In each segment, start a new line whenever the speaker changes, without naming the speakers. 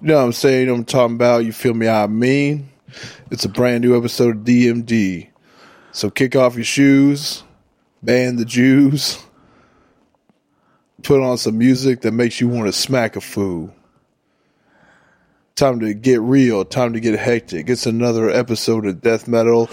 You know what I'm saying? I'm talking about, you feel me? I mean, it's a brand new episode of DMD. So kick off your shoes, ban the Jews, put on some music that makes you want to smack a fool. Time to get real, time to get hectic. It's another episode of Death Metal.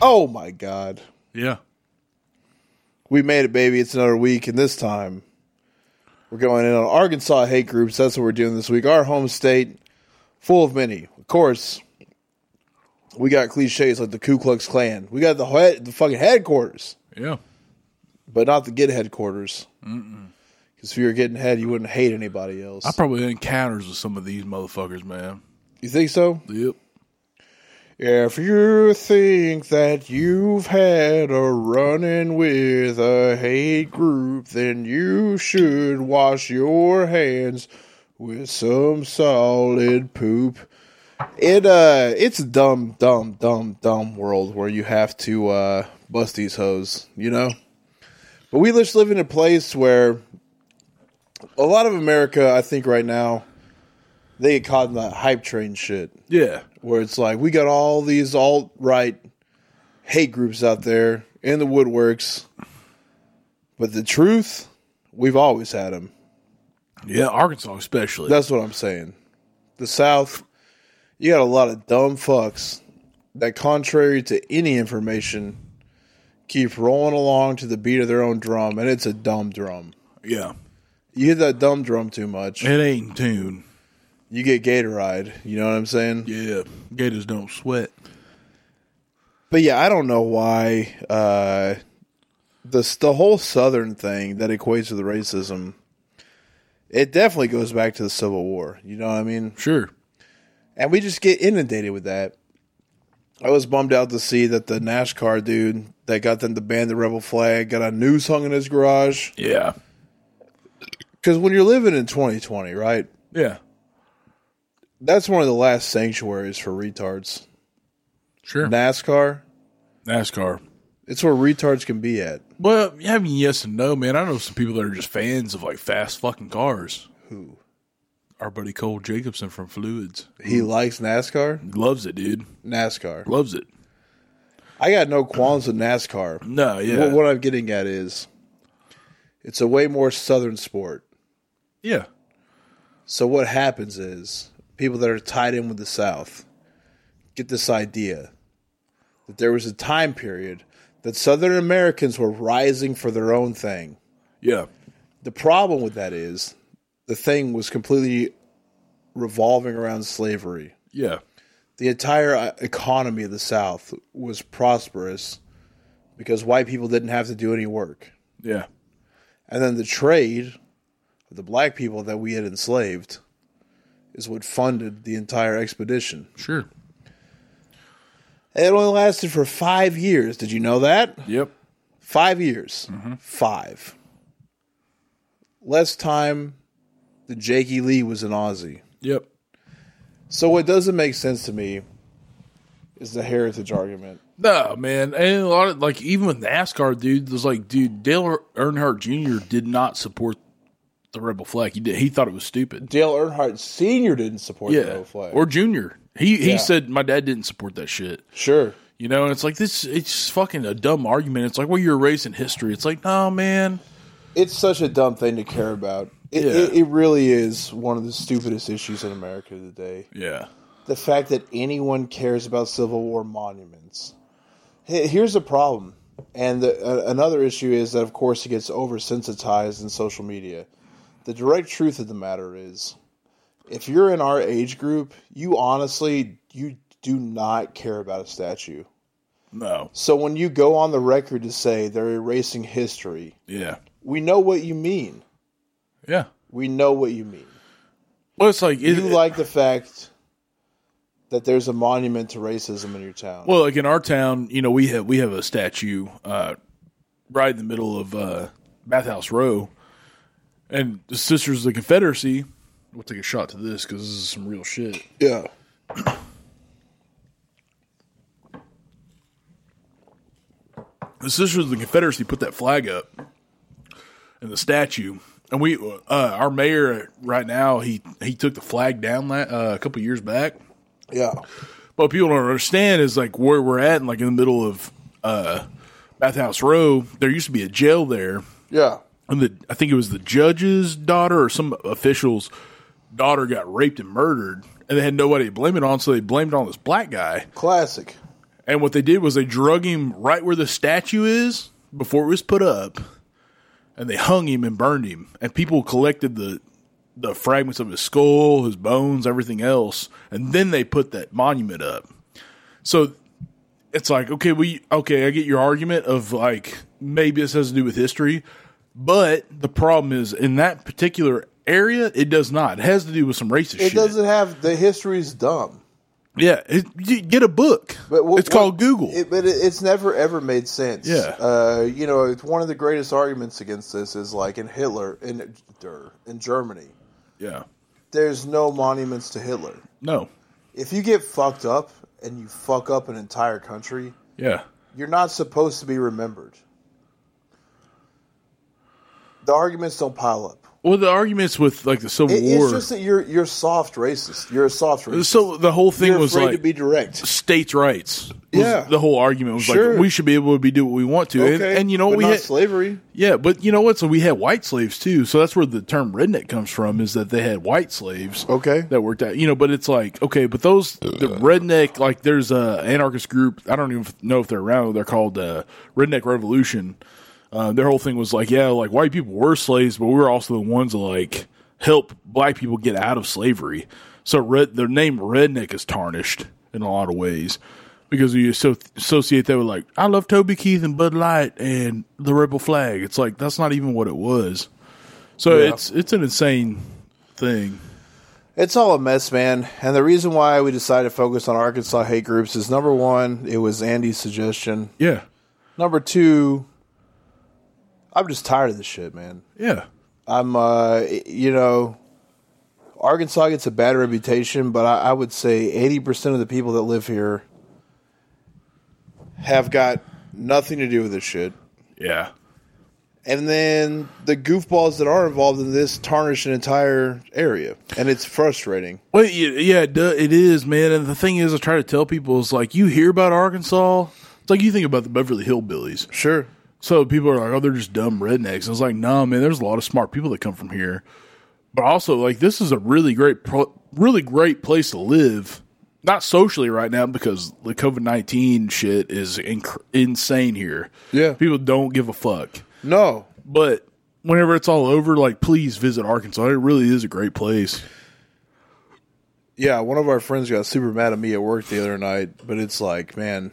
Oh my God.
Yeah.
We made it, baby. It's another week, and this time we're going in on Arkansas hate groups. That's what we're doing this week. Our home state, full of many. Of course, we got cliches like the Ku Klux Klan. We got the head, the fucking headquarters,
Yeah.
but not the get headquarters. Because if you were getting head, you wouldn't hate anybody else.
I probably had encounters with some of these motherfuckers, man.
you think so?
Yep.
If you think that you've had a run in with a hate group, then you should wash your hands with some solid poop. It uh it's a dumb, dumb, dumb, dumb world where you have to uh bust these hoes, you know? But we just live in a place where a lot of America, I think right now, they get caught in that hype train shit
Yeah.
where it's like we got all these alt right hate groups out there in the woodworks, but the truth, we've always had them.
Yeah. Arkansas, especially.
That's what I'm saying. The South, you got a lot of dumb fucks that, contrary to any information, keep rolling along to the beat of their own drum, and it's a dumb drum.
yeah.
You hit that dumb drum too much,
It ain't in tune.
you get Gatorade. You know what I'm saying?
Yeah. Gators don't sweat.
But yeah, I don't know why uh, the the whole Southern thing that equates to the racism. It definitely goes back to the Civil War. You know what I mean?
Sure.
And we just get inundated with that. I was bummed out to see that the NASCAR dude that got them to ban the rebel flag got a noose hung in his garage.
Yeah.
Because when you're living in 2020, right?
Yeah.
That's one of the last sanctuaries for retards.
Sure.
NASCAR,
NASCAR.
it's where retards can be at.
Well, yeah, I mean, yes and no, man. I know some people that are just fans of like fast fucking cars.
Who?
Our buddy Cole Jacobson from Fluids
He likes NASCAR?
loves it, dude.
NASCAR.
Loves it.
I got no qualms with NASCAR.
No, yeah,
What, what I'm getting at is it's a way more southern sport.
yeah,
So what happens is people that are tied in with the South get this idea that there was a time period that Southern Americans were rising for their own thing.
yeah,
The problem with that is the thing was completely revolving around slavery.
yeah,
the entire uh, economy of the South was prosperous because white people didn't have to do any work.
yeah,
And then the trade of the black people that we had enslaved is what funded the entire expedition.
sure,
And it only lasted for five years. Did you know that?
yep,
Five years.
Mm-hmm.
Five. Less time than Jakey E. Lee was in Aussie.
yep,
So what doesn't make sense to me is the heritage argument.
No, man, and a lot of like even with NASCAR, dude, was like, dude, Dale Er-, Earnhardt Jr. did not support the rebel flag. He did. He thought it was stupid.
Dale Earnhardt Sr. didn't support the
Yeah,
no flag.
or Jr. He he
Yeah.
said my dad didn't support that shit.
sure.
You know, and it's like this. It's fucking a dumb argument. It's like, well, you're raised in history. It's like, no, man.
It's such a dumb thing to care about. It,
Yeah.
it, it really is one of the stupidest issues in America today.
Yeah,
The fact that anyone cares about Civil War monuments. He- Here's the problem. And the, uh, another issue is that, of course, it gets oversensitized in social media. The direct truth of the matter is if you're in our age group, you honestly, you do not care about a statue.
no,
So when you go on the record to say they're erasing history,
yeah,
we know what you mean.
yeah.
We know what you mean.
Well, it's like it,
You like the fact that there's a monument to racism in your town.
Well, like in our town, you know, we have we have a statue uh, right in the middle of uh, Bathhouse Row, and the Sisters of the Confederacy We'll take a shot to this because this is some real shit.
Yeah.
The Sisters of the Confederacy put that flag up and the statue, and we, uh, our mayor right now, he he took the flag down that uh, a couple years back.
Yeah.
But what people don't understand is like where we're at, and like in the middle of uh, Bathhouse Row, there used to be a jail there,
Yeah.
and the I think it was the judge's daughter or some official's daughter got raped and murdered, and they had nobody to blame it on, so they blamed it on this black guy.
Classic.
And what they did was they drug him right where the statue is before it was put up, and they hung him and burned him. And people collected the the fragments of his skull, his bones, everything else, and then they put that monument up. So it's like, okay, we okay, I get your argument of like maybe this has to do with history, but the problem is in that particular area, it does not. It has to do with some racist
It
shit.
doesn't have the history's dumb.
yeah, it, you get a book.
But what-
it's called
what-
Google.
It, but it, it's never ever made sense.
Yeah.
Uh, you know, it's one of the greatest arguments against this is like in Hitler in der, in Germany,
yeah,
there's no monuments to Hitler.
no,
If you get fucked up and you fuck up an entire country,
yeah.
you're not supposed to be remembered. The arguments don't pile up.
Well, the arguments with like the Civil
It-
War.
it's just that you're you're soft racist. You're a soft racist.
so the whole thing
You're
was
afraid
like
to be direct.
states' rights. was
Yeah.
the whole argument was
Sure.
like we should be able to be do what we want to, and, and you know
but
we
not
had
slavery.
yeah, but you know what? So we had white slaves too. So that's where the term redneck comes from, is that they had white slaves.
Okay.
that worked out. You know, but it's like okay, but those the redneck like there's a anarchist group. I don't even know if they're around. They're called uh, Redneck Revolution. Uh, their whole thing was like, yeah, like white people were slaves, but we were also the ones that like help black people get out of slavery. So red, their name redneck is tarnished in a lot of ways because you asso- associate that with like I love Toby Keith and Bud Light and the Rebel Flag. It's like that's not even what it was. So it's it's an insane thing.
It's all a mess, man. And the reason why we decided to focus on Arkansas hate groups is number one, it was Andy's suggestion.
Yeah.
Number two, I'm just tired of this shit, man.
Yeah.
I'm, uh, you know, Arkansas gets a bad reputation, but I, I would say 80% of the people that live here have got nothing to do with this shit.
Yeah.
And then the goofballs that are involved in this tarnish an entire area. And it's frustrating.
Well, y- yeah, it do- it is, man. And the thing is, I try to tell people is like you hear about Arkansas, it's like you think about the Beverly Hillbillies.
Sure.
So people are like, oh, they're just dumb rednecks. I was like, no, man, there's a lot of smart people that come from here. But also, like, this is a really great, pro- really great place to live. Not socially right now because the COVID 19 shit is inc- insane here.
Yeah.
People don't give a fuck.
No.
But whenever it's all over, like, please visit Arkansas. It really is a great place.
Yeah, one of our friends got super mad at me at work the other night, but it's like, man,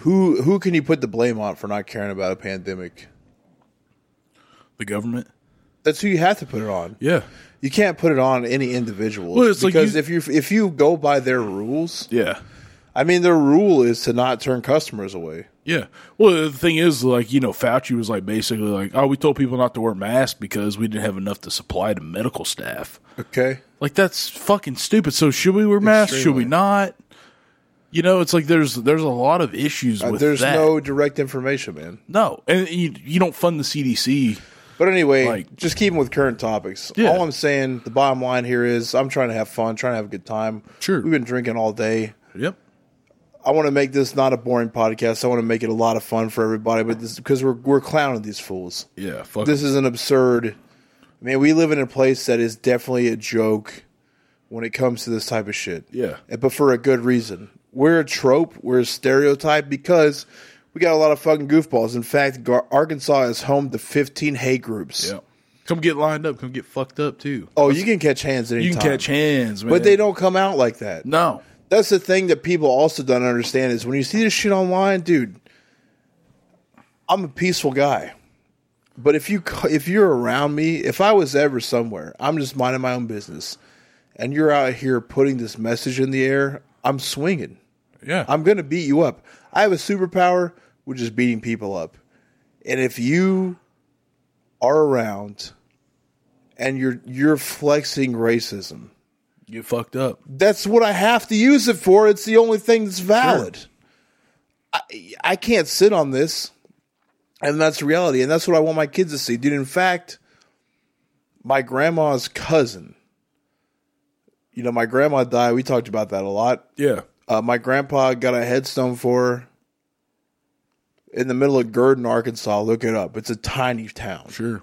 who who can you put the blame on for not caring about a pandemic?
The government.
That's who you have to put it on.
Yeah.
You can't put it on any individual.
Well, it's like
because
you-
if you if you go by their rules,
Yeah.
I mean, their rule is to not turn customers away.
Yeah. Well, the thing is, like, you know, Fauci was like basically like, oh, we told people not to wear masks because we didn't have enough to supply to medical staff.
Okay,
Like, that's fucking stupid. So, should we wear masks? Should
Extremely.
we not? You know, it's like there's there's a lot of issues with
Uh, there's
that.
no direct information, man.
no, and you you don't fund the CDC.
But anyway,
Like-
just keeping with current topics.
Yeah.
All I'm saying, the bottom line here is, I'm trying to have fun, trying to have a good time.
Sure.
we've been drinking all day.
Yep.
I want to make this not a boring podcast. I want to make it a lot of fun for everybody, but this because we're we're clowning these fools.
Yeah. Fuck.
This is an absurd. I mean, we live in a place that is definitely a joke when it comes to this type of shit.
Yeah.
And- but for a good reason. We're a trope. We're a stereotype because we got a lot of fucking goofballs. In fact, Gar- Arkansas is home to 15 hate groups.
yeah. Come get lined up. Come get fucked up too.
Oh, you can catch hands at any
You can
time.
catch hands, man.
but they don't come out like that.
No.
That's the thing that people also don't understand is when you see this shit online, dude. I'm a peaceful guy, but if you c- if you're around me, if I was ever somewhere, I'm just minding my own business, and you're out here putting this message in the air. I'm swinging.
Yeah.
I'm gonna beat you up. I have a superpower, which is beating people up, and if you are around and you're you're flexing racism.
You fucked up.
That's what I have to use it for. It's the only thing that's valid. I, I can't sit on this. And that's the reality. And that's what I want my kids to see. Dude, in fact, my grandma's cousin, you know, my grandma died. We talked about that a lot.
Yeah.
Uh, my grandpa got a headstone for her in the middle of Gurdon, Arkansas. Look it up. It's a tiny town.
Sure.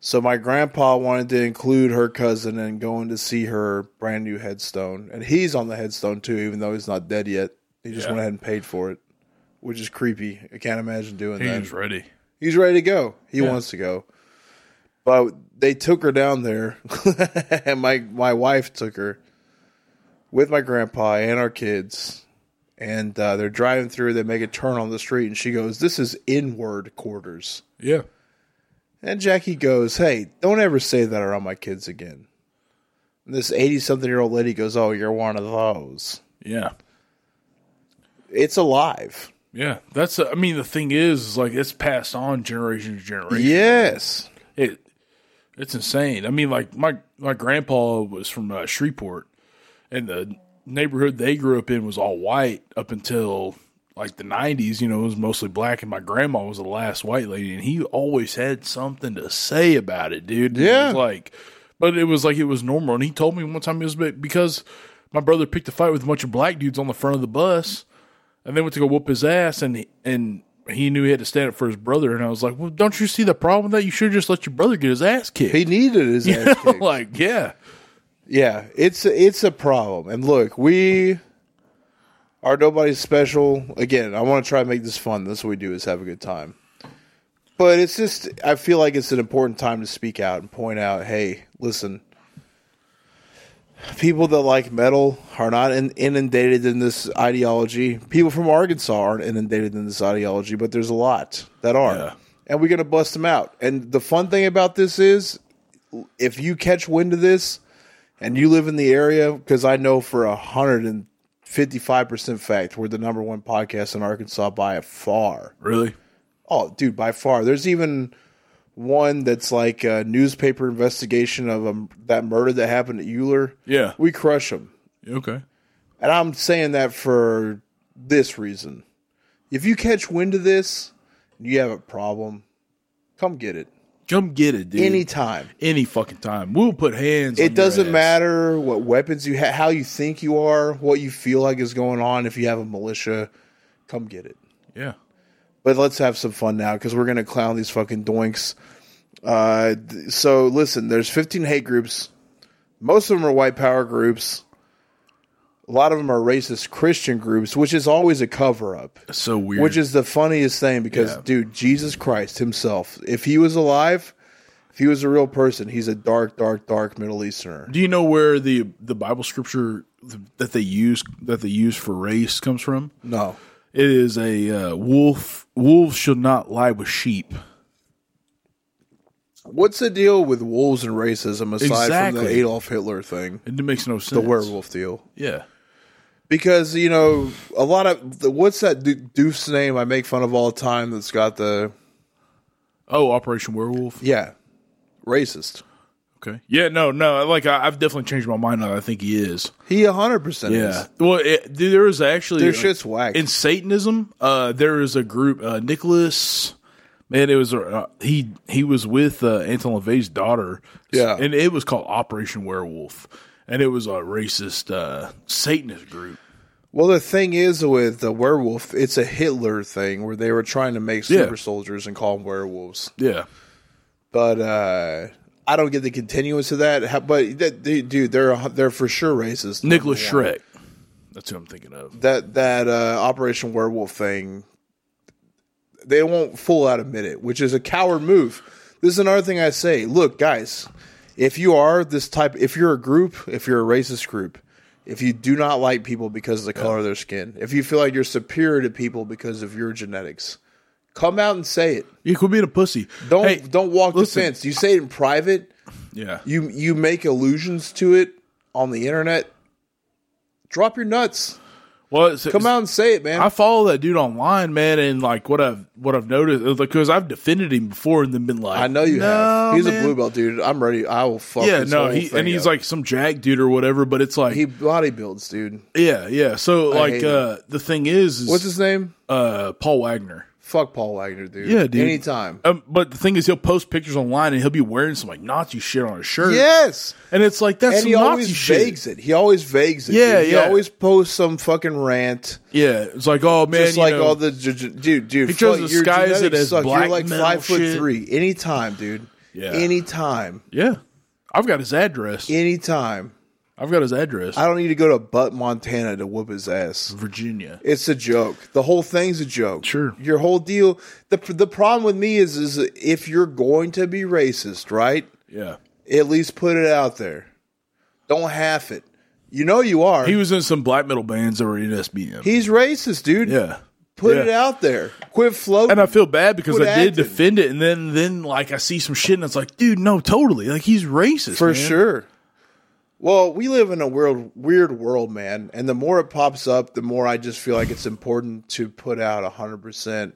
So my grandpa wanted to include her cousin and going to see her brand new headstone. And he's on the headstone too, even though he's not dead yet. He just
Yeah.
went ahead and paid for it, which is creepy. I can't imagine doing that.
He's ready.
He's ready to go. He wants to go. But they took her down there, and my my wife took her with my grandpa and our kids, and uh, they're driving through. They make a turn on the street, and she goes, "This is inward quarters."
Yeah.
And Jackie goes, "Hey, don't ever say that around my kids again." And this eighty-something-year-old lady goes, "Oh, you're one of those."
Yeah.
It's alive.
Yeah. That's. I mean, the thing is, is like it's passed on generation to generation.
Yes.
it it's insane. I mean, like my my grandpa was from uh, Shreveport, and the neighborhood they grew up in was all white up until like the '90s. You know, it was mostly black, and my grandma was the last white lady, and he always had something to say about it, dude. It
Yeah.
was like, but it was like it was normal, and he told me one time it was be- because my brother picked a fight with a bunch of black dudes on the front of the bus and they went to go whoop his ass and and he knew he had to stand up for his brother and I was like, Well, don't you see the problem with that? You should just let your brother get his ass kicked.
He needed his ass kicked.
like, yeah.
Yeah, it's it's a problem. And look, we are nobody special. Again, I want to try and make this fun. That's what we do is have a good time. But it's just I feel like it's an important time to speak out and point out, hey, listen. People that like metal are not in, inundated in this ideology. People from Arkansas aren't inundated in this ideology, but there's a lot that are.
Yeah.
And we're going to bust them out. And the fun thing about this is if you catch wind of this, and you live in the area because I know for a hundred and fifty-five percent fact we're the number one podcast in Arkansas by far.
Really?
Oh, dude, by far. There's even one that's like a newspaper investigation of um that murder that happened at Euler.
Yeah.
We crush them,
Okay.
and I'm saying that for this reason. If you catch wind of this, you have a problem. Come get it
Come get it, dude. Any
anytime.
any fucking time. We'll put hands on
It
your
doesn't
ass.
matter what weapons you have, how you think you are, what you feel like is going on. If you have a militia, come get it.
Yeah.
But let's have some fun now because we're gonna clown these fucking doinks. Uh, th- so listen, there's 15 hate groups. Most of them are white power groups. A lot of them are racist Christian groups, which is always a cover up.
That's so weird.
Which is the funniest thing because,
Yeah.
dude, Jesus Christ himself, if he was alive, if he was a real person, he's a dark, dark, dark Middle Easterner.
Do you know where the the Bible scripture that they use that they use for race comes from?
No.
It is a uh, wolf. Wolves should not lie with sheep.
What's the deal with wolves and racism aside from the
Exactly.
Adolf Hitler thing,
It makes no sense.
the werewolf deal?
Yeah.
Because you know a lot of the, what's that do- doof's name I make fun of all the time that's got the
Oh, Operation Werewolf.
yeah racist.
Okay. Yeah. No. No. Like I, I've definitely changed my mind. on it. I think he is.
He hundred percent
Yeah.
is.
Well, it, dude, there is actually
Their shit's whack.
in Satanism. Uh, there is a group. Uh, Nicholas. Man, it was uh, he. He was with uh, Anton LaVey's daughter.
Yeah.
And it was called Operation Werewolf, and it was a racist uh, Satanist group.
Well, the thing is with the werewolf, it's a Hitler thing where they were trying to make
Yeah.
super soldiers and call them werewolves.
Yeah.
but uh, I don't get the continuance of that. How, but that, dude, they're they're for sure racist.
Nicholas Schreck. That's who I'm thinking of.
that that uh, Operation Werewolf thing, they won't full out admit it, which is a coward move. This is another thing I say. Look, guys, if you are this type, if you're a group, if you're a racist group, if you do not like people because of the color of their skin, if you feel like you're superior to people because of your genetics, come out and say it.
You could be a pussy.
Don't
Hey,
don't walk
listen.
the fence. You say it in private.
Yeah.
you you make allusions to it on the internet drop your nuts
Well, it's,
Come out and say it, man.
I follow that dude online, man, and like what I've what I've noticed because I've defended him before and then been like,
I know you
"No,
have. He's
man."
a blue belt, dude. I'm ready. I will fuck.
Yeah,
this
no,
whole
he
thing
and he's
up.
like some jack dude or whatever, but it's like,
he bodybuilds, dude.
yeah, yeah. So like
hate him.
uh, the thing is, is
What's his name?
uh, Paul Wagner.
Fuck Paul Wagner, dude.
Yeah, dude.
Anytime.
Um, but the thing is, he'll post pictures online and he'll be wearing some like Nazi shit on his shirt.
Yes.
and it's like that's
And
some
he
Nazi
always
shit.
vagues it. He always vagues it.
Yeah,
dude. He
yeah.
always posts some fucking rant.
Yeah, it's like oh man,
Just like
you know,
all the j- j- dude, dude.
He chose
fuck,
to
your
disguise it
genetics
as
suck.
black
You're like
metal
five
shit.
foot three. Anytime, dude.
Yeah.
Anytime.
yeah. I've got his address.
Anytime.
I've got his address.
I don't need to go to Butt, Montana to whoop his ass.
Virginia.
It's a joke. The whole thing's a joke.
Sure.
Your whole deal. The the problem with me is is if you're going to be racist, right?
Yeah,
At least put it out there. Don't half it. You know you are.
he was in some black metal bands that were in SBM.
He's racist, dude.
yeah,
Put
Yeah.
it out there. Quit floating.
and I feel bad because
Quit
I did
acting.
defend it, and then then like I see some shit, and it's like, dude, no, totally, like he's racist
For
man.
sure. Well, we live in a weird, weird world, man. And the more it pops up, the more I just feel like it's important to put out 100%.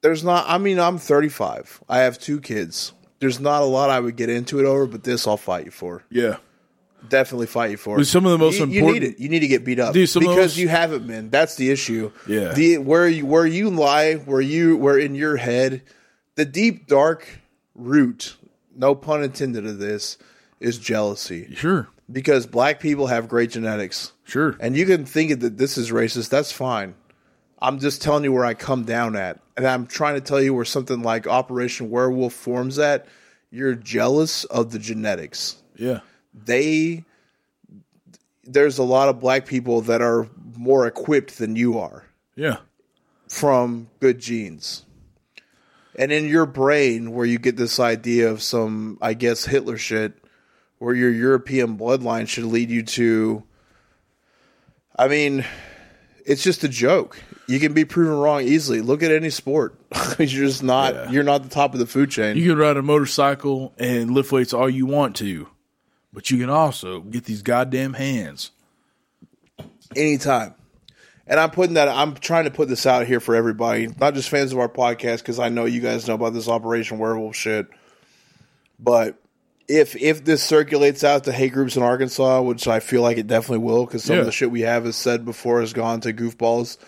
There's not, I mean, I'm 35. I have two kids. There's not a lot I would get into it over, but this I'll fight you for.
Yeah,
Definitely fight you for.
But some of the most
you,
important-
You need it. You need to get beat up
Dude, some of the
because
most-
you haven't been. That's the issue.
Yeah.
The where you where you lie, where you where in your head, the deep dark root. No pun intended of this is jealousy
sure,
because black people have great genetics,
sure.
and you can think that this is racist. That's fine. I'm just telling you where I come down at, and I'm trying to tell you where something like Operation Werewolf forms at. You're jealous of the genetics
yeah,
they there's a lot of black people that are more equipped than you are
yeah,
from good genes. And in your brain where you get this idea of some I guess Hitler shit where your European bloodline should lead you to I mean it's just a joke. You can be proven wrong easily. Look at any sport. you're just not you're not the top of the food chain.
You can ride a motorcycle and lift weights all you want to, but you can also get these goddamn hands.
anytime. And I'm putting that. I'm trying to put this out here for everybody, not just fans of our podcast, because I know you guys know about this Operation Werewolf shit. But if if this circulates out to hate groups in Arkansas, which I feel like it definitely will, because some
Yeah.
of the shit we have is said before has gone to goofballs.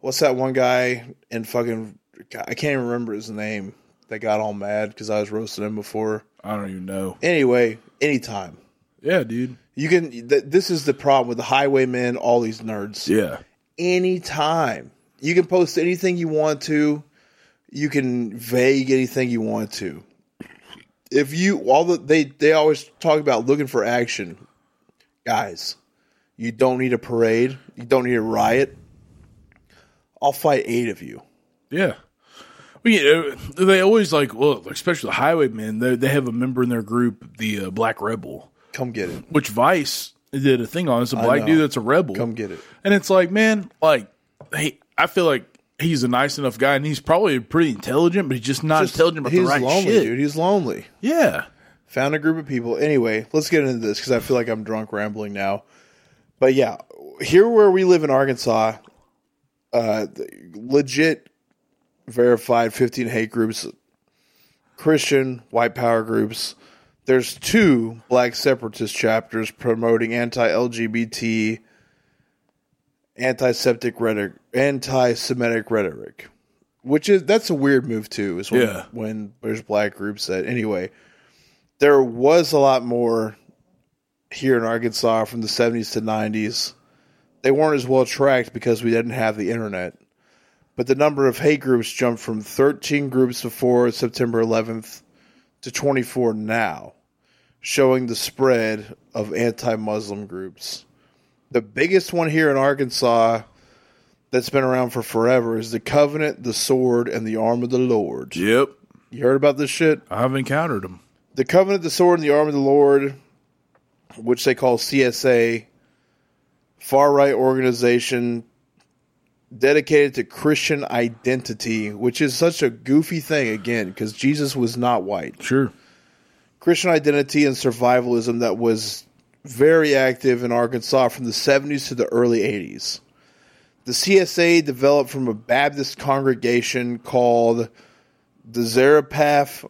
What's that one guy in fucking? I can't even remember his name. That got all mad because I was roasting him before.
I don't even know.
Anyway, anytime
Yeah, dude.
you can. Th- this is the problem with the highwaymen, all these nerds
Yeah,
anytime. You can post anything you want to. You can vague anything you want to. If you all the they they always talk about looking for action. Guys, you don't need a parade. You don't need a riot. I'll fight eight of you.
yeah. We, uh, they always like, well, especially the Highwaymen. They they have a member in their group, the uh, Black Rebel,
Come get it.
which Vice did a thing on. It's a black
know.
dude that's a rebel.
Come get it.
And it's like, man, like, hey, I feel like he's a nice enough guy, and he's probably pretty intelligent, but he's just not intelligent about the
He's
right
lonely,
shit.
dude. He's lonely.
Yeah,
found a group of people. Anyway, let's get into this because I feel like I'm drunk rambling now. But yeah, here where we live in Arkansas, uh, the legit verified 15 hate groups, Christian white power groups. There's two black separatist chapters promoting anti-LGBT, anti-Semitic rhetoric, anti-Semitic rhetoric, which is that's a weird move too. Is when,
Yeah.
when there's black groups that anyway there was a lot more here in Arkansas from the 70s to 90s. They weren't as well tracked because we didn't have the internet. But the number of hate groups jumped from 13 groups before September 11th to 24 now, showing the spread of anti Muslim groups. The biggest one here in Arkansas that's been around for forever is the Covenant, the Sword, and the Arm of the Lord.
yep.
You heard about this shit?
I've encountered him.
the covenant, the sword, and the arm of the Lord, which they call CSA, far right organization dedicated to Christian identity, which is such a goofy thing again because Jesus was not white.
Sure.
Christian identity and survivalism that was very active in Arkansas from the 70s to the early 80s. The CSA developed from a Baptist congregation called the Zarephath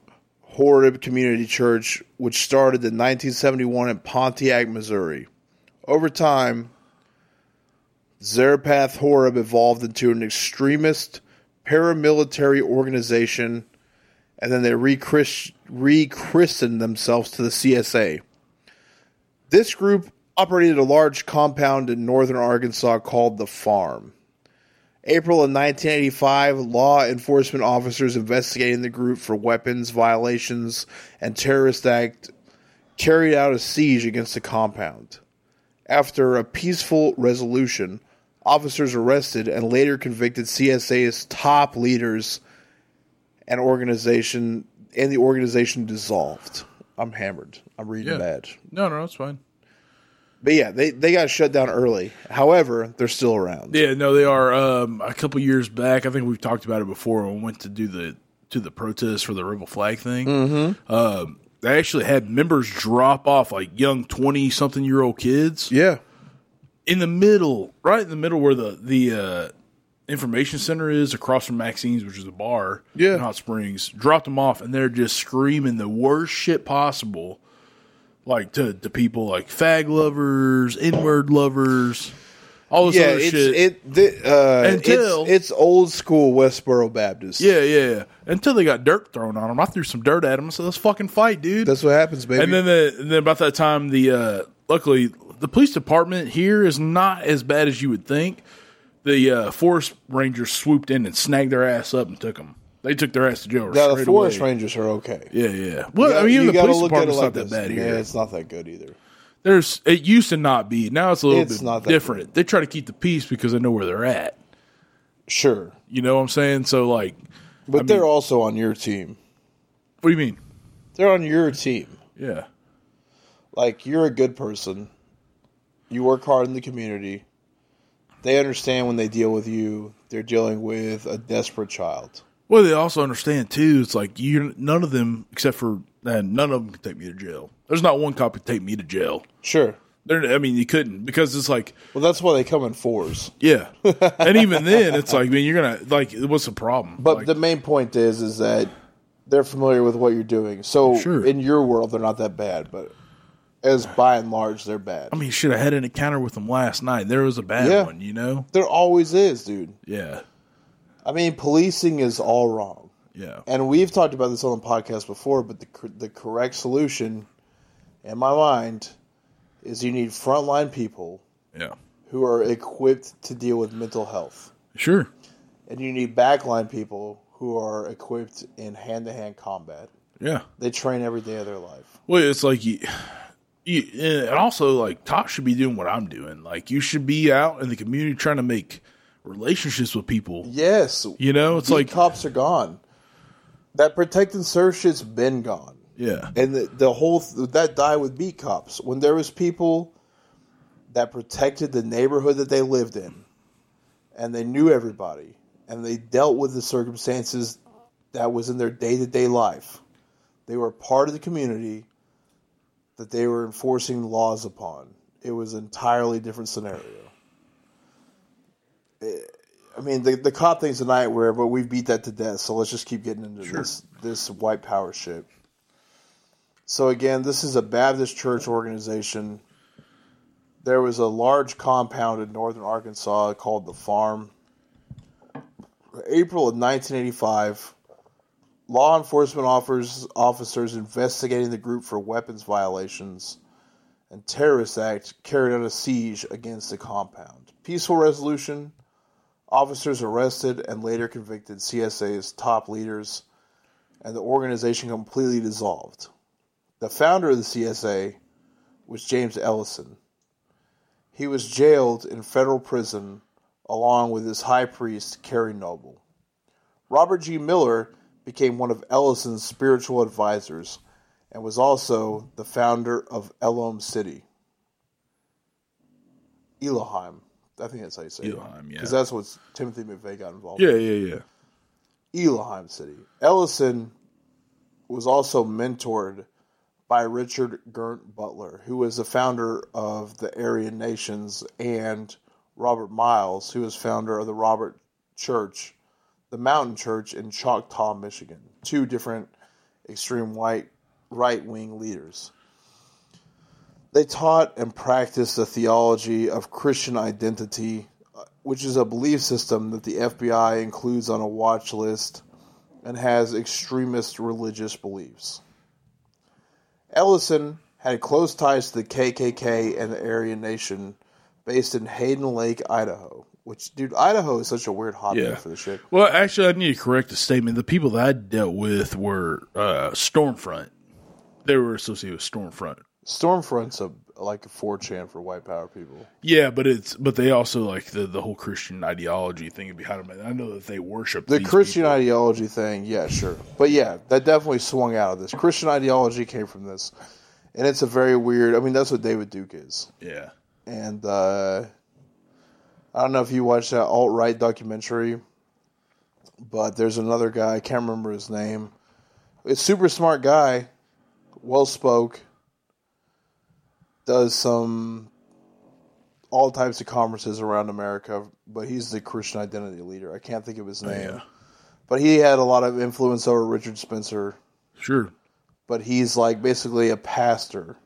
Horeb Community Church, which started in 1971 in Pontiac, Missouri. Over time, Zarephath Horeb evolved into an extremist paramilitary organization, and then they rechrist- rechristened themselves to the CSA. This group operated a large compound in northern Arkansas called the Farm. April of 1985, law enforcement officers investigating the group for weapons violations and terrorist act carried out a siege against the compound. After a peaceful resolution, officers arrested and later convicted CSA's top leaders and organization and the organization dissolved. I'm hammered. I'm reading
Yeah.
bad.
No, no, it's fine.
But yeah, they, they got shut down early. However, they're still around.
Yeah, no, they are. Um, a couple years back, I think we've talked about it before. When we went to do the to the protest for the rebel flag thing, mm-hmm. um, they actually had members drop off like young twenty something year old kids
Yeah.
in the middle, right in the middle where the the uh, information center is, across from Maxine's, which is a bar
Yeah.
in Hot Springs. Dropped them off, and they're just screaming the worst shit possible, like to to people like fag lovers, n word lovers, all this
Yeah,
other
it's
shit.
it th- uh,
Until-
it's, it's old school Westboro Baptist.
Yeah, yeah, yeah. Until they got dirt thrown on them. I threw some dirt at them. So let's fucking fight, dude.
that's what happens, baby.
and then, the, and then about that time, the uh, luckily the police department here is not as bad as you would think. The uh, forest rangers swooped in and snagged their ass up and took them. They took their ass to jail.
now the
straight
forest
away.
rangers are okay.
Yeah, yeah. Well, I mean, even the police department's not that
this.
bad
yeah,
here.
it's not that good either.
There's it used to not be. Now it's a little
It's
bit
not that
different. They try to keep the peace because they know where they're at.
Sure,
You know what I'm saying? So like,
but they're also on your team.
what do you mean?
They're on your team.
Yeah.
Like you're a good person. You work hard in the community. They understand when they deal with you. They're dealing with a desperate child.
Well, they also understand too. It's like you, none of them, except for uh, none of them, can take me to jail. There's not one cop who could take me to jail.
Sure.
They're, I mean, you couldn't because it's like,
Well, that's why they come in fours.
yeah, and even then, it's like, man, you're gonna like, what's the problem?
But
Like,
the main point is, is that they're familiar with what you're doing. So
Sure.
in your world, they're not that bad, but as by and large, they're bad.
I mean, should have had an encounter with them last night. There was a bad
Yeah.
one, you know.
there always is, dude.
Yeah,
I mean, policing is all wrong,
yeah,
and we've talked about this on the podcast before. But the cor- the correct solution, in my mind, is you need frontline people
yeah.
who are equipped to deal with mental health,
Sure.
and you need backline people who are equipped in hand to hand combat.
Yeah.
They train every day of their life.
Well, it's like you, you, and also like Top should be doing what I'm doing. Like you should be out in the community trying to make relationships with people.
Yes,
You know, it's
Beat
like
cops are gone. That protect and serve shit's been gone,
yeah,
and the, the whole th- that died with beat cops. When there was people that protected the neighborhood that they lived in, and they knew everybody, and they dealt with the circumstances that was in their day to day life. They were part of the community that they were enforcing laws upon. It was an entirely different scenario. Eh, I mean, the, the cop thing's a nightmare, but we beat that to death. So let's just keep getting into this this white power shit. So again, this is a Baptist church organization. There was a large compound in northern Arkansas called the Farm. April of 1985, law enforcement offers, officers investigating the group for weapons violations and terrorist act carried out a siege against the compound. Peaceful resolution. Officers arrested and later convicted CSA's top leaders, and the organization completely dissolved. The founder of the CSA was James Ellison. He was jailed in federal prison along with his high priest, Carrie Noble. Robert G. Miller became one of Ellison's spiritual advisors and was also the founder of Elohim City. Elohim. I think that's how you say it.
Elohim, yeah.
Because that's what Timothy McVeigh got involved
yeah, yeah, yeah.
Elohim City. Ellison was also mentored by Richard Gert Butler, who is the founder of the Aryan Nations, and Robert Miles, who is founder of the Robert Church, the Mountain Church in Choctaw, Michigan. Two different extreme white right wing leaders. They taught and practiced the theology of Christian identity, uh, which is a belief system that the FBI includes on a watch list and has extremist religious beliefs. Ellison had close ties to the KKK and the Aryan Nation based in Hayden Lake, Idaho. Which, dude, Idaho is such a weird hotbed
Yeah.
for the shit.
Well, actually, I need to correct the statement. The people that I dealt with were uh, Stormfront. They were associated with Stormfront.
Stormfront's a, like a 4chan for white power people.
Yeah, but it's but they also like the, the whole Christian ideology thing behind them. I know that they worship
The
these
Christian
people.
ideology thing, yeah, sure. But yeah, that definitely swung out of this. Christian ideology came from this. And it's a very weird, I mean, that's what David Duke is.
Yeah,
And uh, I don't know if you watched that alt right documentary, but there's another guy, I can't remember his name. It's super smart guy, well spoke, does some all types of conferences around America, but he's the Christian identity leader. I can't think of his name.
yeah.
But he had a lot of influence over Richard Spencer
sure.
but he's like basically a pastor.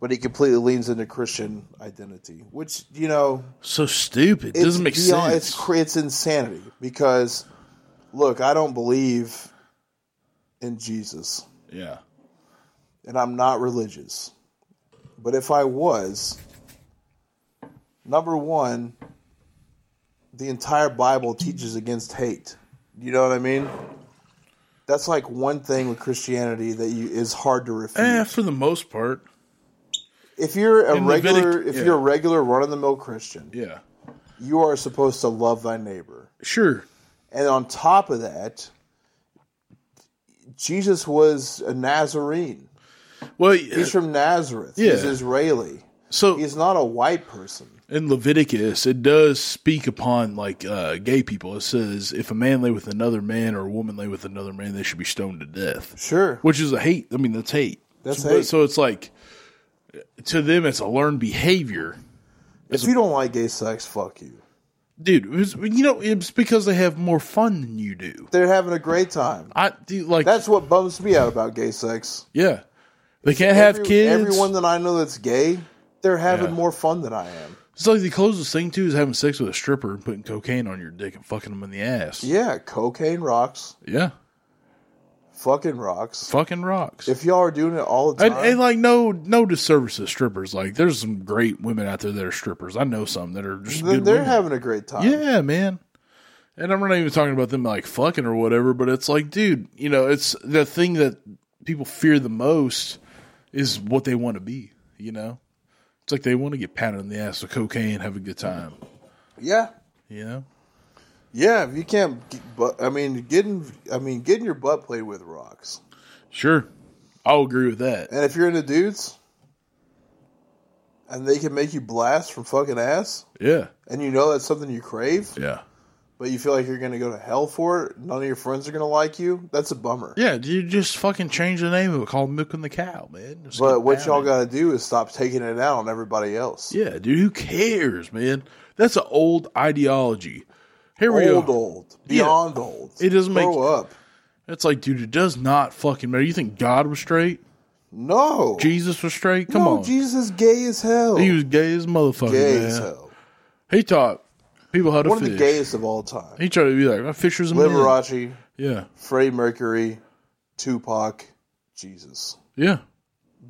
But he completely leans into Christian identity, which you know
So stupid.
it's
Doesn't make
beyond-
sense.
It's cr- it's insanity because look, I don't believe in Jesus,
yeah,
and I'm not religious. But if I was, number one, the entire Bible teaches against hate. You know what I mean? That's like one thing with Christianity that you is hard to refute.
eh, for the most part.
if you're a
In Levitic-
regular if
yeah.
you're a regular run of the mill Christian,
Yeah,
you are supposed to love thy neighbor.
sure.
And on top of that, Jesus was a Nazarene.
Well,
He's from Nazareth. He's
Yeah.
Israeli.
so
He's not a white person.
in Leviticus, it does speak upon like uh, gay people. It says if a man lay with another man or a woman lay with another man, they should be stoned to death,
Sure.
which is a hate. I mean, that's hate.
That's
so,
hate.
So it's like to them, it's a learned behavior,
If you don't like gay sex, fuck you.
dude. It was, you know, it's because they have more fun than you do.
They're having a great time.
I do like
That's what bums me out about gay sex.
yeah. They can't have
Every-
kids.
Everyone that I know that's gay, they're having
Yeah.
more fun than I am.
It's like the closest thing to is having sex with a stripper and putting cocaine on your dick and fucking them in the ass.
Yeah, cocaine rocks,
Yeah.
fucking rocks.
Fucking rocks.
If y'all are doing it all the
and,
time,
and like no no disservice to strippers. Like there's some great women out there that are strippers. I know some that are just
then
good
they're
women.
having a great time.
yeah, man. And I'm not even talking about them like fucking or whatever, but it's like, dude, you know, it's the thing that people fear the most is what they want to be, you know? It's like they want to get pounded in the ass with cocaine, have a good time.
yeah,
You know?
yeah. If you can't, get- but I mean, getting, I mean, getting your butt played with rocks.
Sure. I'll agree with that.
And if you're into dudes, and they can make you blast from fucking ass,
Yeah.
and you know that's something you crave,
Yeah.
but you feel like you're gonna go to hell for it. None of your friends are gonna like you. That's a bummer.
Yeah, you just fucking change the name of it. Call it Milking the Cow, man. Just
But
get
what y'all
pounded.
gotta do is stop taking it out on everybody else.
Yeah, dude, who cares, man? That's an old ideology. Here we
Old,
go.
old, beyond old.
It doesn't make-
grow up.
It's like, dude, it does not fucking matter. You think God was straight?
No,
Jesus was straight? Come
no,
on.
Jesus is gay as hell.
He was gay as a motherfucker,
gay
man.
as hell.
He taught people how to
One
fish.
of the gayest of all time.
he tried to be like, "My fisher's a man."
Liberace,
Yeah,
Freddie Mercury, Tupac, Jesus.
yeah,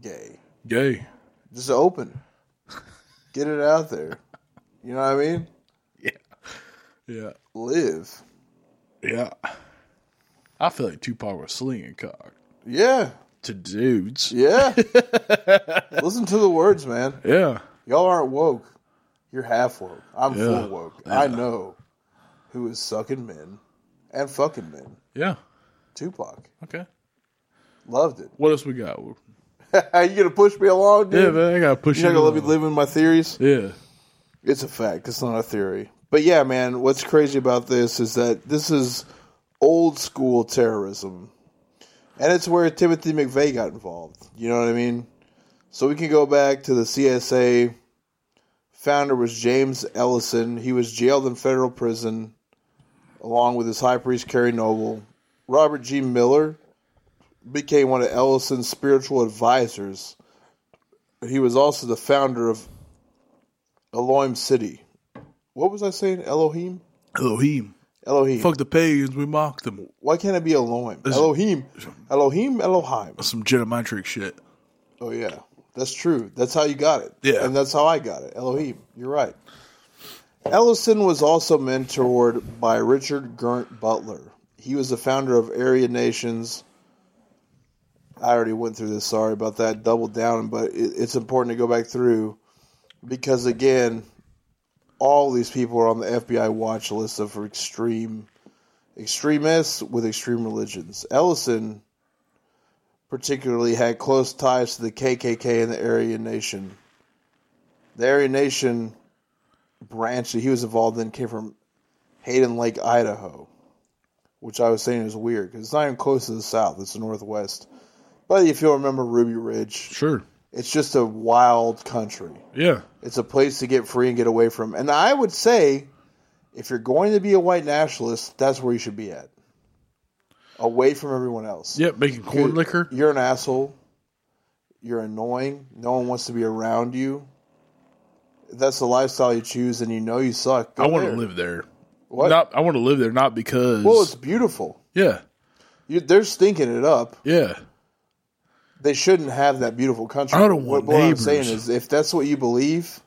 Gay.
gay.
Just open. Get it out there. You know what I mean?
Yeah,
Live.
yeah. I feel like Tupac was slinging cock
Yeah.
to dudes.
Yeah. Listen to the words, man.
Yeah,
Y'all aren't woke. You're half woke. I'm
Yeah.
full woke. I know who is sucking men and fucking men.
yeah.
Tupac.
Okay.
Loved it.
What else we got?
Are you going to push me along, dude?
Yeah, man, I gotta push
You're not
you
going to let me
on.
live in my theories?
Yeah,
It's a fact. It's not a theory. But yeah, man, what's crazy about this is that this is old school terrorism. and it's where Timothy McVeigh got involved. You know what I mean? So we can go back to the CSA. Founder was James Ellison. He was jailed in federal prison along with his high priest Carrie Noble. Robert G. Miller became one of Ellison's spiritual advisors. He was also the founder of Elohim City. What was I saying? Elohim?
Elohim.
Elohim.
Fuck the pagans, we mock them.
Why can't it be Elohim? Elohim. Elohim, Elohim.
Some Jedi trick shit.
Oh, yeah. That's true. That's how you got it.
Yeah.
And that's how I got it. Elohim. You're right. Ellison was also mentored by Richard Gurnt Butler. He was the founder of Aryan Nations. I already went through this. Sorry about that. Double down, but it, it's important to go back through because again, all these people are on the FBI watch list of extreme extremists with extreme religions. Ellison particularly had close ties to the KKK and the Aryan Nation. The Aryan Nation branch that he was involved in came from Hayden Lake, Idaho, which I was saying is weird because it's not even close to the south; it's the northwest. But if you'll remember Ruby Ridge,
Sure.
it's just a wild country.
Yeah.
It's a place to get free and get away from. And I would say, if you're going to be a white nationalist, that's where you should be at, away from everyone else.
Yep, making corn liquor.
You're an asshole. You're annoying. No one wants to be around you. If that's the lifestyle you choose, and you know you suck. go
I want
there.
to live there.
What?
Not, I want to live there not because.
Well, it's beautiful.
yeah,
You, they're stinking it up.
yeah,
They shouldn't have that beautiful country.
I don't
what,
want
what I'm
neighbors.
saying is, if that's what you believe,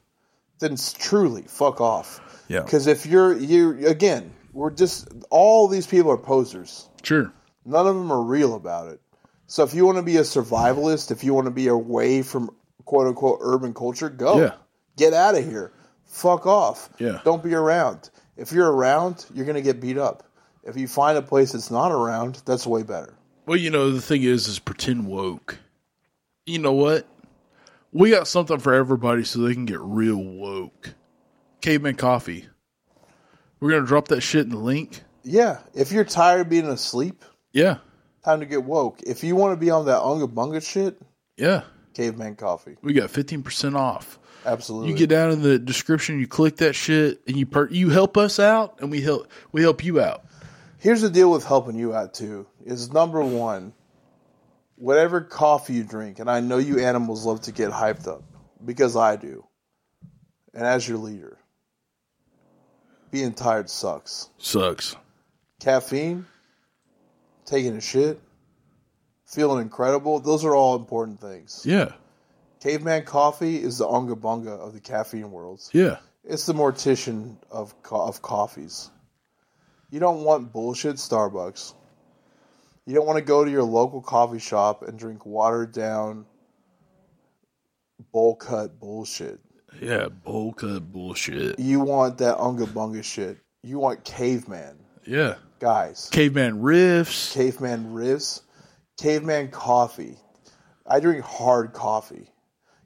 then s- truly fuck off.
yeah.
Because if you're you again, we're just all these people are posers.
Sure.
None of them are real about it. So if you want to be a survivalist, if you want to be away from quote unquote urban culture, go.
Yeah.
Get out of here. Fuck off.
Yeah.
Don't be around. If you're around, you're going to get beat up. If you find a place that's not around, that's way better.
Well, you know the thing is, is pretend woke. You know what? We got something for everybody, so they can get real woke. Caveman coffee. We're gonna drop that shit in the link.
Yeah. If you're tired of being asleep,
Yeah,
time to get woke. If you want to be on that unga bunga shit,
yeah.
caveman coffee.
We got fifteen percent off.
Absolutely.
You get down in the description, you click that shit, and you per- you help us out, and we help we help you out.
Here's the deal with helping you out too is number one, whatever coffee you drink, and I know you animals love to get hyped up because I do, and as your leader, being tired sucks.
Sucks.
Caffeine, taking a shit, feeling incredible, those are all important things.
Yeah,
Caveman coffee is the unga bunga of the caffeine world.
yeah.
It's the mortician of co- of coffees. You don't want bullshit Starbucks. You don't want to go to your local coffee shop and drink watered down, bowl cut bullshit.
Yeah, bowl cut bullshit.
You want that unga bunga shit. You want caveman
Yeah.
guys,
Caveman riffs.
caveman riffs, caveman coffee. I drink hard coffee.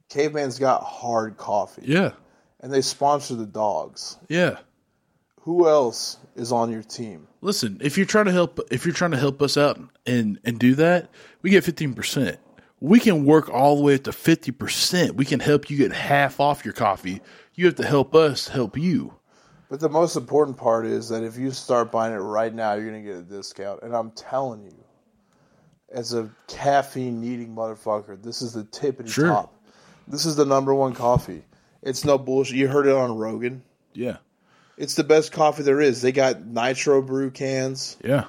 Caveman's got hard coffee,
Yeah.
and they sponsor the dogs.
Yeah.
Who else is on your team?
Listen, if you're trying to help if you're trying to help us out and and do that, we get 15%. We can work all the way up to 50%. We can help you get half off your coffee. You have to help us help you.
But the most important part is that if you start buying it right now, you're going to get a discount. And I'm telling you, as a caffeine needing motherfucker, this is the tippity
Sure.
top. This is the number one coffee. It's no bullshit. You heard it on Rogan.
Yeah.
It's the best coffee there is. They got nitro brew cans,
Yeah.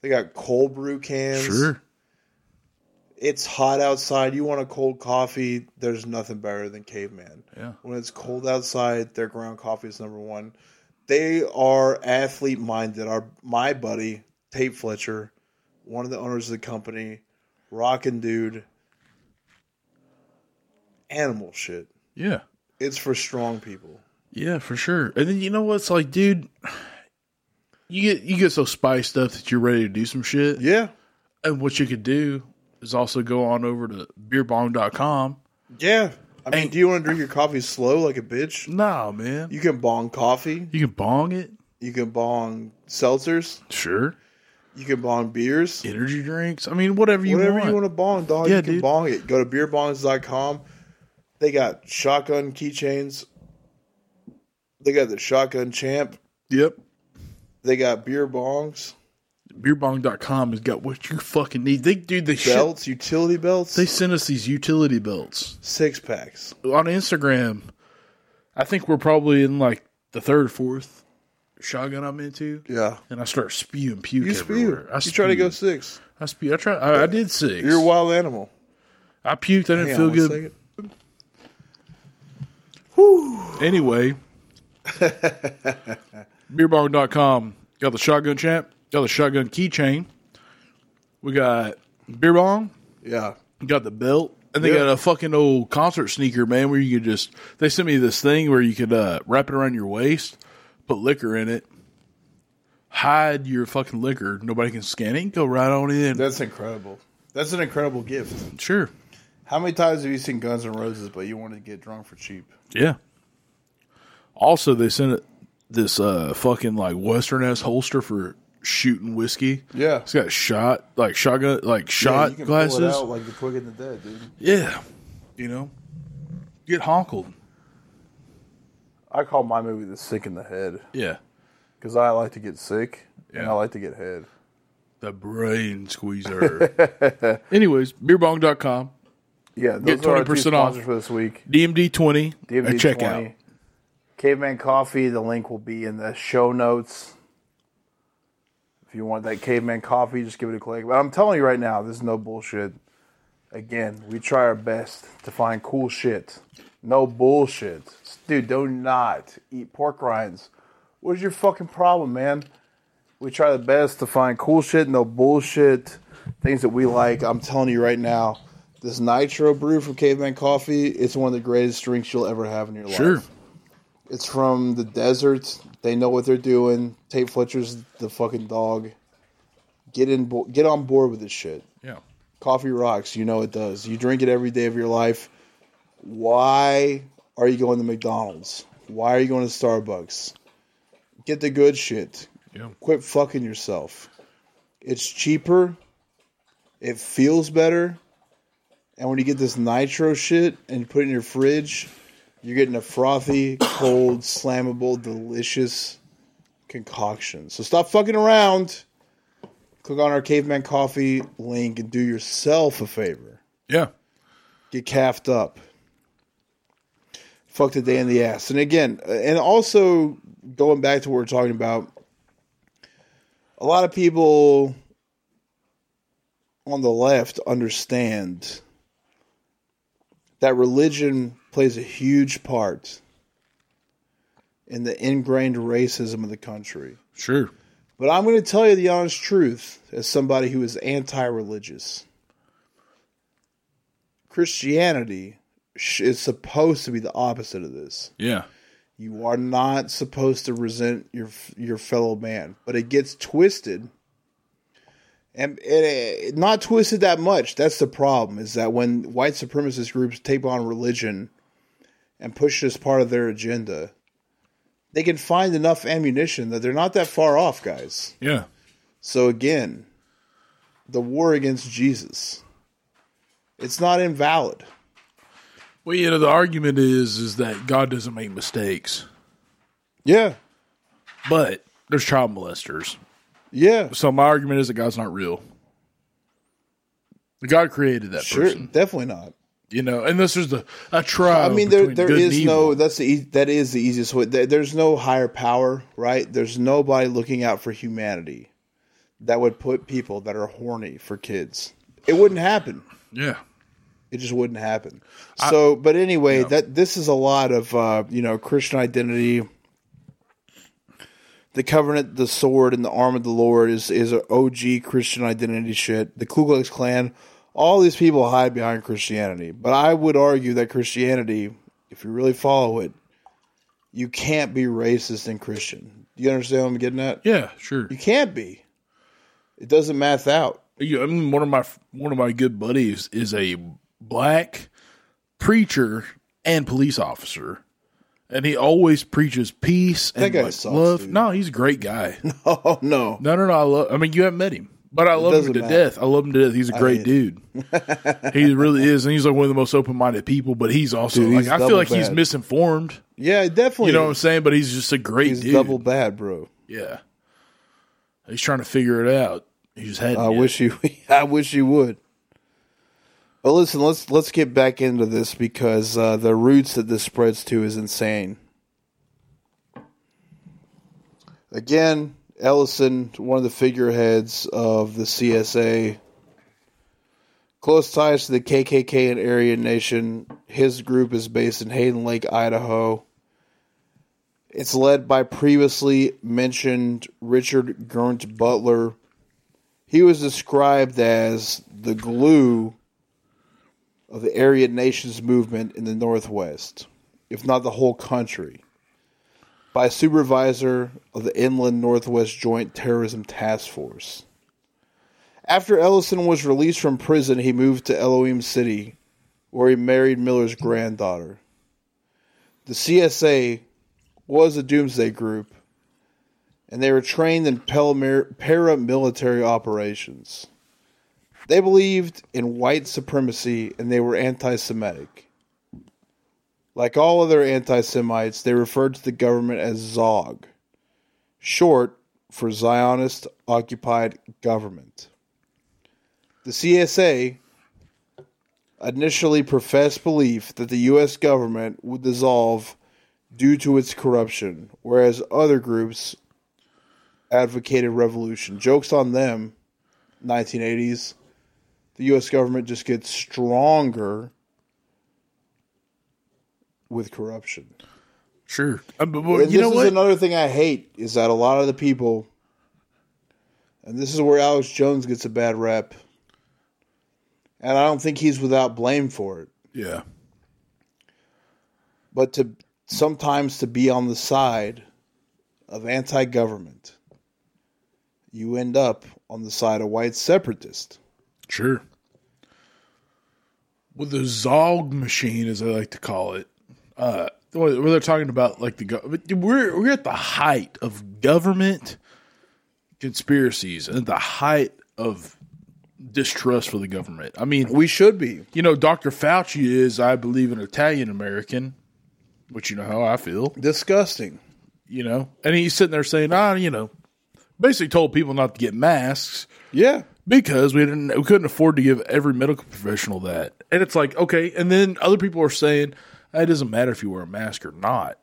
they got cold brew cans.
Sure.
It's hot outside. You want a cold coffee? There's nothing better than Caveman.
Yeah.
when it's cold outside, their ground coffee is number one. They are athlete minded. Our my buddy Tate Fletcher, one of the owners of the company, rockin' dude, animal shit.
Yeah.
It's for strong people.
Yeah, for sure. And then you know what's like, dude, you get you get so spiced up that you're ready to do some shit.
Yeah,
And what you could do is also go on over to beerbong.com.
yeah. I mean,
Ain't-
do you want to drink your coffee slow like a bitch?
Nah, man.
You can bong coffee.
You can bong it.
You can bong seltzers.
Sure.
You can bong beers.
energy drinks. I mean, whatever you
Whatever
want.
you want to bong, dog,
Yeah,
you can
dude.
bong it. Go to beerbongs.com. They got shotgun keychains. They got the shotgun champ.
Yep.
They got beer bongs,
Beerbong.com has got what you fucking need. They dude, they shit-
belts, utility belts,
They sent us these utility belts
six packs.
on Instagram. I think we're probably in like the third, fourth shotgun I'm into,
Yeah.
and I start spewing puke
You spew.
everywhere. I
you try to
spew.
go six.
I spew. I try. I, I did six.
You're a wild animal.
I puked. I didn't
Hang on
feel
one second.
good. Anyway, beerbong.com got the shotgun champ, got the shotgun keychain. We got beer bong,
Yeah.
got the belt, and they
Yeah.
got a fucking old concert sneaker, man, where you could just they sent me this thing where you could uh, wrap it around your waist, put liquor in it, hide your fucking liquor. Nobody can scan it. Go right on in.
That's incredible. That's an incredible gift.
sure.
How many times have you seen Guns N' Roses, but you wanted to get drunk for cheap?
Yeah. Also, they sent it this uh, fucking like western ass holster for shooting whiskey.
Yeah.
It's got shot like shotgun like shot
you can
glasses.
pull it out like the quick and the dead, dude.
Yeah. You know? Get honkled.
I call my movie The Sick in the Head
Yeah.
because I like to get sick and
Yeah.
I like to get head.
The brain squeezer. Anyways, beerbong.com.
Yeah, those
Get
are our two
20% off.
sponsors for this week.
DMD twenty.
DMD
at checkout.
20, Caveman Coffee. The link will be in the show notes. If you want that caveman coffee, just give it a click. But I'm telling you right now, this is no bullshit. Again, we try our best to find cool shit. No bullshit. Dude, do not eat pork rinds. What is your fucking problem, man? We try the best to find cool shit, no bullshit, things that we like. I'm telling you right now, this nitro brew from Caveman Coffee, it's one of the greatest drinks you'll ever have in your
Sure.
life. It's from the desert. They know what they're doing. Tate Fletcher's the fucking dog. Get in, bo- get on board with this shit.
Yeah.
Coffee rocks. You know it does. You drink it every day of your life. Why are you going to McDonald's? Why are you going to Starbucks? Get the good shit.
Yeah.
Quit fucking yourself. It's cheaper. It feels better. And when you get this nitro shit and you put it in your fridge, you're getting a frothy, cold, slammable, delicious concoction. So stop fucking around. Click on our Caveman Coffee link and do yourself a favor.
Yeah.
Get calfed up. Fuck the day in the ass. And again, and also going back to what we're talking about, a lot of people on the left understand that religion plays a huge part in the ingrained racism of the country.
Sure.
But I'm going to tell you the honest truth as somebody who is anti religious. Christianity sh- is supposed to be the opposite of this.
Yeah.
You are not supposed to resent your your fellow man, but it gets twisted, and it, it- not twisted that much. That's the problem. Is that when white supremacist groups take on religion and push this part of their agenda, they can find enough ammunition that they're not that far off, guys.
Yeah.
So again, the war against Jesus. It's not invalid.
Well, you know, the argument is is that God doesn't make mistakes.
Yeah.
But there's child molesters.
Yeah.
So my argument is that God's not real. God created that
Sure.
person,
Definitely not.
you know. And this is the a trial.
I mean, there
between
there
good and
is
evil.
no that's the ea- that is the easiest way. There- There's no higher power, right? There's nobody looking out for humanity that would put people that are horny for kids. It wouldn't happen.
yeah,
It just wouldn't happen. So, but anyway, that this is a lot of uh, you know Christian identity. The covenant, the sword, and the arm of the Lord is is a OG Christian identity shit. The Ku Klux Klan, all these people hide behind Christianity, but I would argue that Christianity, if you really follow it, you can't be racist and Christian. Do you understand what I'm getting at?
yeah, sure.
You can't be. It doesn't math out.
You- I mean, one of my one of my good buddies is a black preacher and police officer, and he always preaches peace and
guy
like,
sucks,
love.
dude.
No, he's a great guy.
Oh no,
No, no, no. I love. I mean, you haven't met him, but I love him
doesn't
to
matter.
death. I love him to death. He's a
hate
great dude. he really is, and he's like one of the most open-minded people. But he's also
Dude,
like
he's
I feel
double
like he's
bad.
misinformed.
yeah, definitely.
You know what I'm saying? But he's just a great
he's
dude.
double bad, bro.
Yeah, he's trying to figure it out. He just hadn't.
I
yet.
wish you. I wish you would. But listen, let's let's get back into this because uh, the roots that this spreads to is insane. Again, Ellison, one of the figureheads of the CSA, close ties to the KKK and Aryan Nation. His group is based in Hayden Lake, Idaho. It's led by previously mentioned Richard Gernt Butler he was described as the glue of the Aryan Nations movement in the Northwest, if not the whole country, by supervisor of the Inland Northwest Joint Terrorism Task Force. After Ellison was released from prison, he moved to Elohim City, where he married Miller's granddaughter. The CSA was a doomsday group and they were trained in paramil- paramilitary operations. They believed in white supremacy and they were anti Semitic. Like all other anti Semites, they referred to the government as ZOG, short for Zionist Occupied Government. The CSA initially professed belief that the U.S. government would dissolve due to its corruption, whereas other groups advocated revolution. Jokes on them. 1980s. The U.S. government just gets stronger with corruption.
Sure, Uh, but- but
And
you
this
know
is
what?
another thing I hate is that a lot of the people, and this is where Alex Jones gets a bad rep, and I don't think he's without blame for it.
yeah,
but to sometimes to be on the side of anti-government you end up on the side of white separatist
sure. With the Zog machine, as I like to call it, uh, where where they're talking about like the go- we're we're at the height of government conspiracies and at the height of distrust for the government. I mean,
we should be
you know, Dr. Fauci is, I believe, an Italian American, which you know how I feel,
disgusting
you know, and he's sitting there saying, ah, you know, basically told people not to get masks
yeah
because we didn't we couldn't afford to give every medical professional that. And it's like, okay, and then other people are saying it doesn't matter if you wear a mask or not.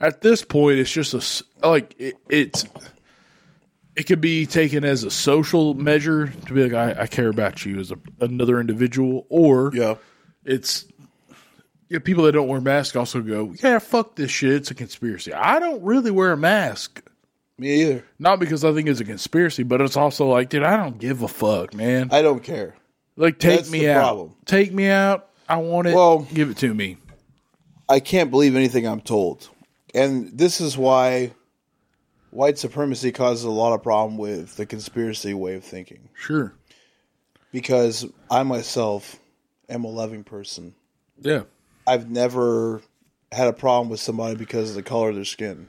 At this point, it's just a s- like it, it's it could be taken as a social measure to be like I, I care about you as a, another individual, or
yeah
it's yeah, people that don't wear masks also go, yeah, fuck this shit. It's a conspiracy. I don't really wear a mask.
me either
Not because I think it's a conspiracy, but it's also like, dude, I don't give a fuck, man.
i don't care
Like, take
That's
me
the
out.
problem.
Take me out. I want it.
Well-
give it to me.
i can't believe anything i'm told and this is why white supremacy causes a lot of problem with the conspiracy way of thinking
Sure.
because i myself am a loving person
Yeah.
I've never had a problem with somebody because of the color of their skin.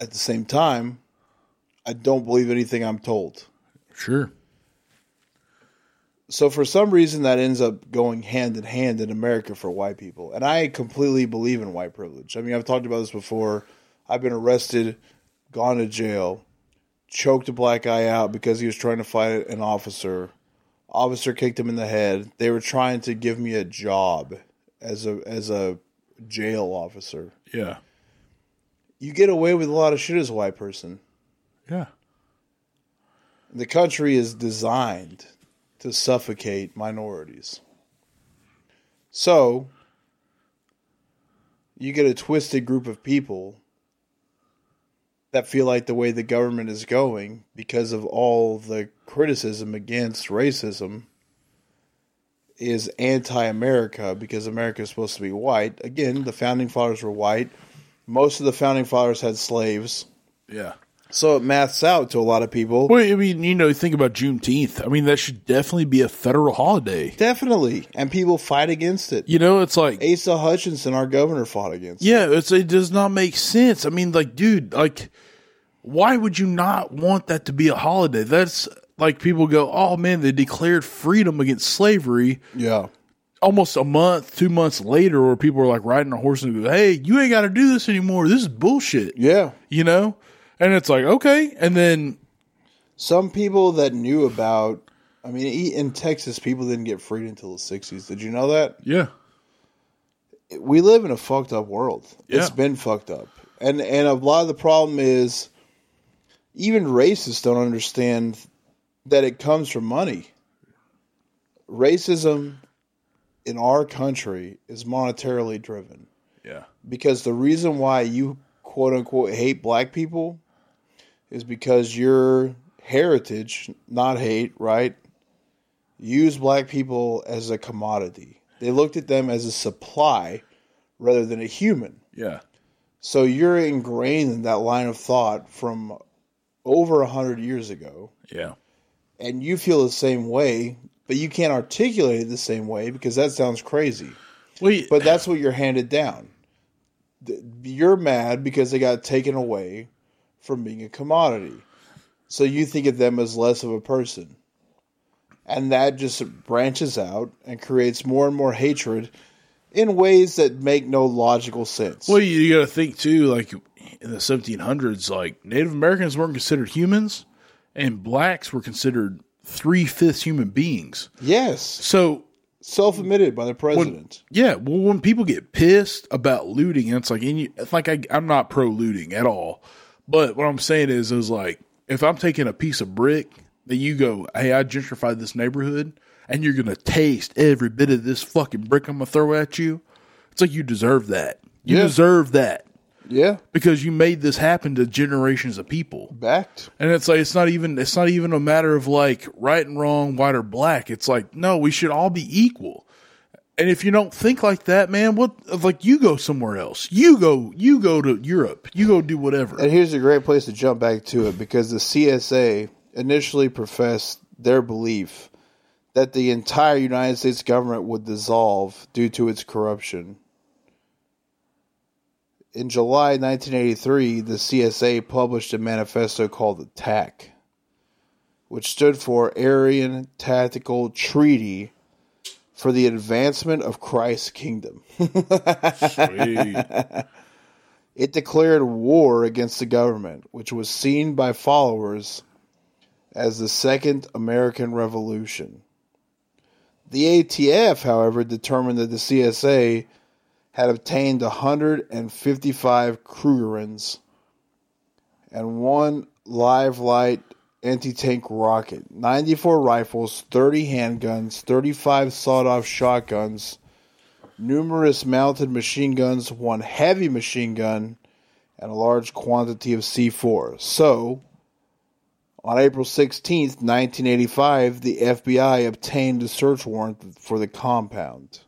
At the same time, I don't believe anything I'm told.
Sure.
So for some reason that ends up going hand in hand in America for white people. And I completely believe in white privilege. I mean, I've talked about this before. I've been arrested, gone to jail, choked a black guy out because he was trying to fight an officer. Officer kicked him in the head. They were trying to give me a job as a as a jail officer.
Yeah.
You get away with a lot of shit as a white person.
Yeah.
The country is designed to suffocate minorities. So, you get a twisted group of people that feel like the way the government is going because of all the criticism against racism is anti America because America is supposed to be white. Again, the founding fathers were white. Most of the founding fathers had slaves
Yeah.
So it maths out to a lot of people.
Well, I mean, you know, think about Juneteenth. I mean, that should definitely be a federal holiday.
Definitely. And people fight against it.
You know, it's like,
Asa Hutchinson, our governor, fought against it.
yeah, it's, it does not make sense. I mean, like, dude, like, why would you not want that to be a holiday? That's like people go, oh man, they declared freedom against slavery
Yeah.
almost a month, two months later, where people are like riding a horse and go, hey, you ain't got to do this anymore. This is bullshit.
Yeah.
You know? And it's like, okay. And then,
Some people that knew about, I mean, e- in Texas, people didn't get freed until the 60s. Did you know that?
yeah.
we live in a fucked up world.
Yeah.
It's been fucked up. And and a lot of the problem is even racists don't understand that it comes from money. Racism in our country is monetarily driven
Yeah.
because the reason why you quote unquote hate black people is because your heritage, not hate, right? Used black people as a commodity. They looked at them as a supply rather than a human.
Yeah.
So you're ingrained in that line of thought from over a hundred years ago,
Yeah.
and you feel the same way, but you can't articulate it the same way because that sounds crazy.
Wait.
But that's what you're handed down. Th- You're mad because they got taken away from being a commodity. So you think of them as less of a person. And that just branches out and creates more and more hatred in ways that make no logical sense.
Well, you, you got to think too, like in the 1700s, like Native Americans weren't considered humans, and blacks were considered three fifths human beings.
yes,
So,
self admitted by the president.
yeah, well, when people get pissed about looting, and it's like, and you, it's like I, I'm not pro looting at all, but what I'm saying is, is like if I'm taking a piece of brick that you go, hey, I gentrified this neighborhood, and you're gonna taste every bit of this fucking brick I'm gonna throw at you, it's like you deserve that. You
Yeah.
deserve that.
yeah,
because you made this happen to generations of people.
backed.
And it's like it's not even it's not even a matter of like right and wrong, white or black. It's like no, we should all be equal. And if you don't think like that, man, what like you go somewhere else. You go you go to Europe. You go do whatever.
And here's a great place to jump back to it because the CSA initially professed their belief that the entire United States government would dissolve due to its corruption. In July 1983, the CSA published a manifesto called ATTAC, which stood for Aryan Tactical Treaty for the Advancement of Christ's Kingdom. It declared war against the government, which was seen by followers as the Second American Revolution. The ATF, however, determined that the CSA had obtained 155 Krugerrands and one live light anti tank rocket, 94 rifles, 30 handguns, 35 sawed off shotguns, numerous mounted machine guns, one heavy machine gun, and a large quantity of C4. So, on April 16th, 1985, the FBI obtained a search warrant for the compound.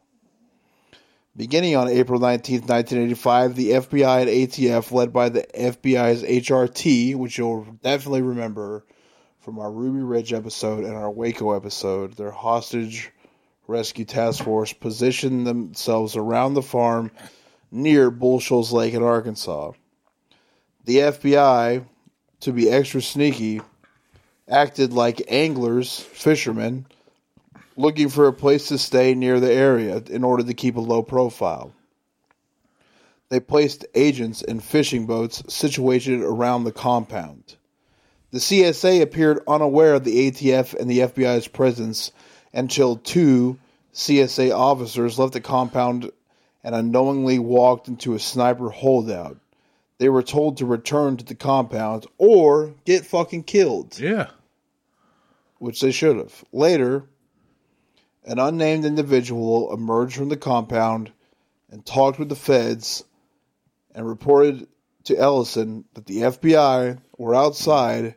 Beginning on April 19th, 1985, the FBI and ATF, led by the FBI's HRT, which you'll definitely remember from our Ruby Ridge episode and our Waco episode, their hostage rescue task force positioned themselves around the farm near Bull Shoals Lake in Arkansas. The FBI, to be extra sneaky, acted like anglers, fishermen, looking for a place to stay near the area in order to keep a low profile. They placed agents in fishing boats situated around the compound. The CSA appeared unaware of the ATF and the FBI's presence until two CSA officers left the compound and unknowingly walked into a sniper holdout. They were told to return to the compound or get fucking killed
yeah.
which they should have. Later, an unnamed individual emerged from the compound and talked with the feds and reported to Ellison that the FBI were outside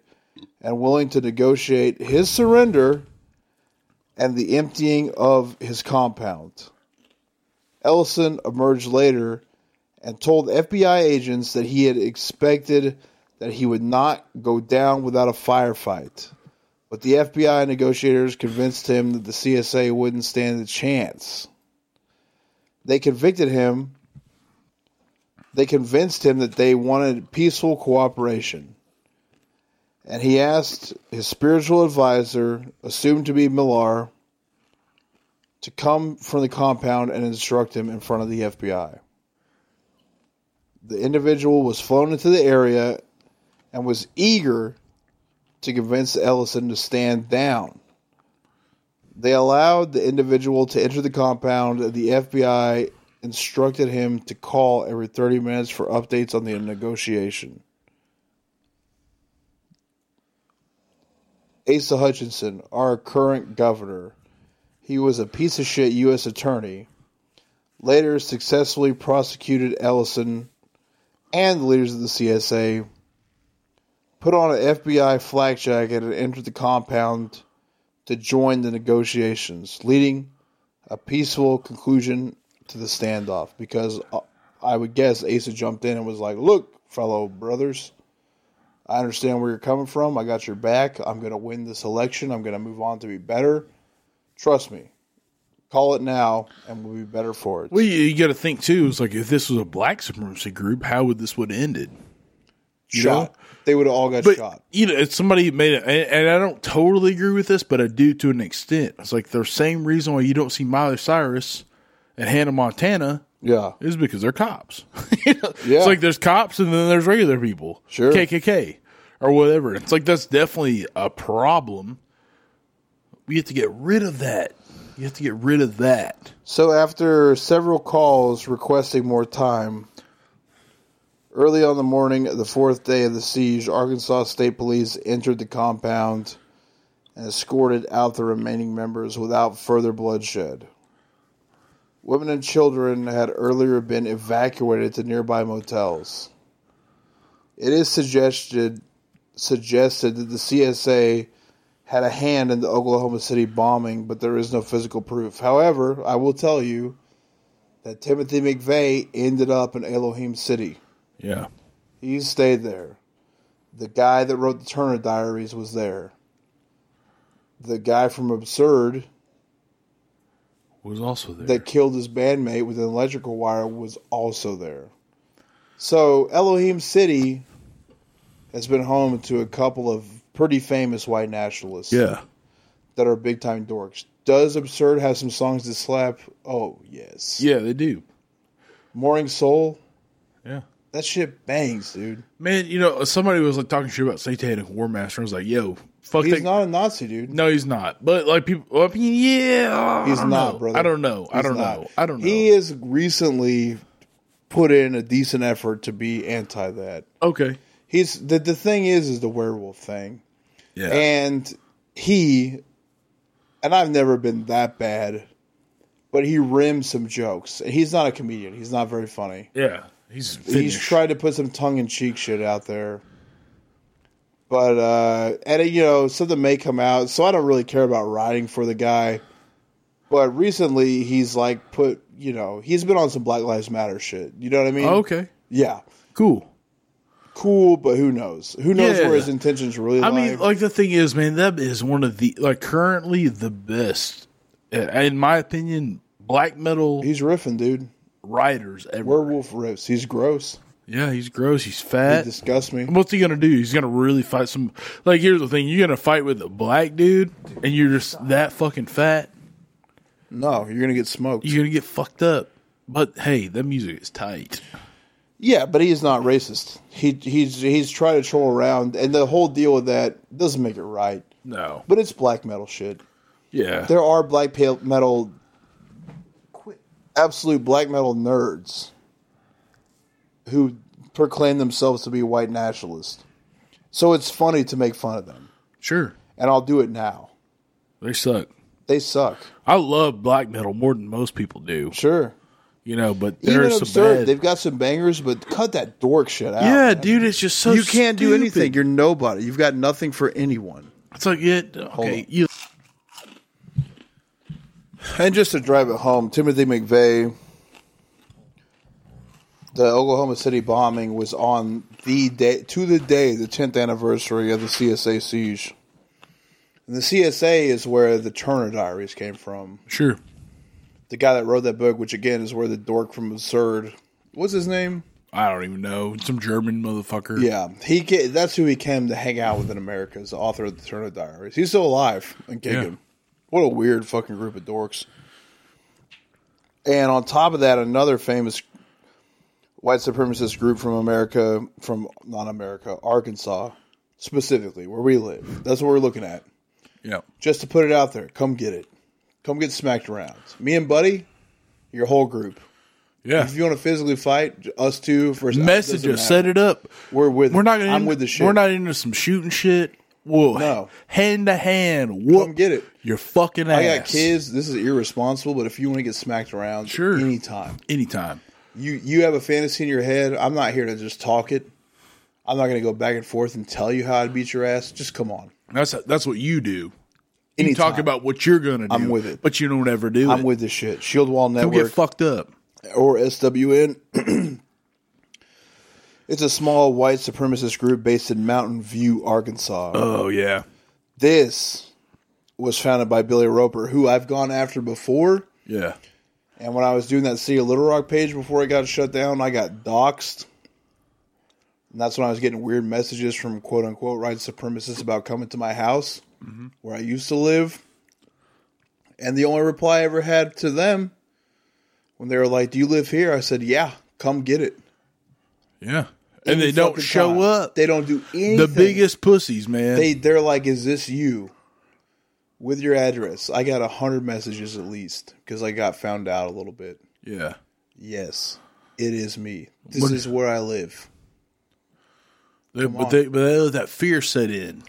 and willing to negotiate his surrender and the emptying of his compound. Ellison emerged later and told FBI agents that he had expected that he would not go down without a firefight. But the FBI negotiators convinced him that the CSA wouldn't stand a chance. They convicted him. They convinced him that they wanted peaceful cooperation. And he asked his spiritual advisor, assumed to be Millar, to come from the compound and instruct him in front of the FBI. The individual was flown into the area and was eager to convince Ellison to stand down. They allowed the individual to enter the compound. and The FBI instructed him to call every 30 minutes for updates on the negotiation. Asa Hutchinson, our current governor, he was a piece of shit U.S. attorney. Later, successfully prosecuted Ellison and the leaders of the CSA put on an FBI flak jacket and entered the compound to join the negotiations, leading a peaceful conclusion to the standoff. Because uh, I would guess Asa jumped in and was like, Look, fellow brothers, I understand where you're coming from. I got your back. I'm going to win this election. I'm going to move on to be better. Trust me. Call it now, and we'll be better for it.
Well, you, you got to think too. It's like if this was a black supremacy group, how would this would have ended?
shot. They would have all got
But
shot.
you know, if somebody made it, and, and I don't totally agree with this, but I do to an extent. It's like the same reason why you don't see Miley Cyrus and Hannah Montana
Yeah.
is because they're cops. You know?
Yeah.
It's like there's cops and then there's regular people.
Sure.
KKK or whatever. It's like that's definitely a problem. We have to get rid of that. You have to get rid of that.
So after several calls requesting more time, early on the morning of the fourth day of the siege, Arkansas State Police entered the compound and escorted out the remaining members without further bloodshed. Women and children had earlier been evacuated to nearby motels. It is suggested suggested that the CSA had a hand in the Oklahoma City bombing, but there is no physical proof. However, I will tell you that Timothy McVeigh ended up in Elohim City.
Yeah.
He stayed there. The guy that wrote the Turner Diaries was there. The guy from Absurd
Was also there.
that killed his bandmate with an electrical wire was also there. So Elohim City has been home to a couple of pretty famous white nationalists.
yeah.
that are big time dorks. Does Absurd have some songs that slap? Oh yes.
Yeah, they do.
Morning Soul,
Yeah.
that shit bangs, dude.
Man, you know, somebody was like talking shit about Satanic War Master. I was like, yo, fuck
He's
that.
not a Nazi, dude.
no, he's not. But like people, well, I mean, yeah, I
He's
don't
not,
know.
brother.
I don't know. I
He's
don't
not.
know. I don't know.
He has recently put in a decent effort to be anti that.
okay.
He's the the thing is is the werewolf thing,
Yeah.
and he, and I've never been that bad, but he rims some jokes. And he's not a comedian. He's not very funny.
yeah. He's
He's
finished.
tried to put some tongue in cheek shit out there. But uh and uh, you know, something may come out, so I don't really care about writing for the guy. But recently he's like put you know, he's been on some Black Lives Matter shit. You know what I mean?
okay.
Yeah.
Cool.
Cool, but who knows? Who knows
Yeah.
where his intentions really lie?
I mean, like the thing is, man, that is one of the like currently the best, uh, in my opinion, black metal
he's riffing, dude.
writers ever.
Werewolf riffs. He's gross.
yeah, he's gross. He's
He
fat.
disgusts me.
What's he gonna do? He's gonna really fight some. Like, here's the thing: you're gonna fight with a black dude, and you're just that fucking fat.
No, you're gonna get smoked.
You're gonna get fucked up. But hey, that music is tight.
Yeah, but he's not racist. He he's he's trying to troll around, and the whole deal with that doesn't make it right.
No.
But it's black metal shit.
Yeah.
There are black pa- metal, absolute black metal nerds who proclaim themselves to be white nationalists. So it's funny to make fun of them,
Sure.
and I'll do it now.
They suck.
They suck.
I love black metal more than most people do.
Sure,
You know, but
even
there's some
absurd.
bad.
They've got some bangers, but cut that dork shit out.
yeah,
man.
dude, it's just so
You can't do
stupid.
anything. You're nobody. You've got nothing for anyone.
It's like it. Okay,
on.
you.
And just to drive it home, Timothy McVeigh the Oklahoma City bombing was on the day to the day the 10th anniversary of the CSA siege. And the CSA is where the Turner Diaries came from.
Sure.
The guy that wrote that book, which again is where the dork from Absurd, what's his name?
I don't even know. Some German motherfucker.
Yeah, he ca that's who he came to hang out with in America. Is the author of the Turner Diaries. He's still alive and kicking.
Yeah.
What a weird fucking group of dorks. And on top of that, another famous white supremacist group from America, from not America, Arkansas, specifically where we live. That's what we're looking at.
Yeah.
Just to put it out there, come get it. Come get smacked around. Me and Buddy, your whole group.
Yeah.
If you want to physically fight, us two versus
Message us. Set it up.
We're with.
We're not
It.
gonna.
I'm
into-
with the shit.
We're not into some shooting shit. Whoa.
No.
Hand to hand. Whoop.
Come get it.
Your fucking ass.
I got kids. This is irresponsible, but if you want to get smacked around,
Sure.
anytime
Anytime.
you you have a fantasy in your head, I'm not here to just talk it. I'm not going to go back and forth and tell you how I'd beat your ass. Just come on.
That's that's what you do. You
Anytime.
talk about what you're gonna do.
I'm with it.
But you don't ever do
I'm
it.
with this shit. Shield Wall
Don't get
Network
fucked up.
or SWN. it's a small white supremacist group based in Mountain View, Arkansas.
Oh yeah.
this was founded by Billy Roper, who I've gone after before.
Yeah.
And when I was doing that City of Little Rock page before it got shut down, I got doxxed. And that's when I was getting weird messages from quote unquote right supremacists about coming to my house where I used to live. And the only reply I ever had to them when they were like, Do you live here? I said, Yeah, come get it.
Yeah. And
Every
they don't
fucking
show
time.
up.
They don't do anything.
the biggest pussies, man.
They, they're like, Is this you? With your address. I got 100 messages at least because I got found out a little bit.
yeah.
Yes, it is me. This
What-
is where I live.
They, but they but they let that fear set in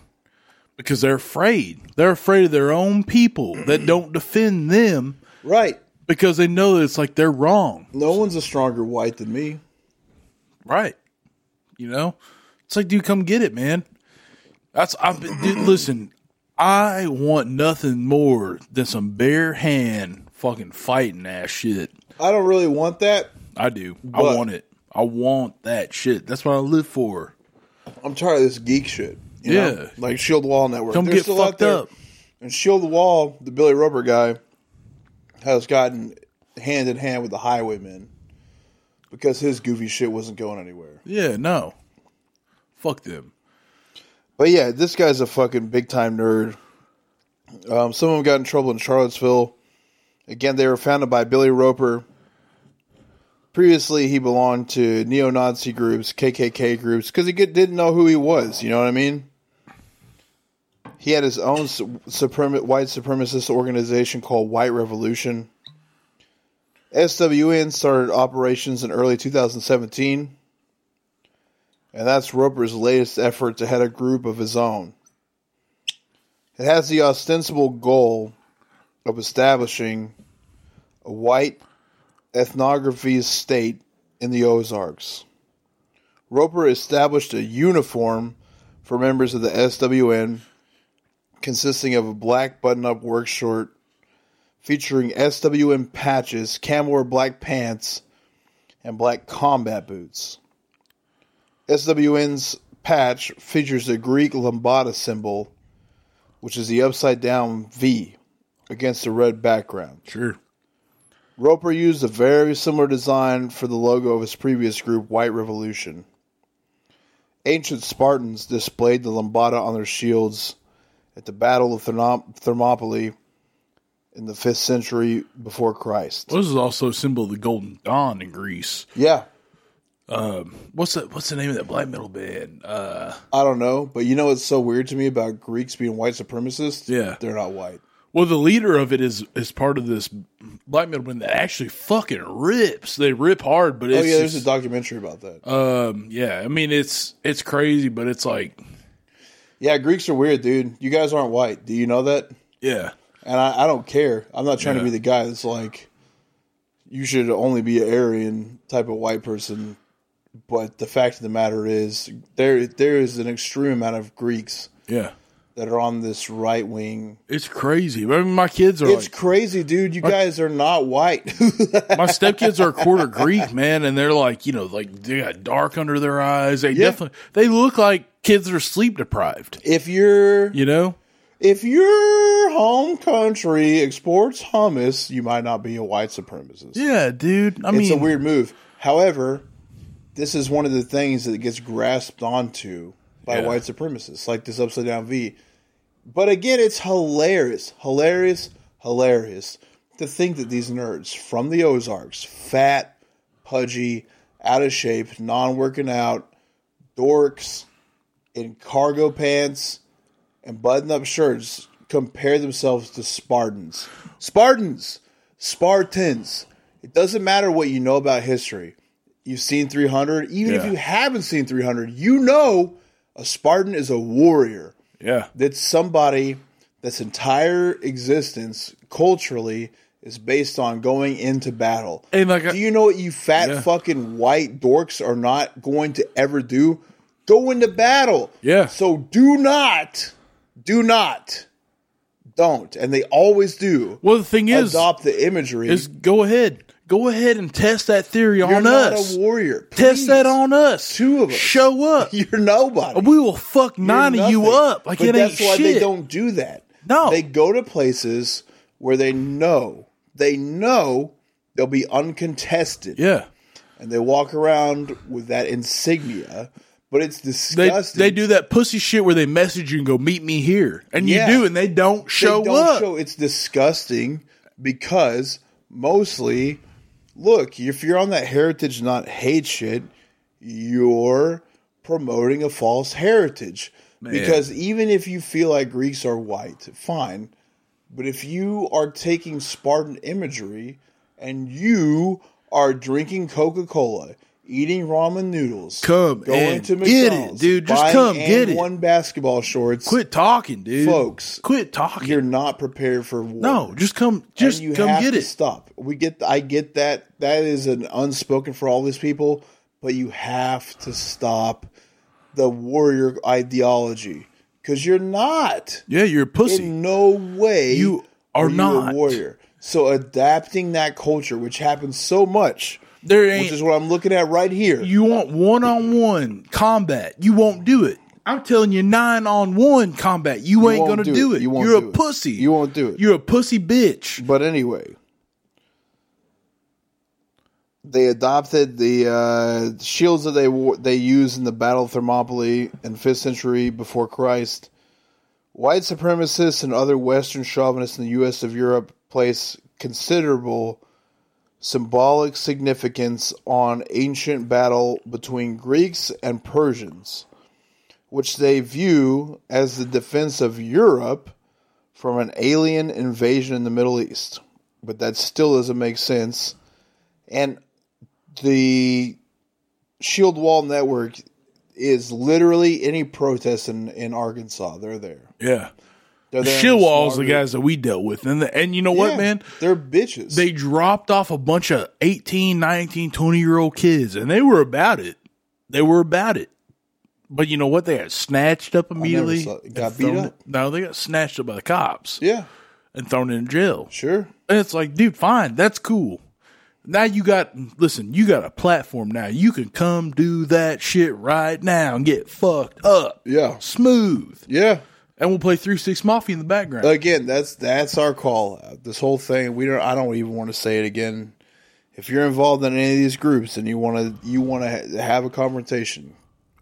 because they're afraid. They're afraid of their own people that don't defend them
Right.
because they know that it's like they're wrong.
No one's a stronger white than me.
Right. You know? It's like, dude, come get it, man. That's I've been dude, listen, I want nothing more than some bare hand fucking fighting ass shit.
I don't really want that.
I do. I
But-
want it. I want that shit. That's what I live for.
I'm tired of this geek shit. you
Yeah.
know? Like Shield Wall Network.
Come
They're
get fucked up.
And Shield Wall, the Billy Rubber guy, has gotten hand in hand with the Highwaymen because his goofy shit wasn't going anywhere.
Yeah, no. Fuck them.
But yeah, this guy's a fucking big time nerd. Um, some of them got in trouble in Charlottesville. Again, they were founded by Billy Roper. Previously, he belonged to neo Nazi groups, KKK groups, because he get, didn't know who he was. You know what I mean? He had his own su- suprem- white supremacist organization called White Revolution. SWN started operations in early 2017. And that's Roper's latest effort to head a group of his own. It has the ostensible goal of establishing a white ethnography state in the Ozarks. Roper established a uniform for members of the SWN consisting of a black button up work short featuring SWN patches, cam wore black pants, and black combat boots. SWN's patch features the Greek lambada symbol, which is the upside down V against a red background.
Sure.
Roper used a very similar design for the logo of his previous group, White Revolution. Ancient Spartans displayed the lambada on their shields at the Battle of Thermop- Thermopylae in the 5th century before Christ.
Well, this is also a symbol of the Golden Dawn in Greece.
Yeah,
What's that? What's the name of that black metal band? Uh,
I don't know, but you know what's so weird to me about Greeks being white supremacists?
Yeah.
They're not white.
well, the leader of it is is part of this black metal band that actually fucking rips. They rip hard, but
Oh
it's
yeah, there's a
just-
documentary about that.
um, yeah. I mean, it's it's crazy, but it's like
yeah, Greeks are weird, dude. You guys aren't white. Do you know that?
yeah,
And I, I don't care. I'm not trying to
Yeah.
be the guy that's like, you should only be an Aryan type of white person. But the fact of the matter is, there there is an extreme amount of Greeks
yeah,
that are on this right wing.
It's crazy. I mean, my kids are
It's
like,
crazy, dude. You guys are not white.
my stepkids are a quarter Greek, man, and they're like, you know, like they got dark under their eyes. They
Yeah.
definitely they look like kids that are sleep deprived.
if you're
You know,
if your home country exports hummus, you might not be a white supremacist.
yeah, dude. I
it's
mean,
a weird move. However, this is one of the things that gets grasped onto by
Yeah.
white supremacists, like this upside down V. But again, it's hilarious, hilarious, hilarious to think that these nerds from the Ozarks, fat, pudgy, out of shape, non working out, dorks in cargo pants and button up shirts compare themselves to Spartans. Spartans! Spartans! It doesn't matter what you know about history. You've seen 300. Even if
Yeah.
you haven't seen 300, you know a Spartan is a warrior.
yeah,
That's somebody that's entire existence culturally is based on going into battle.
and like,
Do you know what you fat fucking white dorks are not going to ever do? Go into battle.
Yeah.
So do not, do not, don't. And they always do
well, the thing is,
adopt the imagery.
is go ahead, go ahead and test that theory
You're
on
not
us.
a warrior.
Test that
Please.
on us.
Two of us.
Show up.
You're nobody.
We will fuck nine
You're
of you
nothing.
up. Like
but
it
that's
ain't
why
shit.
they don't do that.
No.
they go to places where they know they know they'll be uncontested,
yeah,
and they walk around with that insignia. But it's
they
disgusting.
they do that pussy shit where they message you and go meet me here, and
Yeah.
you do, and they don't
They
show
don't
up.
show- it's disgusting because mostly, look, if you're on that heritage not hate shit, you're promoting a false heritage. Because even if you feel like Greeks are white, fine. But if you are taking Spartan imagery and you are drinking Coca Cola, eating ramen noodles,
Come and get it, dude. Just
buying
come get it.
One basketball shorts.
Quit talking, dude.
Folks,
quit talking.
You're not prepared for war.
no, just come, just
And you
come
have
get
to
it.
Stop. We get. I get that. That is an unspoken for all these people. But you have to stop the warrior ideology because you're not
Yeah, you're a pussy.
in no way
You are
you
not.
a warrior. So adapting that culture, which happens so much,
there ain't.
which is what I'm looking at right here.
you want one on one combat. You won't do it. I'm telling you, nine on one combat. You, ain't
won't
gonna
do
do,
it.
it.
You
You
won't
are
do
a
it.
pussy.
You won't do it.
You're a pussy bitch.
But anyway, they adopted the uh, shields that they wore, they used in the Battle of Thermopylae in 5th century before Christ. White supremacists and other Western chauvinists in the U.S. of Europe place considerable symbolic significance on ancient battle between Greeks and Persians, which they view as the defense of Europe from an alien invasion in the Middle East. But that still doesn't make sense. And the Shield E Wall Network is literally any protest in, in Arkansas. They're there.
Yeah.
They're there in a
Shillwall's
small
the
group.
guys that we dealt with. And the, and you know what,
Yeah,
man?
They're bitches.
They dropped off a bunch of 18, 19, 20 year old kids and they were about it. They were about it. But you know what? They got snatched up immediately.
saw-
and
got beat
thrown-
up.
No, they got snatched up by the cops
yeah,
and thrown in jail.
sure.
And it's like, dude, fine, that's cool. Now you got listen, you got a platform now. You can come do that shit right now and get fucked up.
Yeah.
Smooth.
Yeah.
And we'll play three six mafia in the background.
Again, that's that's our call out. This whole thing, we don't I don't even want to say it again. If you're involved in any of these groups and you want to you want to ha- have a confrontation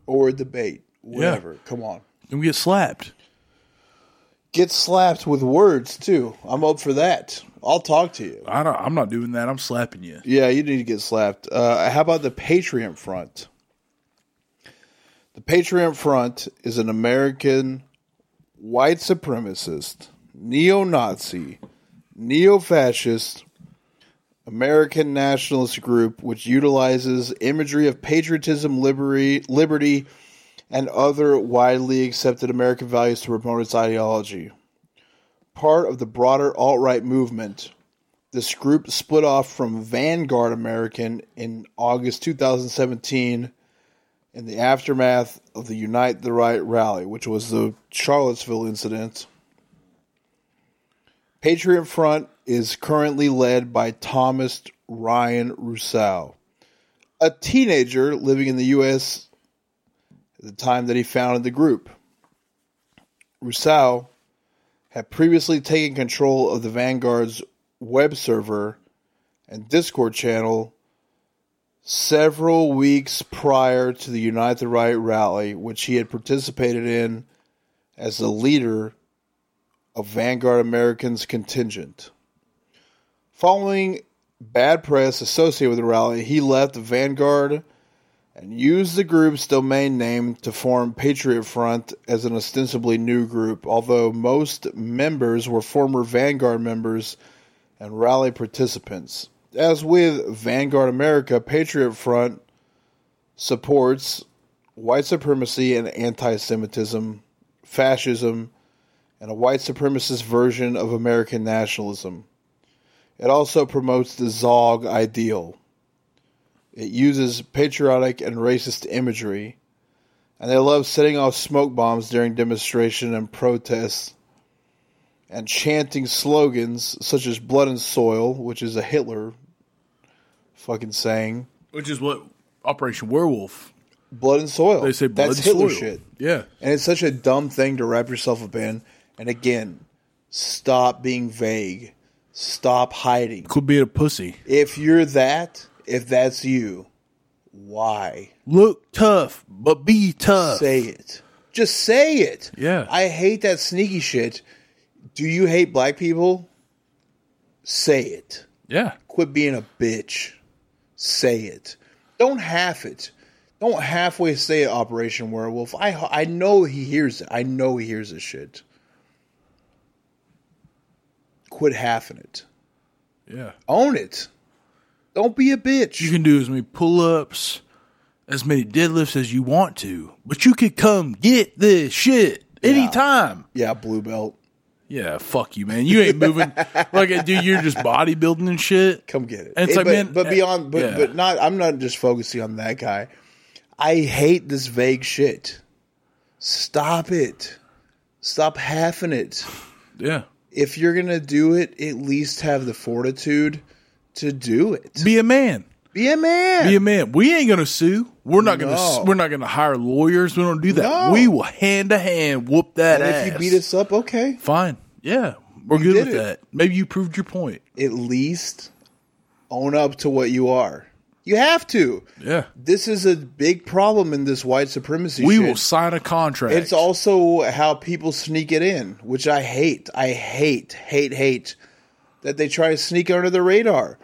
or a debate, whatever, come on.
and we get slapped.
Get slapped with words too. I'm up for that. I'll talk to you.
I don't, I'm not doing that. I'm slapping you.
Yeah, you need to get slapped. Uh, how about the Patriot Front? The Patriot Front is an American white supremacist, neo Nazi, neo fascist, American nationalist group which utilizes imagery of patriotism, liberty, liberty, and other widely accepted American values to promote its ideology. Part of the broader alt right movement, this group split off from Vanguard American in August 2017 in the aftermath of the Unite the Right rally, which was the Charlottesville incident. Patriot Front is currently led by Thomas Ryan Rousseau, a teenager living in the U.S. at the time that he founded the group. Rousseau had previously taken control of the Vanguard's web server and Discord channel several weeks prior to the Unite the Right rally, which he had participated in as the leader of Vanguard Americans contingent. Following bad press associated with the rally, he left the Vanguard and used the group's domain name to form Patriot Front as an ostensibly new group, although most members were former Vanguard members and rally participants. As with Vanguard America, Patriot Front supports white supremacy and anti Semitism, fascism, and a white supremacist version of American nationalism. It also promotes the Zog ideal. It uses patriotic and racist imagery, and they love setting off smoke bombs during demonstration and protests and chanting slogans such as blood and soil, which is a Hitler fucking saying.
Which is what Operation Werewolf.
Blood and soil.
They say blood
That's
and
Hitler
soil.
shit.
Yeah.
And it's such a dumb thing to wrap yourself up in. And again, stop being vague. Stop hiding.
Could be a pussy.
If you're that, if that's you, why?
Look tough, but be tough.
Say it. Just say it.
Yeah.
I hate that sneaky shit. Do you hate black people? Say it.
yeah.
Quit being a bitch. Say it. Don't half it. Don't halfway say it, Operation Werewolf. I I know he hears it. I know he hears this shit. Quit halfing it.
Yeah.
Own it. Don't be a bitch.
You can do as many pull ups, as many deadlifts as you want to, but you could come get this shit anytime.
yeah, blue belt.
Yeah, fuck you, man. You ain't moving. like, dude, you're just bodybuilding and shit.
Come get it.
And it's
Eh,
like,
but,
man,
but
eh,
beyond, but
yeah.
but not. I'm not just focusing on that guy. I hate this vague shit. Stop it. Stop halfing it.
Yeah.
if you're gonna do it, at least have the fortitude to do it.
Be a man.
Be a man.
Be a man. We ain't gonna sue. We're not gonna.
No.
We're not gonna hire lawyers. We don't do that.
No.
We will hand to hand whoop that
and
ass.
if you beat us up, okay.
fine. Yeah, we're good
did
with
it.
that. Maybe you proved your point.
At least own up to what you are. You have to.
Yeah,
This is a big problem in this white supremacy.
we
shit.
will sign a contract.
It's also how people sneak it in, which I hate. I hate, hate, hate that they try to sneak under the radar.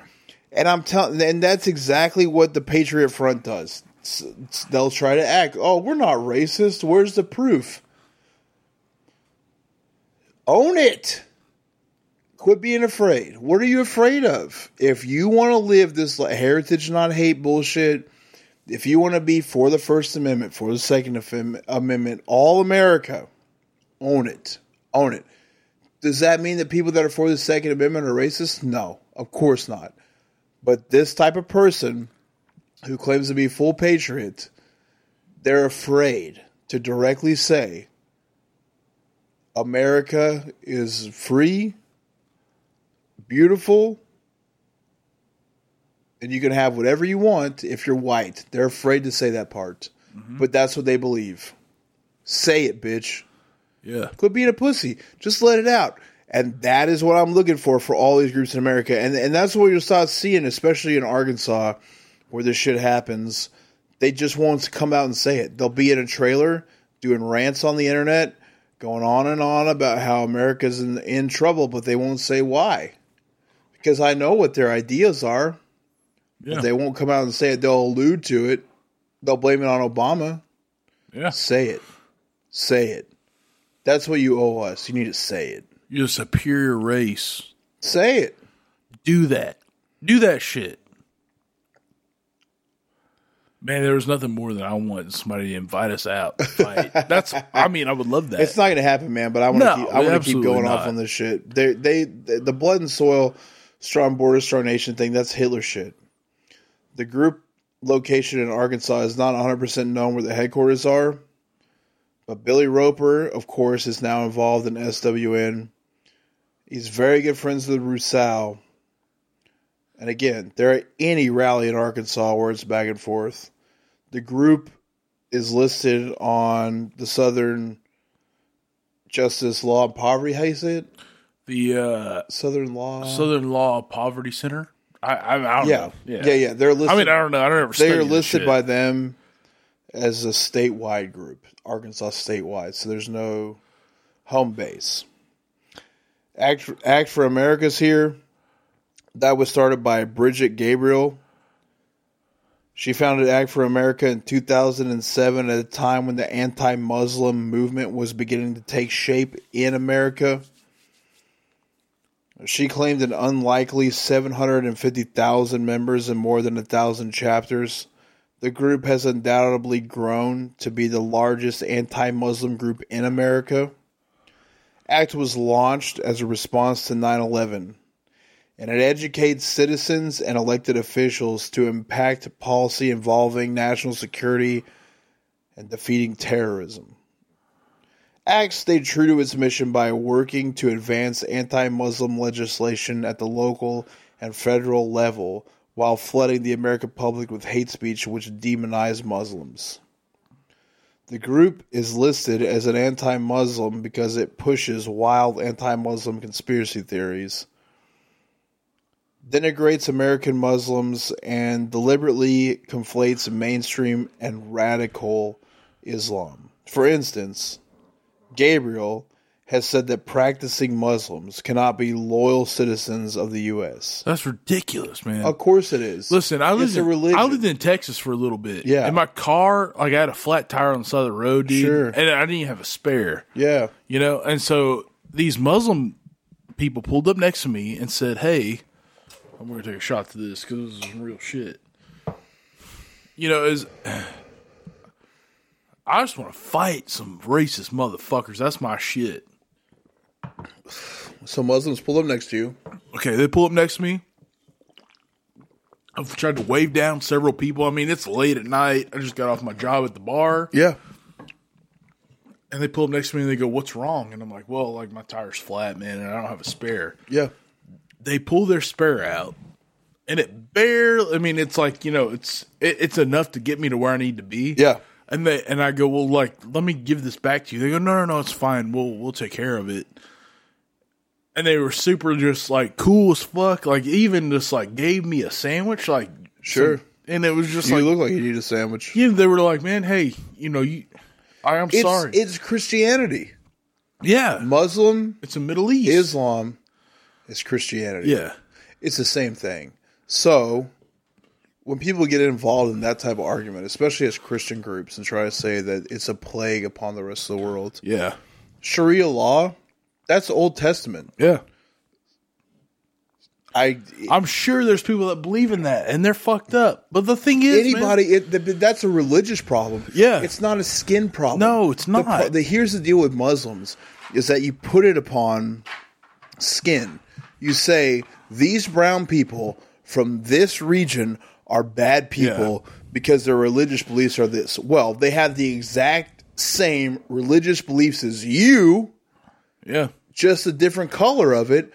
And I'm telling, and that's exactly what the Patriot Front does. S- s- they'll try to act, oh, we're not racist. Where's the proof? Own it. Quit being afraid. What are you afraid of? If you want to live this like, heritage, not hate bullshit, if you want to be for the First Amendment, for the Second Amendment- Amendment, all America, own it. Own it. Does that mean that people that are for the Second Amendment are racist? No, of course not. But this type of person who claims to be full patriot, they're afraid to directly say America is free, beautiful, and you can have whatever you want if you're white. They're afraid to say that part, but that's what they believe. Say it, bitch.
yeah,
Quit being a pussy. Just let it out. And that is what I'm looking for for all these groups in America. And and that's what you'll start seeing, especially in Arkansas, where this shit happens. They just won't come out and say it. They'll be in a trailer doing rants on the internet, going on and on about how America's in, in trouble, but they won't say why. Because I know what their ideas are.
yeah,
They won't come out and say it. They'll allude to it. They'll blame it on Obama.
yeah.
Say it. Say it. That's what you owe us. You need to say it.
You're a superior race.
Say it.
Do that. Do that shit. Man, there was nothing more than I want somebody to invite us out. to Fight. That's. I mean, I would love that.
It's not going to happen, man. But I want to
No,
keep. I want to keep
absolutely
going
not.
off on this shit. They, they, the blood and soil, strong border, strong nation thing. That's Hitler shit. The group location in Arkansas is not 100% known where the headquarters are. But Billy Roper, of course, is now involved in SWN. He's very good friends with Rousseau. And again, there are any rally in Arkansas where it's back and forth. The group is listed on the Southern Justice Law and Poverty. How you say it?
The uh,
Southern Law.
Southern Law Poverty Center. I, I, I don't
yeah.
know.
yeah, yeah, They're listed.
I mean, I don't know. I don't ever.
they
study
are
this
listed
shit.
by them as a statewide group, Arkansas statewide. So there's no home base. Act Act for America's here. That was started by Bridget Gabriel. She founded Act for America in 2007 at a time when the anti Muslim movement was beginning to take shape in America. She claimed an unlikely 750,000 members and more than a thousand chapters. The group has undoubtedly grown to be the largest anti Muslim group in America. ACT was launched as a response to 9 11, and it educates citizens and elected officials to impact policy involving national security and defeating terrorism. ACT stayed true to its mission by working to advance anti Muslim legislation at the local and federal level while flooding the American public with hate speech which demonized Muslims. The group is listed as an anti Muslim because it pushes wild anti Muslim conspiracy theories, denigrates American Muslims, and deliberately conflates mainstream and radical Islam. For instance, Gabriel has said that practicing Muslims cannot be loyal citizens of the U.S.
That's ridiculous, man.
Of course it is.
Listen, I
It's
lived,
a
in,
religion.
I lived in Texas for a little bit.
Yeah.
And my car, like, I had a flat tire on the side of the road, dude.
Sure.
And I didn't even have a spare,
yeah.
you know? And so these Muslim people pulled up next to me and said, Hey, I'm going to take a shot to this because this is some real shit. You know, is I just want to fight some racist motherfuckers. That's my shit.
So Muslims pull up next to you.
Okay, they pull up next to me. I've tried to wave down several people. I mean, it's late at night. I just got off my job at the bar,
Yeah.
and they pull up next to me and they go, "What's wrong?" And I'm like, "Well, like my tire's flat, man, and I don't have a spare."
Yeah.
They pull their spare out, and it barely. I mean, it's like you know, it's it, it's enough to get me to where I need to be.
Yeah.
And they and I go, well, like, let me give this back to you. They go, no, no, no, it's fine. We'll we'll take care of it. And they were super just like cool as fuck. Like even just like gave me a sandwich. Like
Sure.
some- and it was just
you
like
look like you need a sandwich.
yeah, they were like, man, hey, you know, you, I am
It's,
sorry.
It's Christianity.
yeah,
Muslim,
it's a Middle East.
Islam, is Christianity.
yeah,
It's the same thing. So when people get involved in that type of argument, especially as Christian groups, and try to say that it's a plague upon the rest of the world,
yeah,
Sharia law, that's Old Testament.
yeah.
I
I'm sure there's people that believe in that and they're fucked up. But the thing is, man,
anybody it, th- that's a religious problem
Yeah.
it's not a skin problem
No, it's
The pro-
not.
the- here's the deal with muslims is that you put it upon skin you say these brown people from this region are bad people because their religious beliefs are this well they have the exact same religious beliefs as you
yeah,
just a different color of it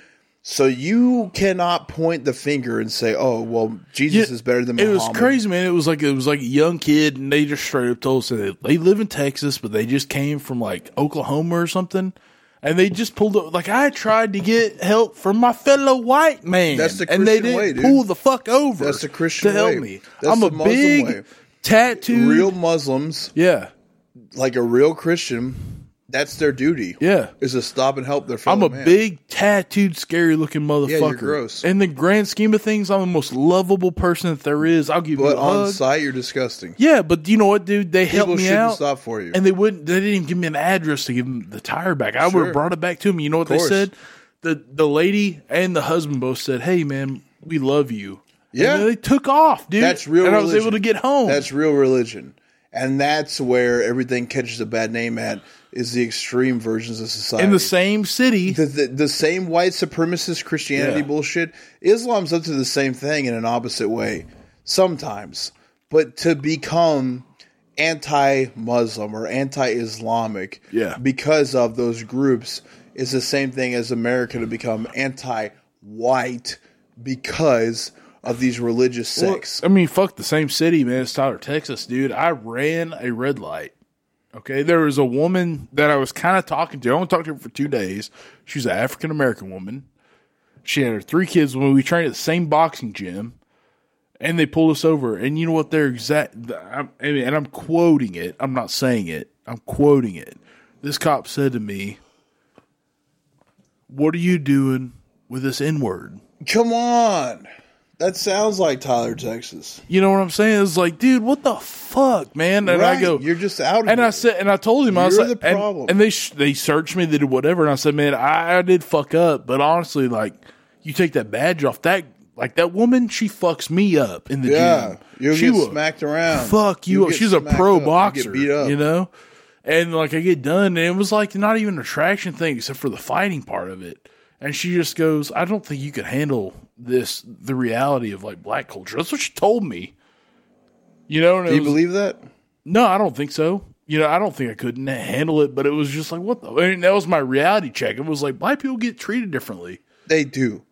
so you cannot point the finger and say, "Oh, well, Jesus is better than
It
Muhammad."
was crazy, man. It was like it was like a young kid, and they just straight up told us that they live in Texas, but they just came from like Oklahoma or something, and they just pulled up. Like I tried to get help from my fellow white man,
That's the
and they
Christian
didn't
way, dude.
pull the fuck over.
That's the Christian
to help
way.
me.
That's
I'm
the
a
Muslim
big
way.
tattooed,
real Muslims,
yeah,
like a real Christian, that's their duty.
yeah.
Is to stop and help their fellow
I'm a
Oh, man.
big tattooed, scary looking motherfucker.
you're gross.
In the grand scheme of things, I'm the most lovable person that there is. I'll give
but
you a hug.
on site you're disgusting.
yeah, but you know what, dude? They helped
People
me
shouldn't
out.
stop for you.
And they wouldn't. They didn't even give me an address to give them the tire back. I would
Sure.
have brought it back to them. You know what they
course.
said? The the lady and the husband both said, "Hey, man, we love you." And
Yeah.
then they took off, dude.
That's real
And I was
religion.
able to get home.
That's real religion. And that's where everything catches a bad name at is the extreme versions of society.
in the same city.
the, the, the same white supremacist Christianity
Yeah.
bullshit. Islam's up to the same thing in an opposite way sometimes. but to become anti-Muslim or anti-Islamic
Yeah.
because of those groups is the same thing as America to become anti-white because of these religious sects.
I mean, fuck the same city, man. It's Tyler, Texas, dude. I ran a red light. Okay, there was a woman that I was kind of talking to. I only talked to her for two days. She was an African American woman. She had her three kids when we trained at the same boxing gym, and they pulled us over. And you know what? Their exact. the- I'm, I mean, and I'm quoting it. I'm not saying it. I'm quoting it. This cop said to me, "What are you doing with this N word?"
Come on. That sounds like Tyler, Texas.
You know what I'm saying? It's like, dude, what the fuck, man? And I
Right,
go,
you're just out of
and
it.
I said, and I told him, I was
You're
like,
the
and-
problem.
And, they sh- they searched me, they did whatever, and I said, man, I, I did fuck up, but honestly, like, you take that badge off that, like that woman, she fucks me up in the
yeah.
gym.
You'll
she
get
will
smacked around.
fuck you,
You'll
up.
get
She's a
smacked
pro
up. You'll
boxer,
Get beat up.
you know. And like I get done, and it was like not even an attraction thing except for the fighting part of it. And she just goes, "I don't think you could handle this, the reality of like black culture." That's what she told me. You know, and it
Do you
was-
believe that?
no, I don't think so. You know, I don't think I couldn't handle it, but it was just like, what the? I mean, that was my reality check. It was like black people get treated differently.
They do.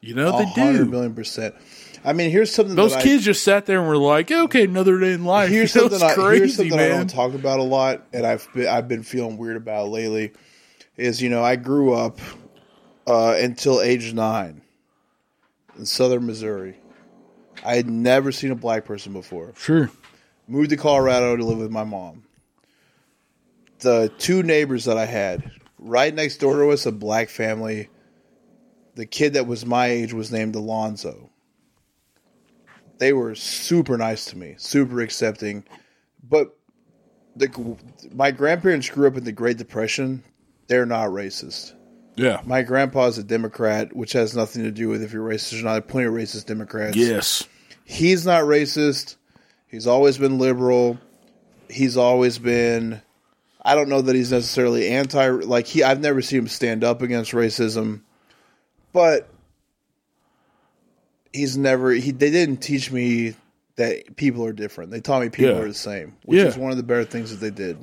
You know,
A
they
hundred
do.
million percent. I mean, here's something
Those
that I-
kids just sat there and were like, "Okay, another day in life."
here's
You know,
something,
it's
I,
crazy,
here's something I
man.
don't talk about a lot, and I've been, I've been feeling weird about lately. Is you know I grew up uh, until age nine in southern Missouri. I had never seen a black person before.
sure.
Moved to Colorado to live with my mom. The two neighbors that I had right next door to us, a black family. The kid that was my age was named Alonzo. They were super nice to me, super accepting. But the, my grandparents grew up in the Great Depression. They're not racist.
Yeah.
My grandpa's a Democrat, which has nothing to do with if you're racist or not. Plenty of racist Democrats
Yes.
he's not racist. He's always been liberal. He's always been. I don't know that he's necessarily anti. Like he, I've never seen him stand up against racism, but he's never. He they didn't teach me that people are different. They taught me people
Yeah.
are the same, which
Yeah.
is one of the better things that they did.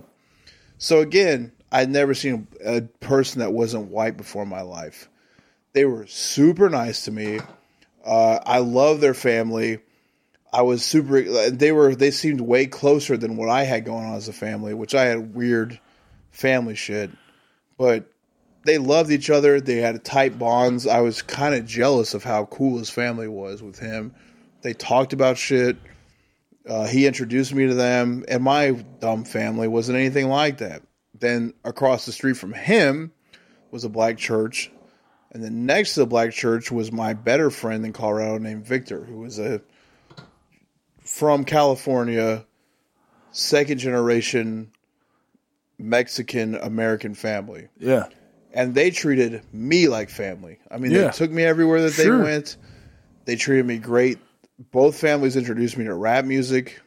So again, I'd never seen a person that wasn't white before in my life. They were super nice to me. Uh, I love their family. I was super. They were. They seemed way closer than what I had going on as a family, which I had weird family shit. But they loved each other. They had tight bonds. I was kind of jealous of how cool his family was with him. They talked about shit. Uh, he introduced me to them, and my dumb family wasn't anything like that. Then across the street from him was a black church, and then next to the black church was my better friend in Colorado named Victor, who was a from California, second generation Mexican American family.
Yeah.
And they treated me like family. I mean, they
Yeah.
took me everywhere that
Sure.
they went. They treated me great. Both families introduced me to rap music.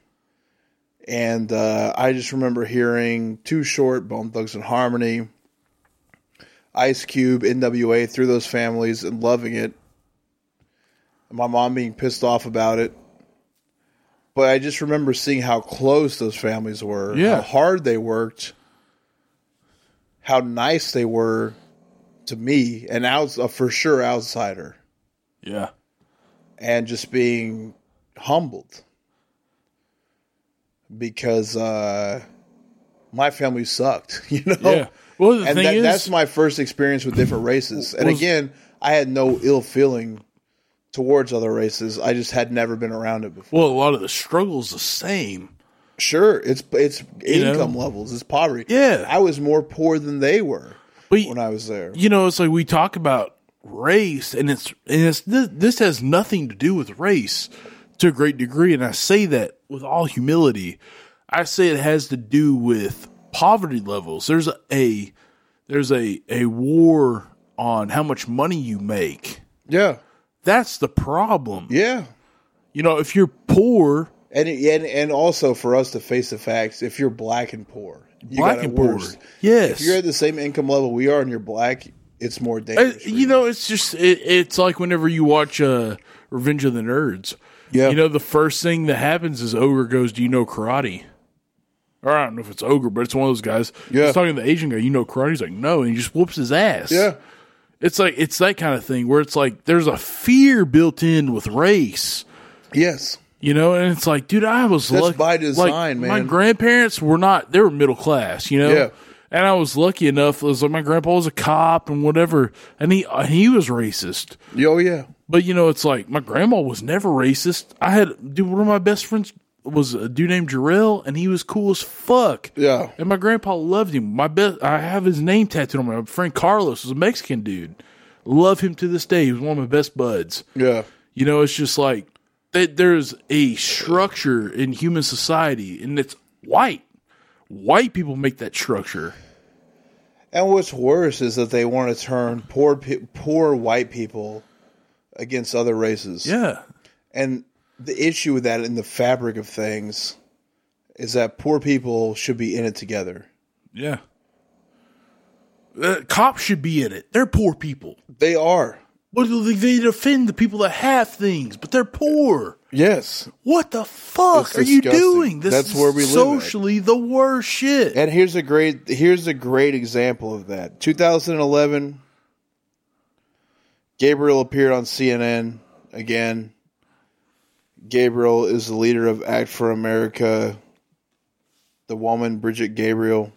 And uh, I just remember hearing Too Short, Bone Thugs and Harmony, Ice Cube, NWA through those families and loving it. And my mom being pissed off about it. But I just remember seeing how close those families were, how
Yeah.
hard they worked, how nice they were to me, and out a for sure outsider,
Yeah.
and just being humbled because uh, my family sucked, you know.
Yeah. Well, the
Oh, and
thing
that,
is,
that's my first experience with different races. And
Was-
again, I had no ill feeling towards other races. I just had never been around it before.
well, a lot of the struggle's the same.
Sure, it's it's
know?
income levels, it's poverty.
Yeah.
I was more poor than they were
But
when I was there.
you know, it's like we talk about race, and it's and it's this, this has nothing to do with race to a great degree. And I say that with all humility. I say it has to do with poverty levels. There's a there's a a war on how much money you make.
Yeah,
That's the problem.
yeah.
You know, if you're poor,
And, and and also for us to face the facts, if you're black and poor, you
black
got it
and poor,
worse.
yes,
If you're at the same income level we are, and you're black, it's more
Uh,
dangerous. for
you know, it's just it, it's like whenever you watch uh, Revenge of the Nerds,
Yeah.
You know, the first thing that happens is Ogre goes, "Do you know karate?" Or I don't know if it's Ogre, but it's one of those guys.
Yeah.
He's talking to the Asian guy. You know karate? He's like, "No," and he just whoops his ass.
yeah.
It's like it's that kind of thing where it's like there's a fear built in with race.
Yes.
You know, and it's like, dude, I was
That's
lucky.
by design,
like, My
man.
grandparents were not; they were middle class. You know,
Yeah.
And I was lucky enough. It was like my grandpa was a cop and whatever, and he uh, he was racist.
Oh yeah.
But you know, it's like my grandma was never racist. I had dude, one of my best friends was a dude named Jarrell, and he was cool as fuck.
Yeah.
And my grandpa loved him. My best, I have his name tattooed on my friend Carlos was a Mexican dude. Love him to this day. He was one of my best buds.
Yeah.
You know, it's just like that there's a structure in human society, and it's white. White people make that structure.
And what's worse is that they want to turn poor pe- poor white people against other races.
Yeah.
And the issue with that in the fabric of things is that poor people should be in it together.
Yeah. Uh, cops should be in it. They're poor people.
They are.
What do they, they defend the people that have things, but they're poor.
Yes.
What the fuck
It's
are you
disgusting.
doing? This
That's
is
where we live at.
socially the worst shit.
And here's a great here's a great example of that. 2011 Gabriel appeared on CNN again. Gabriel is the leader of Act for America. The woman Bridget Gabriel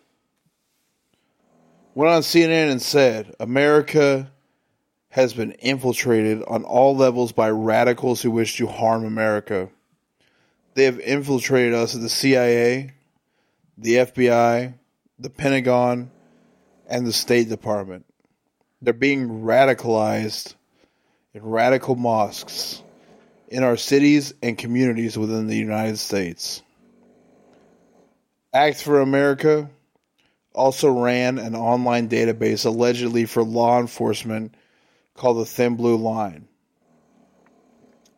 went on CNN and said, "America has been infiltrated on all levels by radicals who wish to harm America. They have infiltrated us at the CIA, the FBI, the Pentagon, and the State Department. They're being radicalized in radical mosques in our cities and communities within the United States. Act for America also ran an online database allegedly for law enforcement called the Thin Blue Line.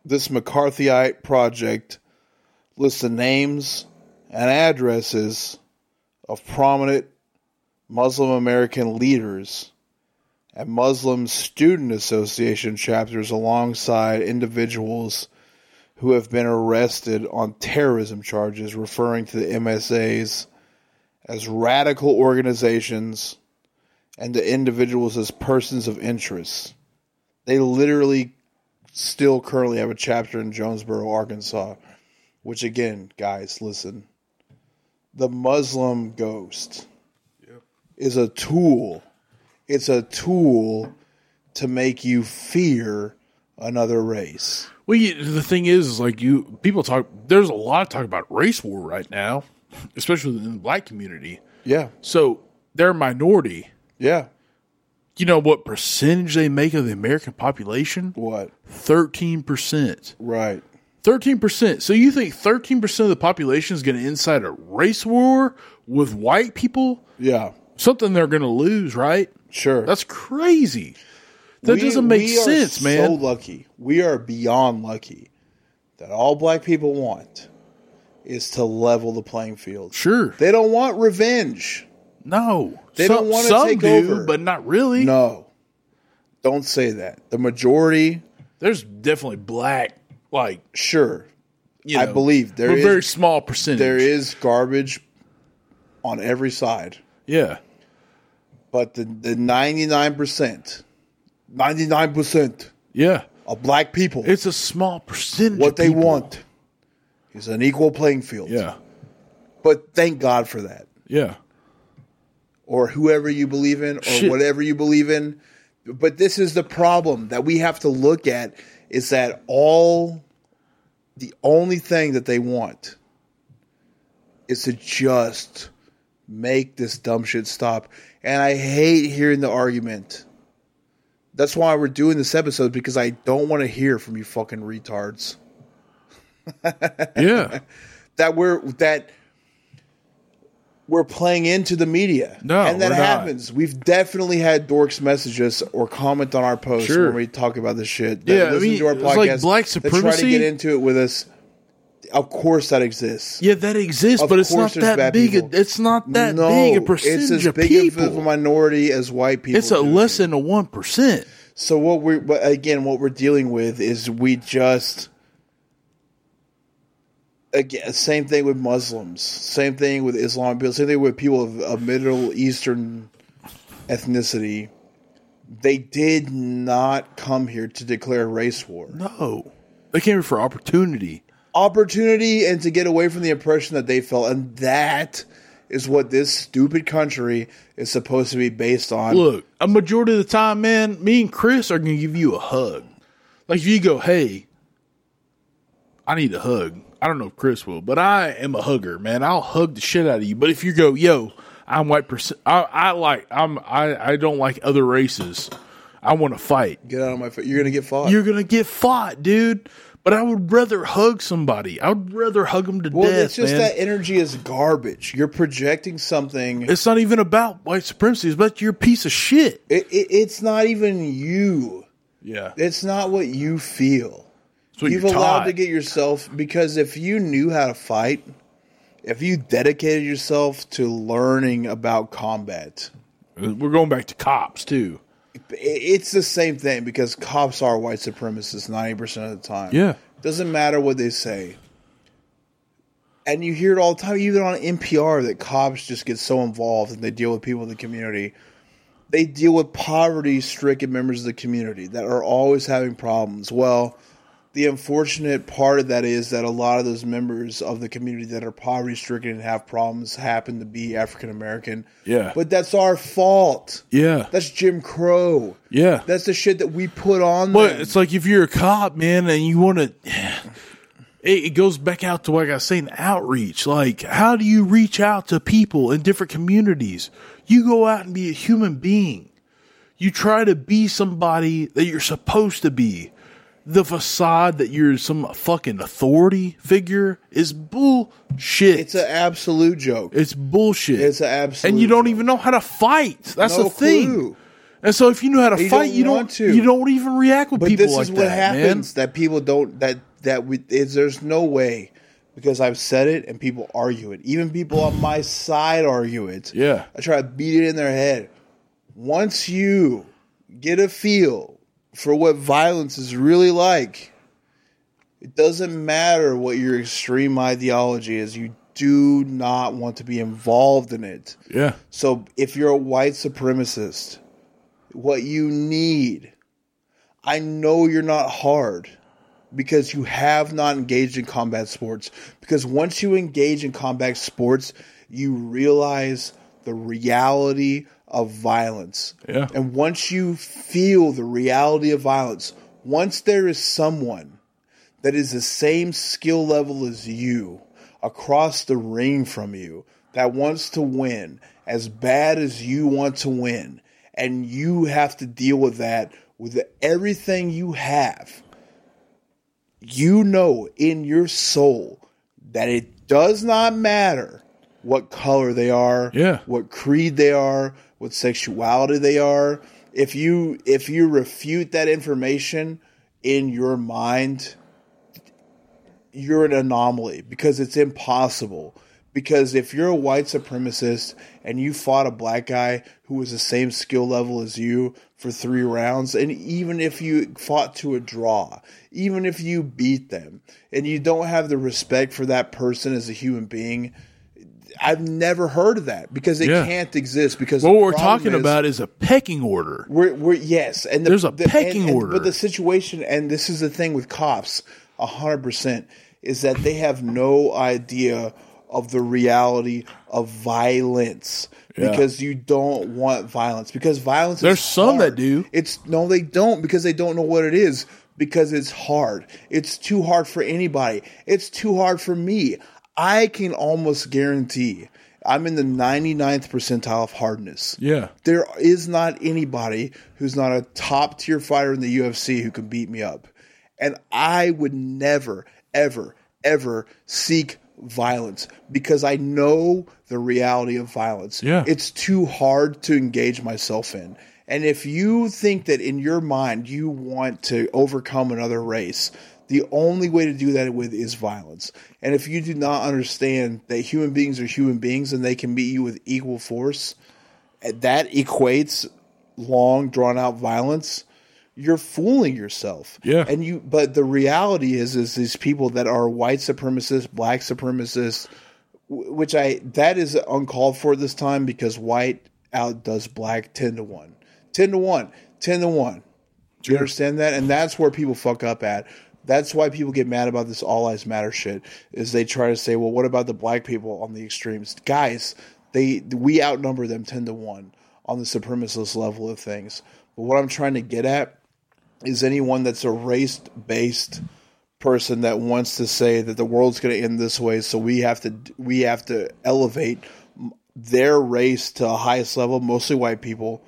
This McCarthyite project lists the names and addresses of prominent Muslim American leaders and Muslim Student Association chapters alongside individuals who have been arrested on terrorism charges, referring to the MSAs as radical organizations and to individuals as persons of interest. They literally still currently have a chapter in Jonesboro, Arkansas, which, again, guys, listen the Muslim ghost is a tool. It's a tool to make you fear another race.
Well, you, the thing is, is like you people talk. There's a lot of talk about race war right now, especially in the black community.
Yeah.
So they're a minority.
Yeah.
You know what percentage they make of the American population?
What?
Thirteen percent.
Right.
Thirteen percent. So you think thirteen percent of the population is going to incite a race war with white people?
Yeah.
Something they're going to lose, right?
Sure.
That's crazy. That
We-
doesn't make
we are
sense, man.
So lucky. We are beyond lucky that all black people want is to level the playing field.
sure.
They don't want revenge.
No.
They don't wanna
some
take
do,
over.
but not really.
No. Don't say that. The majority,
there's definitely black like
sure.
you
I
know,
believe there
a
is
very small percentage
there is garbage on every side.
yeah
But the the ninety nine percent, ninety nine percent
yeah
of black people,
it's a small percentage
what
of
they
people.
want is an equal playing field.
yeah
But thank God for that,
yeah
or whoever you believe in, or
Shit.
whatever you believe in. But this is the problem that we have to look at: is that all? The only thing that they want is to just make this dumb shit stop. And I hate hearing the argument. That's why we're doing this episode because I don't want to hear from you fucking retards
yeah
that we're that we're playing into the media.
No,
and that
we're not.
happens. We've definitely had dorks message us or comment on our posts
Sure.
when we talk about this shit.
Yeah,
that
I
listen
mean,
to our
it's like
podcast.
black
that try to
supremacy.
get into it with us. Of course, that exists.
yeah that exists
Of
but it's
course
not
there's
that
bad
big a,
people.
it's not that
no,
big a percentage
it's as
of
big
people
of a minority as white people.
it's a
do.
less than a one percent
So what we're but again, what we're dealing with is we just again, same thing with Muslims, same thing with Islam people, same thing with people of, of Middle Eastern ethnicity. They did not come here to declare race war.
No, they came here for opportunity.
Opportunity and to get away from the oppression that they felt, and that is what this stupid country is supposed to be based on.
Look, a majority of the time, man, me and Chris are gonna give you a hug. Like if you go, hey, I need a hug. I don't know if Chris will, but I am a hugger, man. I'll hug the shit out of you. But if you go, yo, I'm white percent. I, I like. I'm. I. I don't like other races. I want to fight.
Get out of my foot. You're gonna get fought.
You're gonna get fought, dude. But I would rather hug somebody. I would rather hug them to
well,
death,
it's just
man.
that energy is garbage. You're projecting something.
it's not even about white supremacy. It's about your piece of shit.
It, it, it's not even you.
Yeah,
It's not what you feel.
That's what
You've
you're
allowed
taught.
to get yourself because if you knew how to fight, if you dedicated yourself to learning about combat,
We're going back to cops too.
i- it's the same thing because cops are white supremacists 90% of the time.
Yeah.
Doesn't matter what they say. And you hear it all the time, even on NPR, that cops just get so involved and they deal with people in the community. They deal with poverty stricken members of the community that are always having problems. Well, the unfortunate part of that is that a lot of those members of the community that are poverty stricken and have problems happen to be African American.
Yeah.
But that's our fault.
Yeah,
That's Jim Crow.
yeah.
That's the shit that we put on
But
them.
it's like if you're a cop, man, and you want to, it, it goes back out to what I was saying, outreach. Like, how do you reach out to people in different communities? You go out and be a human being. You try to be somebody that you're supposed to be. The facade that you're some fucking authority figure is bullshit.
It's an absolute joke.
It's bullshit.
It's an absolute.
and you don't
joke.
even know how to fight. That's
No
the thing.
clue.
And so if you knew how to
You
fight,
don't
you don't
want to.
you don't even react with
But
people
this
like
is what
that, man.
happens that people don't that that we is there's no way because I've said it and people argue it. Even people on my side argue it.
Yeah.
I try to beat it in their head. Once you get a feel for what violence is really like, it doesn't matter what your extreme ideology is. You do not want to be involved in it.
Yeah.
So if you're a white supremacist, what you need, I know you're not hard because you have not engaged in combat sports. Because once you engage in combat sports, you realize the reality of violence.
Yeah.
And once you feel the reality of violence, once there is someone that is the same skill level as you across the ring from you that wants to win as bad as you want to win and you have to deal with that with everything you have you know in your soul that it does not matter what color they are
Yeah.
what creed they are what sexuality they are if you if you refute that information in your mind you're an anomaly because it's impossible. Because if you're a white supremacist and you fought a black guy who was the same skill level as you for three rounds, and even if you fought to a draw, even if you beat them, and you don't have the respect for that person as a human being, I've never heard of that because it
Yeah.
can't exist. Because
What
the
we're
problem
talking
is-
about is a pecking order.
we're, we're yes, and the,
There's a
the- and-
pecking
and-
order.
But the situation, and this is the thing with cops, hundred percent, is that they have no idea of the reality of violence because you don't want violence because violence.
There's
is
some that
hard.
do.
It's no, they don't because they don't know what it is because it's hard. It's too hard for anybody. It's too hard for me. I can almost guarantee I'm in the 99th percentile of hardness.
Yeah.
There is not anybody who's not a top tier fighter in the UFC who can beat me up. And I would never, ever, ever seek violence because I know the reality of violence.
Yeah.
It's too hard to engage myself in. And if you think that in your mind you want to overcome another race, the only way to do that with is violence. And if you do not understand that human beings are human beings and they can beat you with equal force, that equates long drawn out violence you're fooling yourself.
Yeah.
And you but the reality is is these people that are white supremacists, black supremacists, wh- which I that is uncalled for this time because white outdoes black 10 to 1. 10 to 1. 10 to 1. Do you understand that? And that's where people fuck up at. That's why people get mad about this all lives matter shit is they try to say, well, what about the black people on the extremes? Guys, they we outnumber them 10 to 1 on the supremacist level of things. But what I'm trying to get at is anyone that's a race based person that wants to say that the world's going to end this way so we have to we have to elevate their race to the highest level mostly white people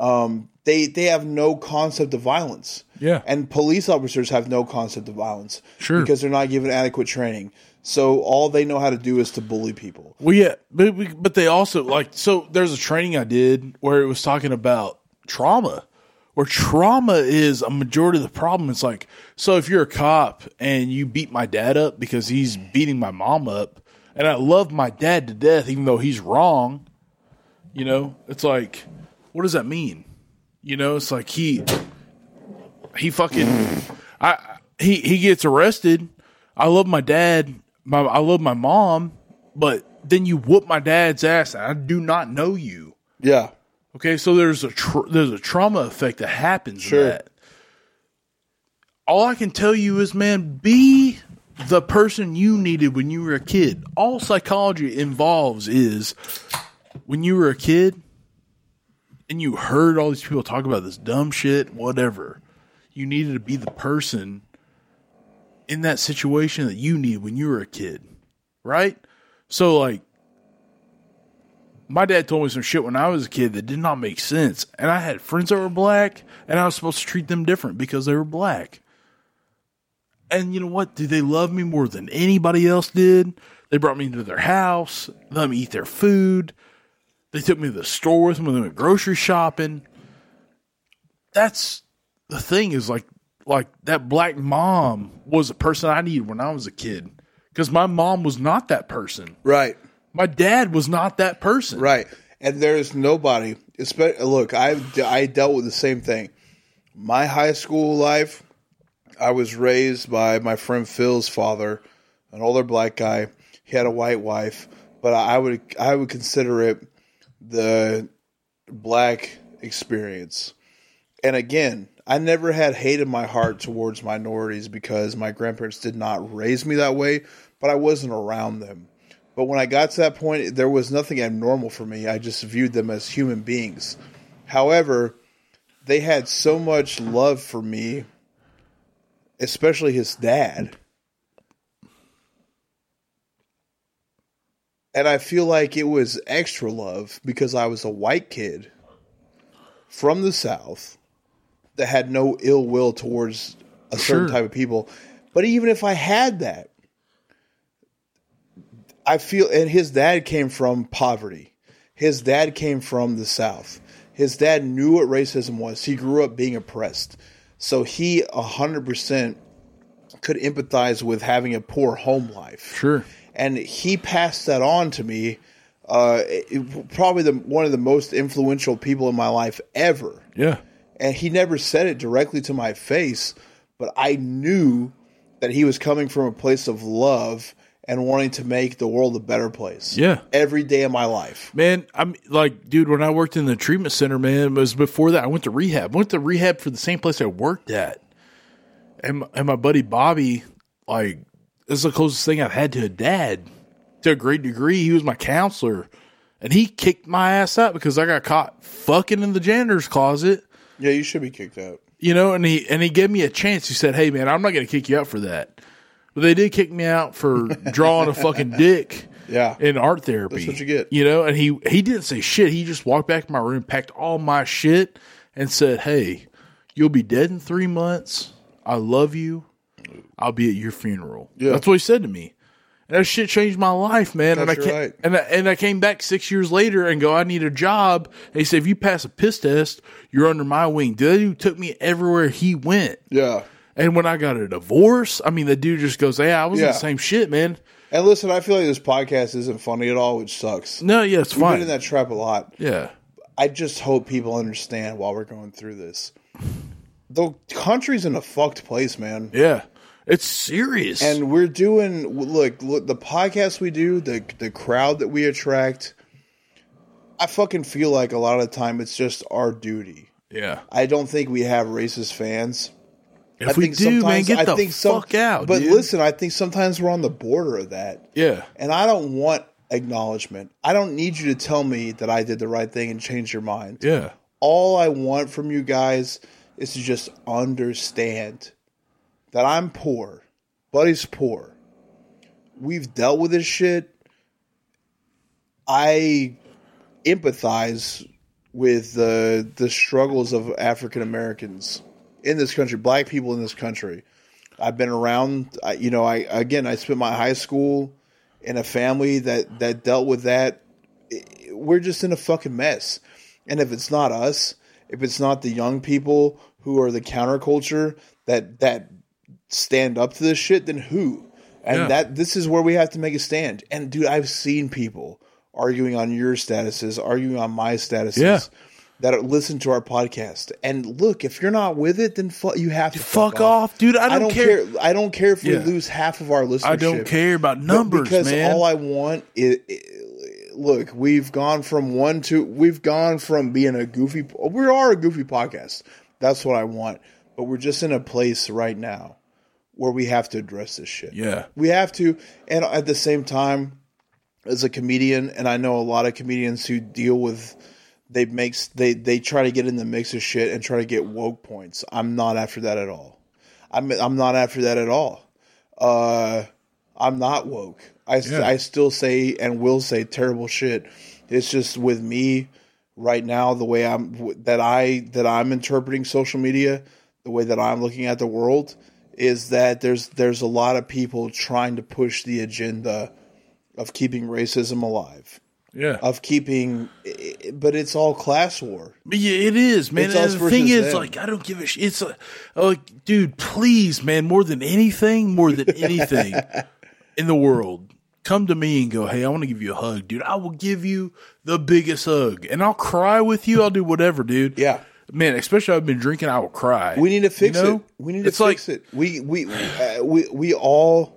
um, they they have no concept of violence
Yeah.
and police officers have no concept of violence
Sure.
because they're not given adequate training so all they know how to do is to bully people
Well, yeah, but we- but they also like so. There's a training I did where it was talking about trauma, where trauma is a majority of the problem. It's like so if you're a cop and you beat my dad up because he's beating my mom up, and I love my dad to death even though he's wrong, you know, it's like what does that mean? You know, it's like he he fucking I he he gets arrested. I love my dad. My I love my mom, but then you whoop my dad's ass. And I do not know you.
yeah
Okay, so there's a tr- there's a trauma effect that happens.
Sure.
In that. All I can tell you is, man, be the person you needed when you were a kid. All psychology involves is when you were a kid and you heard all these people talk about this dumb shit, whatever. You needed to be the person in that situation that you needed when you were a kid, right? So like my dad told me some shit when I was a kid that did not make sense. And I had friends that were black, and I was supposed to treat them different because they were black. And you know what? Did they love me more than anybody else did? They brought me into their house, let me eat their food. They took me to the store with them when they went grocery shopping. That's the thing is like like that black mom was the person I needed when I was a kid. Because my mom was not that person.
right
My dad was not that person.
Right. And there's nobody. Especially, look, I I dealt with the same thing. My high school life, I was raised by my friend Phil's father, an older black guy. He had a white wife, but I would I would consider it the black experience. And again, I never had hate in my heart towards minorities because my grandparents did not raise me that way, but I wasn't around them. But when I got to that point, there was nothing abnormal for me. I just viewed them as human beings. However, they had so much love for me, especially his dad. And I feel like it was extra love because I was a white kid from the South that had no ill will towards a certain
Sure.
type of people. But even if I had that, I feel, and his dad came from poverty. His dad came from the South. His dad knew what racism was. He grew up being oppressed. So he 100% could empathize with having a poor home life
Sure.
and he passed that on to me. Uh, it- it- probably the one of the most influential people in my life ever.
Yeah.
And he never said it directly to my face, but I knew that he was coming from a place of love and wanting to make the world a better place.
Yeah.
every day of my life.
Man, I'm like, dude, when I worked in the treatment center, man, it was before that I went to rehab. I went to rehab for the same place I worked at. And my, and my buddy Bobby, like, this is the closest thing I've had to a dad to a great degree. He was my counselor. And he kicked my ass out because I got caught fucking in the janitor's closet
Yeah, you should be kicked out.
you know and he and he gave me a chance he said hey man i'm not going to kick you out for that but they did kick me out for drawing a fucking dick
Yeah.
in art therapy
That's what you get.
you know and he he didn't say shit he just walked back to my room packed all my shit and said hey you'll be dead in three months i love you i'll be at your funeral
Yeah.
that's what he said to me and that shit changed my life, man. and I
That's
ca-
right.
and I, and I came back six years later and go, I need a job. And he said, if you pass a piss test, you're under my wing. Dude, he took me everywhere he went.
Yeah.
And when I got a divorce, I mean, the dude just goes, "Yeah, I was in
Yeah.
the same shit, man."
And listen, I feel like this podcast isn't funny at all, which sucks.
No, yeah, it's
I've been
fine.
in that trap a lot.
yeah,
I just hope people understand while we're going through this. the country's in a fucked place, man.
Yeah, it's serious.
And we're doing look, look the podcast we do, the the crowd that we attract. I fucking feel like a lot of the time it's just our duty.
yeah,
I don't think we have racist fans.
if
I
we
think
do, man,
sometimes-
get
I
the
think some-
fuck out.
But
dude.
listen, I think sometimes we're on the border of that,
yeah,
and I don't want acknowledgement. I don't need you to tell me that I did the right thing and change your mind.
yeah,
All I want from you guys is to just understand that I'm poor. Buddy's poor. We've dealt with this shit. I empathize with the the struggles of African Americans in this country, black people in this country. I've been around, I, you know, I again, I spent my high school in a family that that dealt with that. It- We're just in a fucking mess. And if it's not us, if it's not the young people who are the counterculture that that stand up to this shit, then who? And
Yeah.
that this is where we have to make a stand. And dude, I've seen people arguing on your statuses, arguing on my statuses
Yeah.
that are, listen to our podcast. And look, if you're not with it, then fu- you have to
fuck, off, dude. I don't,
I don't
care.
care. I don't care if
Yeah.
we lose half of our listenership.
I don't care about
But
numbers,
because
man.
all I want is, look. We've gone from one to we've gone from being a goofy. We are a goofy podcast. That's what I want. But we're just in a place right now where we have to address this shit.
yeah,
We have to, and at the same time, as a comedian, and I know a lot of comedians who deal with they makes they they try to get in the mix of shit and try to get woke points. I'm not after that at all. I'm I'm not after that at all. Uh, I'm not woke. I st-
Yeah.
I still say and will say terrible shit. It's just with me right now the way I'm w- that I that I'm interpreting social media, the way that I'm looking at the world is that there's there's a lot of people trying to push the agenda of keeping racism alive,
yeah.
of keeping i- i- but it's all class war.
Yeah, it is, man.
It's
And
us
the thing
versus
is,
them.
like, I don't give a shit. It's like, like, dude, please, man, more than anything, more than anything in the world, come to me and go, hey, I want to give you a hug, dude. I will give you the biggest hug, and I'll cry with you. I'll do whatever, dude.
Yeah.
man. Especially I've been drinking, I will cry.
We need to fix
You know?
it. We need to
It's
fix
like-
it. We we uh, we we all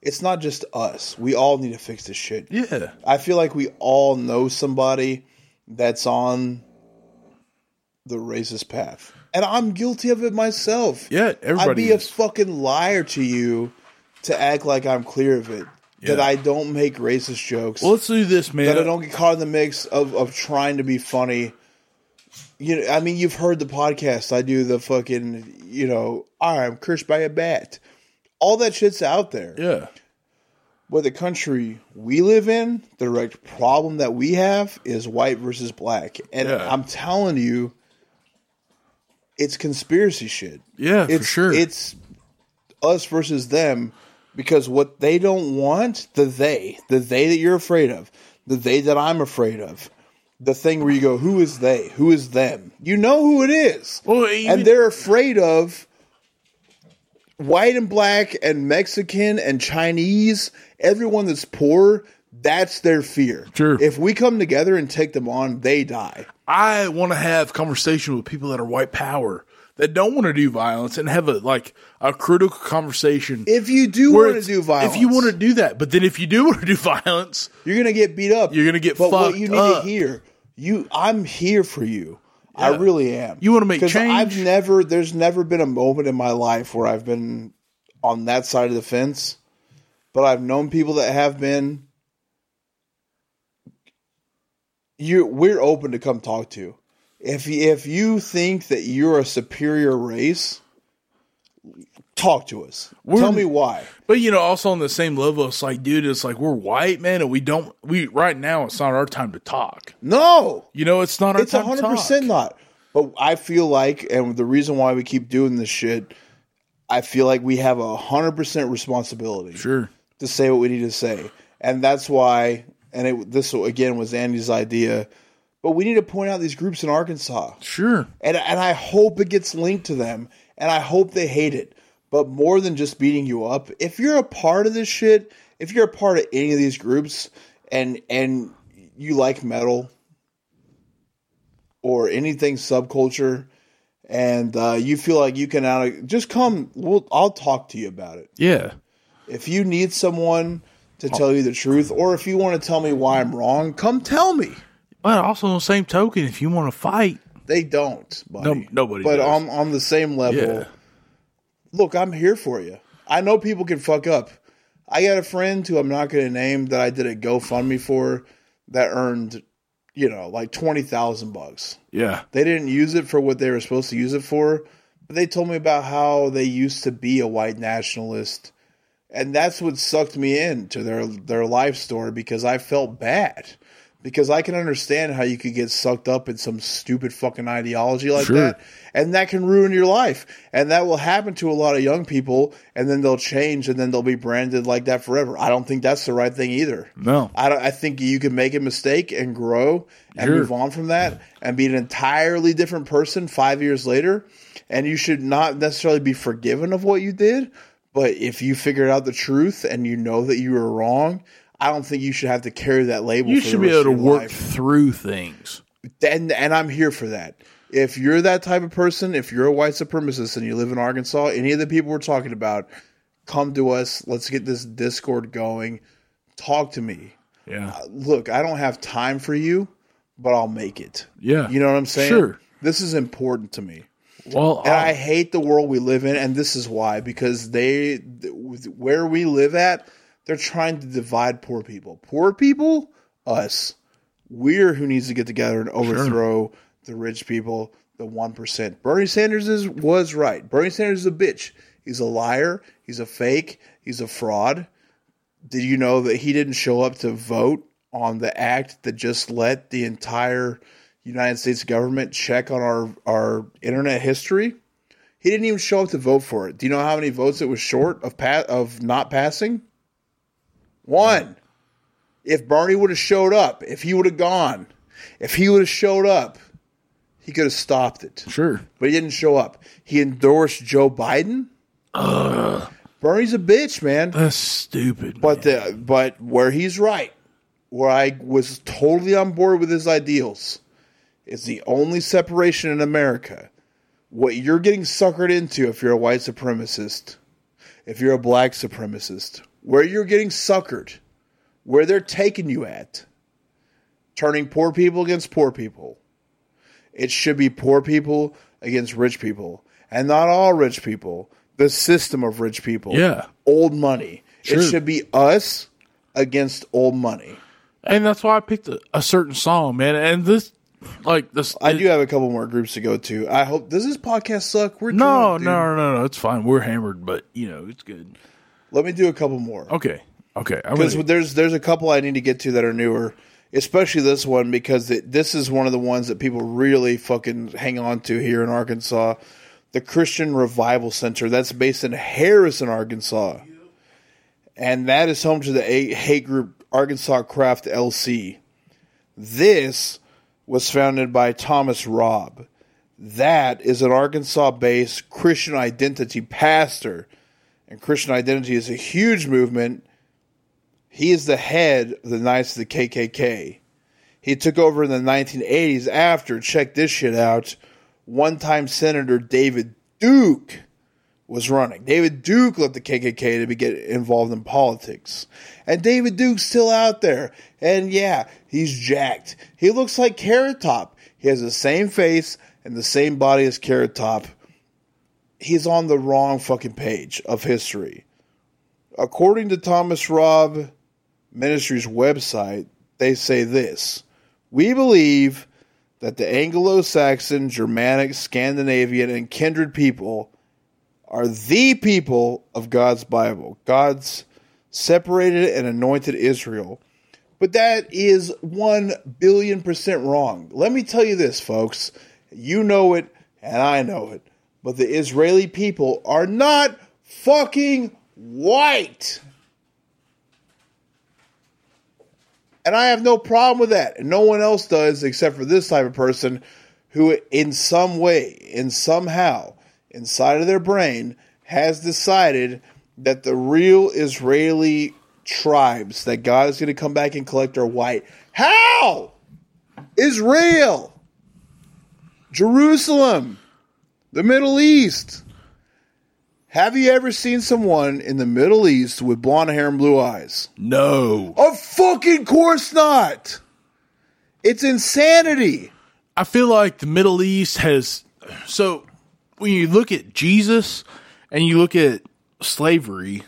it's not just us. We all need to fix this shit.
yeah,
I feel like we all know somebody that's on the racist path. And I'm guilty of it myself.
yeah. Everybody,
I'd be
is.
a fucking liar to you to act like I'm clear of it. That
Yeah.
I don't make racist jokes.
well, uh, let's do this, man.
that I don't get caught in the mix of, of trying to be funny. You know, I mean, you've heard the podcast. I do the fucking, you know, I'm cursed by a bat. All that shit's out there
yeah,
but the country we live in, the direct problem that we have is white versus black. And
Yeah.
I'm telling you, it's conspiracy shit.
yeah,
It's
for sure.
It's us versus them because what they don't want, the they, the they that you're afraid of, the they that I'm afraid of, the thing where you go, who is they? Who is them? You know who it is
well, even,
and they're afraid of white and black and Mexican and Chinese, everyone that's poor. That's their fear.
Sure.
If we come together and take them on, they die.
I want to have conversation with people that are white power that don't want to do violence and have a like a critical conversation.
If you do
where
want to
it's-
do violence,
if you want to do that, but then if you do want to do violence,
you're gonna get beat up.
You're gonna get
but
fucked
what you need
up.
to hear, you, I'm here for you. I really am.
You wanna make
'Cause I've
change?
never. There's never been a moment in my life where I've been on that side of the fence, but I've known people that have been. You, we're open to come talk to. If you- if you think that you're a superior race, talk to us. Tell me why.
but you know, also on the same level, it's like, dude, it's like we're white, man, and we don't. We right now, it's not our time to talk.
No,
You know, it's not our
It's
time
hundred
to
percent not.
talk.
But I feel like, and the reason why we keep doing this shit, I feel like we have a hundred percent responsibility
Sure.
to say what we need to say, and that's why. And it, this again was Andy's idea, but we need to point out these groups in Arkansas,
Sure.
and and I hope it gets linked to them, and I hope they hate it. But more than just beating you up, if you're a part of this shit, if you're a part of any of these groups, and and you like metal, or anything subculture and uh, you feel like you can out just come. We'll, I'll talk to you about it.
Yeah.
If you need someone to tell you the truth, or if you want to tell me why I'm wrong, come tell me.
But also on the same token, if you want to fight,
They don't, buddy.
No- nobody
But
does.
on on the same level,
Yeah.
look, I'm here for you. I know people can fuck up. I got a friend who I'm not going to name that I did a GoFundMe for that earned, you know, like twenty thousand bucks.
yeah,
They didn't use it for what they were supposed to use it for, but they told me about how they used to be a white nationalist, and that's what sucked me into their their life story because I felt bad. Because I can understand how you could get sucked up in some stupid fucking ideology like
Sure.
that, and that can ruin your life, and that will happen to a lot of young people, and then they'll change, and then they'll be branded like that forever. I don't think that's the right thing either.
no,
I, don't, I think you can make a mistake and grow and
Sure.
move on from that and be an entirely different person five years later. And you should not necessarily be forgiven of what you did. But if you figured out the truth and you know that you were wrong, I don't think you should have to carry that label.
you
for
should
the
be
rest
able to
of your
work
life
through things.
and and I'm here for that. If you're that type of person, if you're a white supremacist and you live in Arkansas, any of the people we're talking about, come to us. Let's get this Discord going. Talk to me.
Yeah,
Look, I don't have time for you, but I'll make it.
yeah.
You know what I'm saying?
Sure.
This is important to me.
Well,
And
I-
I hate the world we live in, and this is why because they, th- where we live at, they're trying to divide poor people. Poor people, us. We're who needs to get together and overthrow the rich people, the one percent. Bernie Sanders is was right. Bernie Sanders is a bitch. He's a liar. He's a fake. He's a fraud. Did you know that he didn't show up to vote on the act that just let the entire United States government check on our, our internet history? He didn't even show up to vote for it. Do you know how many votes it was short of pa- of not passing? One. If Bernie would have showed up, if he would have gone, if he would have showed up, he could have stopped it
sure.
but he didn't show up. He endorsed Joe Biden. Bernie's a bitch, man.
That's stupid.
But the but where he's right, where I was totally on board with his ideals, is the only separation in America. What you're getting suckered into if you're a white supremacist, if you're a black supremacist, where you're getting suckered, where they're taking you at, turning poor people against poor people. It should be poor people against rich people, and not all rich people. The system of rich people
yeah,
old money.
Sure.
It should be us against old money.
and that's why I picked a, a certain song, man. And this, like this,
I do have a couple more groups to go to. I hope does this podcast suck? We're
No,
drunk, dude.
no, no, no. It's fine. We're hammered, but you know it's good.
Let me do a couple more
Okay, okay. I'm
because
ready.
there's there's a couple I need to get to that are newer, especially this one because it, this is one of the ones that people really fucking hang on to here in Arkansas. The Christian Revival Center that's based in Harrison, Arkansas, and that is home to the a- hate group Arkansas Craft LC. This was founded by Thomas Robb. That is an Arkansas based Christian identity pastor. And Christian identity is a huge movement. He is the head of the Knights of the KKK. He took over in the 1980s after, check this shit out, one time Senator David Duke was running. David Duke left the KKK to be get involved in politics. And David Duke's still out there. And yeah, he's jacked. He looks like Carrot Top. He has the same face and the same body as Carrot Top. He's on the wrong fucking page of history. According to Thomas Robb Ministries website, they say this We believe that the Anglo Saxon, Germanic, Scandinavian, and kindred people are the people of God's Bible, God's separated and anointed Israel. But that is 1 billion percent wrong. Let me tell you this, folks. You know it, and I know it. But the Israeli people are not fucking white. And I have no problem with that. And no one else does except for this type of person who, in some way, in somehow, inside of their brain, has decided that the real Israeli tribes that God is going to come back and collect are white. How? Israel, Jerusalem, The Middle East. Have you ever seen someone in the Middle East with blonde hair and blue eyes?
No.
Of fucking course not. It's insanity.
I feel like the Middle East has. So when you look at Jesus and you look at slavery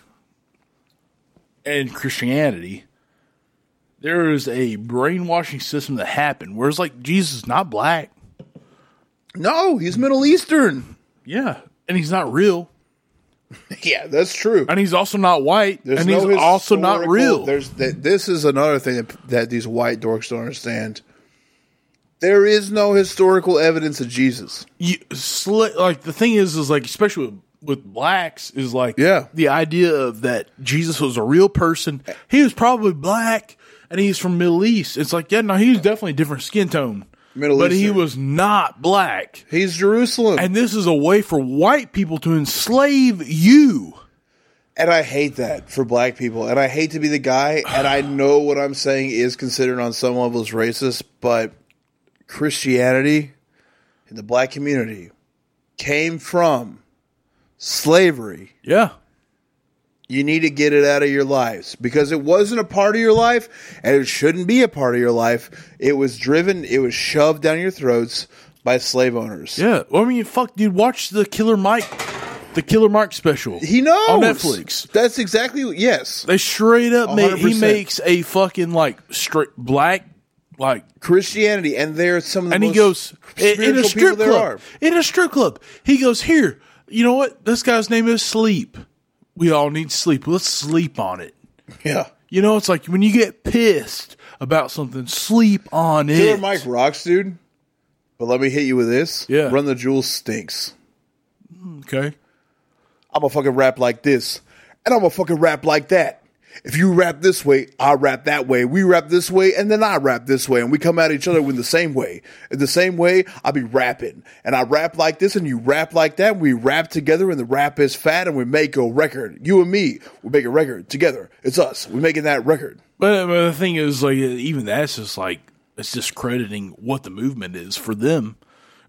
and Christianity, there is a brainwashing system that happened. Whereas, like, Jesus is not black.
No, he's Middle Eastern.
Yeah. And he's not real.
Yeah, that's true.
And he's also not white.
There's
and
no
he's also not
historical-
real.
There's th- this is another thing that, that these white dorks don't understand. There is no historical evidence of Jesus.
you, sli like the thing is is like especially with, with blacks is like
Yeah.
the idea of that Jesus was a real person. He was probably black and he's from Middle East. It's like yeah, no, he was definitely a different skin tone.
Middle
but he
Eastern.
was not black.
He's Jerusalem, and,
And this is a way for white people to enslave you.
I hate that for black people, and I hate to be the guy. And I know what I'm saying is considered on some levels racist, but Christianity in the black community came from slavery.
Yeah.
You need to get it out of your lives because it wasn't a part of your life and it shouldn't be a part of your life. It was driven, it was shoved down your throats by slave owners.
Yeah. Well, I mean, fuck, dude, watch the Killer Mike the Killer Mike special.
He knows.
on Netflix.
That's exactly, yes.
They straight up make he
100%.
makes a fucking like straight black like
Christianity, and they're some of the
and he
most
goes in,
spiritual
in a strip
people there
club.
are.
In a strip club, he goes here. You know what? This guy's name is Sleep. We all need sleep. Let's sleep on it.
Yeah.
You know, it's like when you get pissed about something, sleep on it.
Killer Mike rocks, dude. But let me hit you with this.
Yeah.
Run the Jewels stinks.
Okay.
I'm gonna fucking rap like this, and I'm gonna fucking rap like that. If you rap this way, I rap that way. We rap this way, and then I rap this way, and we come at each other in the same way. In the same way, I be rapping, and I rap like this, and you rap like that. And we rap together, and the rap is fat, and we make a record. You and me, we make a record together. It's us. We making that record.
But, but the thing is, like, even that's just like, it's discrediting what the movement is for them.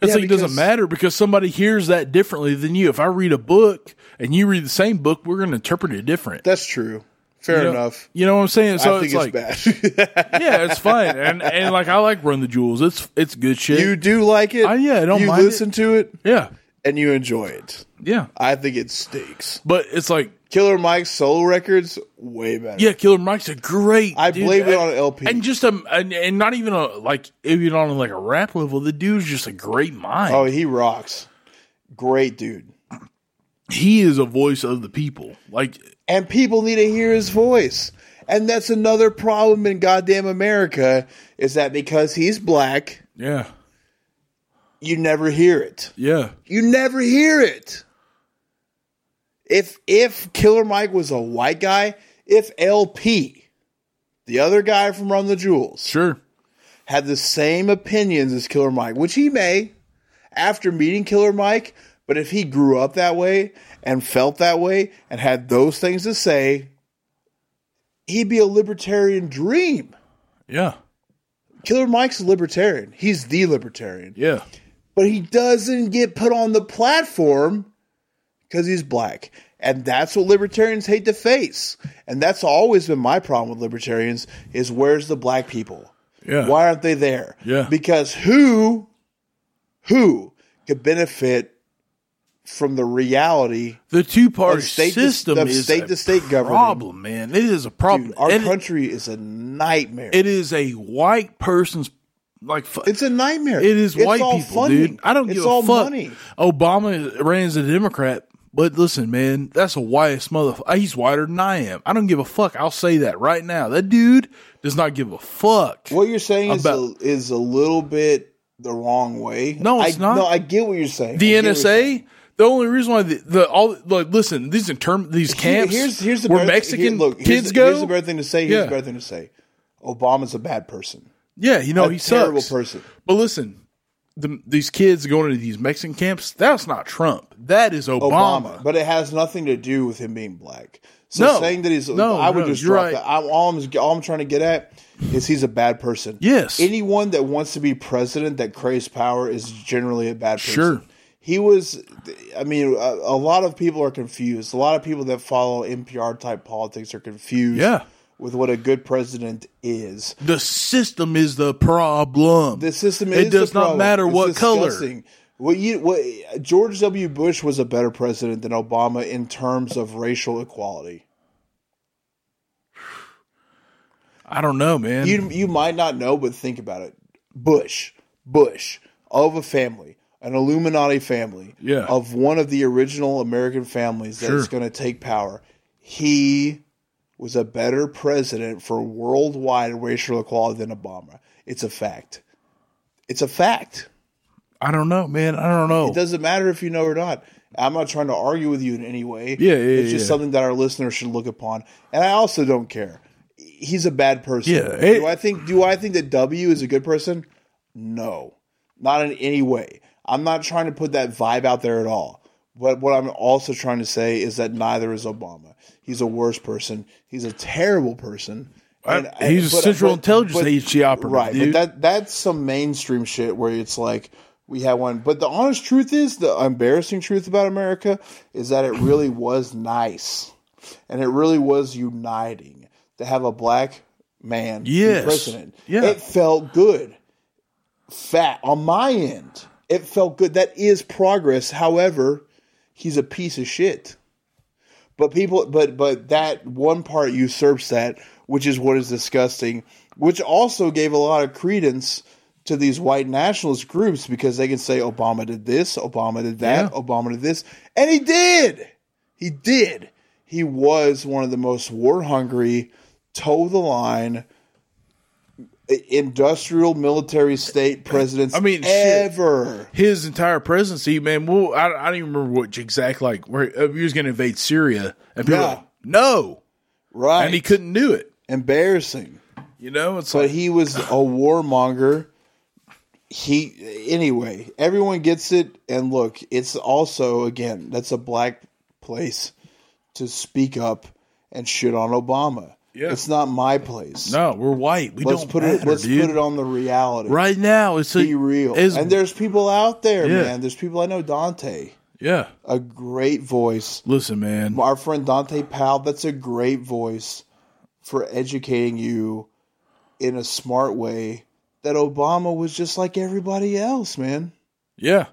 It's
Yeah,
like, it
because-
doesn't matter because somebody hears that differently than you. If I read a book and you read the same book, we're going to interpret it different.
That's true. Fair
You know-
enough.
You know what I'm saying? So
I think
it's,
it's,
like,
bad.
yeah, it's fine, and and like I like Run the Jewels. It's it's good shit.
you do like it.
I- yeah, I don't
You
mind
listen to it,
yeah,
and you enjoy it.
yeah.
I think it stinks.
But it's like
Killer Mike's solo records way better.
yeah, Killer Mike's a great.
I
dude.
blame it
And-
on LP.
and just um and, and not even a like even on like a rap level. The dude's just a great mind.
oh, he rocks. Great dude.
He is a voice of the people. Like
And people need to hear his voice. And that's another problem in goddamn America is that because he's black,
yeah,
you never hear it.
yeah,
You never hear it. If if Killer Mike was a white guy, if LP, the other guy from Run the Jewels,
sure.
had the same opinions as Killer Mike, which he may after meeting Killer Mike. But if he grew up that way and felt that way and had those things to say, he'd be a libertarian dream.
Yeah,
Killer Mike's a libertarian. He's the libertarian.
yeah,
But he doesn't get put on the platform because he's black. And that's what libertarians hate to face. And that's always been my problem with libertarians is where's the black people?
yeah.
Why aren't they there?
Yeah.
Because who, who could benefit from the reality?
The two party
Of state to-
system
of
is
state
a
to state government.
problem, man. It is a problem.
Dude, our
And it-
country is a nightmare.
it is a white person's like. fu-
it's a nightmare.
It is
It's
white
all
people,
funding.
dude. I don't give
it's
a
all
fuck.
Money.
Obama ran as a Democrat, but listen, man, that's a whitest motherfucker. He's whiter than I am. I don't give a fuck. I'll say that right now. That dude does not give a fuck.
What you're saying is a,
About-
is a little bit the wrong way.
No, it's
I,
not.
No, I get what you're saying.
the
I get what you're saying.
NSA. The only reason why the, the all like listen these interm these camps
Here's here's the
where
better-
Mexican
here- look, here's
kids
the-
go.
Here's the better thing to say. Here's
Yeah.
the better thing to say. Obama's a bad person.
yeah, you know he
terrible
sucks.
person.
But listen, the, these kids going into these Mexican camps. That's not Trump. That is
Obama,
Obama.
but it has nothing to do with him being black. So
No.
saying that he's
No,
I would
no,
just
you're
drop
right.
that. I'm, all I'm all I'm trying to get at is he's a bad person.
Yes.
Anyone that wants to be president that craves power is generally a bad person.
Sure.
he was i mean a, a lot of people are confused a lot of people that follow npr type politics are confused
Yeah.
with what a good president is
The system is the problem.
the system
It
is
does
the
not
problem.
matter
It's
what color.
disgusting. what you what george w bush was a better president than obama in terms of racial equality
I don't know, man.
you you might not know, but think about it. Bush, Bush of a family, an Illuminati family,
Yeah.
of one of the original American families that's
Sure.
going to take power. He was a better president for worldwide racial equality than Obama. It's a fact. It's a fact.
I don't know, man. I don't know.
It doesn't matter if you know or not. I'm not trying to argue with you in any way.
Yeah, yeah,
It's just
yeah.
something that our listeners should look upon. And I also don't care. He's a bad person.
Yeah, it-
do I think do I think that W is a good person? No. Not in any way. I'm not trying to put that vibe out there at all. But what I'm also trying to say is that neither is Obama. He's a worse person. He's a terrible person. And-
He's a
but-
Central
but-
Intelligence
but-
Agency operative,
right?
dude.
But that that's some mainstream shit where it's like we had one. But the honest truth is, the embarrassing truth about America is that it really was nice, and it really was uniting to have a black man be
Yes.
president.
Yeah.
it felt good. Fat on my end, it felt good. That is progress. However, he's a piece of shit. But people, but but that one part usurps that, which is what is disgusting. Which also gave a lot of credence to these white nationalist groups because they can say Obama did this, Obama did that,
Yeah.
Obama did this, and he did. He did. He was one of the most war hungry, toe the line, i- industrial military state presidents.
I mean, shit.
ever.
his entire presidency, man. Well, I, I don't even remember what exact like where uh, he was going to invade Syria, and people were
Yeah.
like, no,
Right.
and he couldn't do it.
Embarrassing.
You know, it's
but
like
he was a warmonger. He anyway, everyone gets it and look, it's also again, that's a black place to speak up and shit on Obama.
Yeah.
It's not my place.
no, we're white. We
let's
don't
put it
matter,
let's
dude.
put it on the reality.
right now. It's a,
Be real.
It's,
and there's people out there,
Yeah.
man. There's people I know Dante,
yeah,
a great voice.
listen, man.
Our friend Dante Powell, that's a great voice for educating you in a smart way that Obama was just like everybody else, man.
Yeah,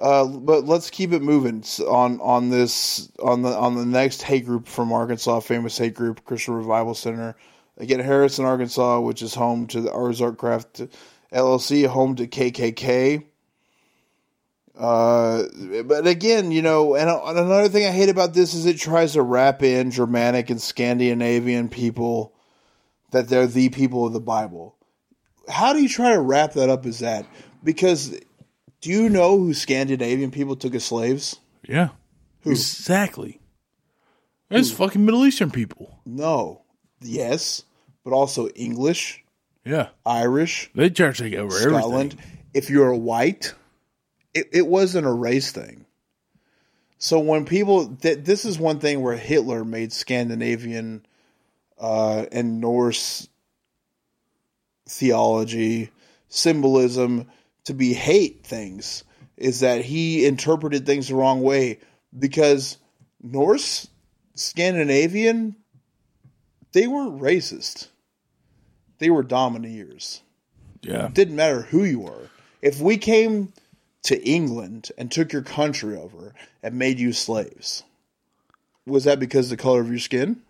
Uh, but let's keep it moving s- on on this on the on the next hate group from Arkansas, famous hate group, Christian Revival Center. Again, Harrison, Arkansas, which is home to the Ozark Craft LLC, home to KKK. Uh, but again, you know, and, uh, and another thing I hate about this is it tries to wrap in Germanic and Scandinavian people that they're the people of the Bible. How do you try to wrap that up as that? Because do you know who Scandinavian people took as slaves?
yeah, exactly. It's fucking Middle Eastern people.
No. Yes, but also English,
Yeah,
Irish,
they try to take over
Scotland.
everything.
If you're white, it, it wasn't a race thing. So when people, th- this is one thing where Hitler made Scandinavian uh, and Norse theology, symbolism to be hate things, is that he interpreted things the wrong way because Norse, Scandinavian, they weren't racist. They were domineers
Yeah,
didn't matter who you were. If we came to England and took your country over and made you slaves, was that because of the color of your skin?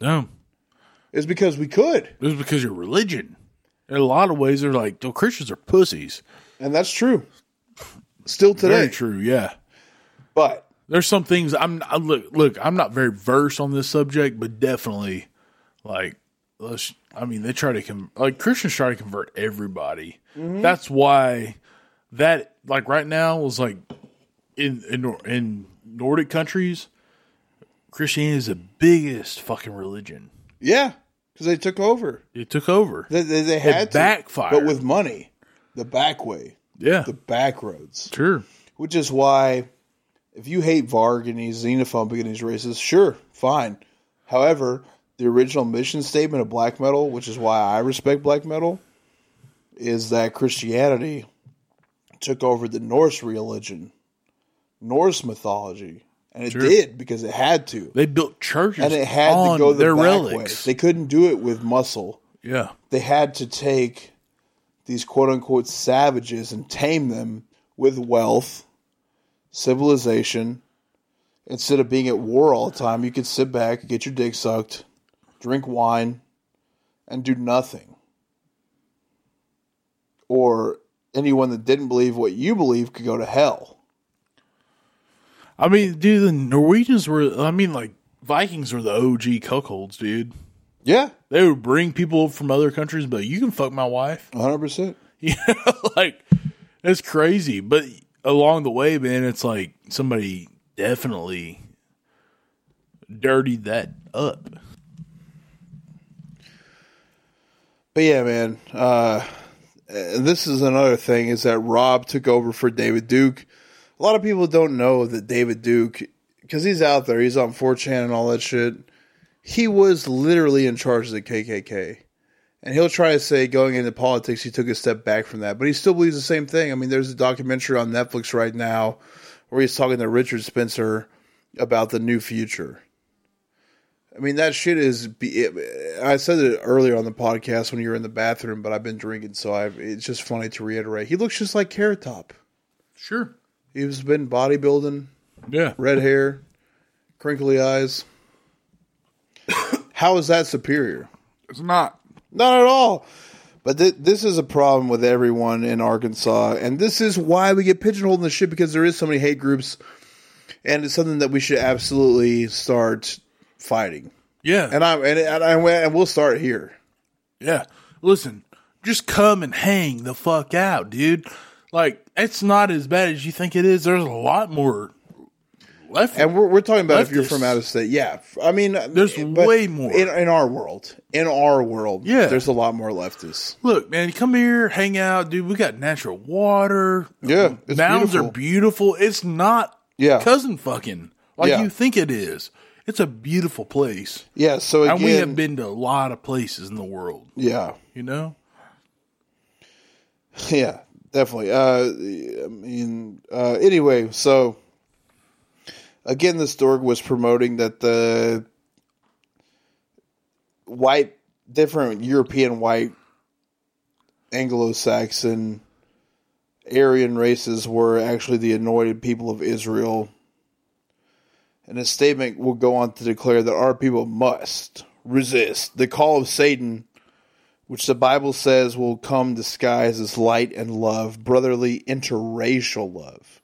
no,
It's because we could,
it's because your religion. In a lot of ways, they're like, "Oh, Christians are pussies."
and that's true. Still
Very
today,
true. Yeah.
but
there's some things I'm I look look I'm not very versed on this subject, but definitely like let's I mean they try to con- like Christians try to convert everybody.
Mm-hmm.
That's why that like right now is like in in Nor- in Nordic countries Christianity is the biggest fucking religion.
yeah, because they took over.
It took over.
They, they, they had to,
backfired.
but with money, the back way,
yeah.
the back roads,
sure.
which is why if you hate Varg and he's xenophobic and he's racist, sure, fine. However, the original mission statement of black metal, which is why I respect black metal, is that Christianity took over the Norse religion Norse mythology, and it did because it had to,
They built churches
and it had
on
to go the
their
back
relics.
way. They couldn't do it with muscle.
yeah,
They had to take these quote unquote savages and tame them with wealth, civilization. Instead of being at war all the time, you could sit back, get your dick sucked, drink wine, and do nothing. Or anyone that didn't believe what you believe could go to hell.
I mean, dude, the Norwegians were. I mean, like Vikings were the OG cuckolds, dude.
Yeah,
They would bring people from other countries, but you can fuck my wife.
100%.
You know, like it's crazy. But along the way, man, it's like somebody definitely dirtied that up.
But yeah, man. Uh, and this is another thing is that Rob took over for David Duke. A lot of people don't know that David Duke, because he's out there, he's on 4chan and all that shit. He was literally in charge of the KKK. And he'll try to say going into politics, he took a step back from that, but he still believes the same thing. I mean, there's a documentary on Netflix right now where he's talking to Richard Spencer about the new future. I mean, that shit is. Be, I said it earlier on the podcast when you were in the bathroom, but I've been drinking, so I've, it's just funny to reiterate. He looks just like Carrot Top.
Sure.
He's been bodybuilding,
Yeah.
red hair, crinkly eyes. How is that superior?
It's not.
Not at all. But th- this is a problem with everyone in Arkansas, and this is why we get pigeonholed in the shit because there is so many hate groups, and it's something that we should absolutely start fighting.
Yeah.
And I and and, I, and we'll start here.
Yeah. Listen, just come and hang the fuck out, dude. Like, it's not as bad as you think it is. There's a lot more left.
And we're, we're talking about if you're from
Leftists.
out of state. Yeah. I mean, uh,
There's
but
way more.
in, in our world. In our world,
Yeah.
there's a lot more leftists.
Look, man, come here, hang out, dude. We got natural water.
Yeah, it's
Mountains
beautiful.
are beautiful. It's not
Yeah.
cousin fucking like
Yeah.
you think it is. It's a beautiful place.
Yeah. So again,
And we have been to a lot of places in the world,
yeah,
you know?
yeah, definitely. Uh, I mean, uh, anyway, so again, this dorg was promoting that the white, different European white, Anglo-Saxon, Aryan races were actually the anointed people of Israel. And his statement will go on to declare that our people must resist the call of Satan, which the Bible says will come disguised as light and love, brotherly interracial love.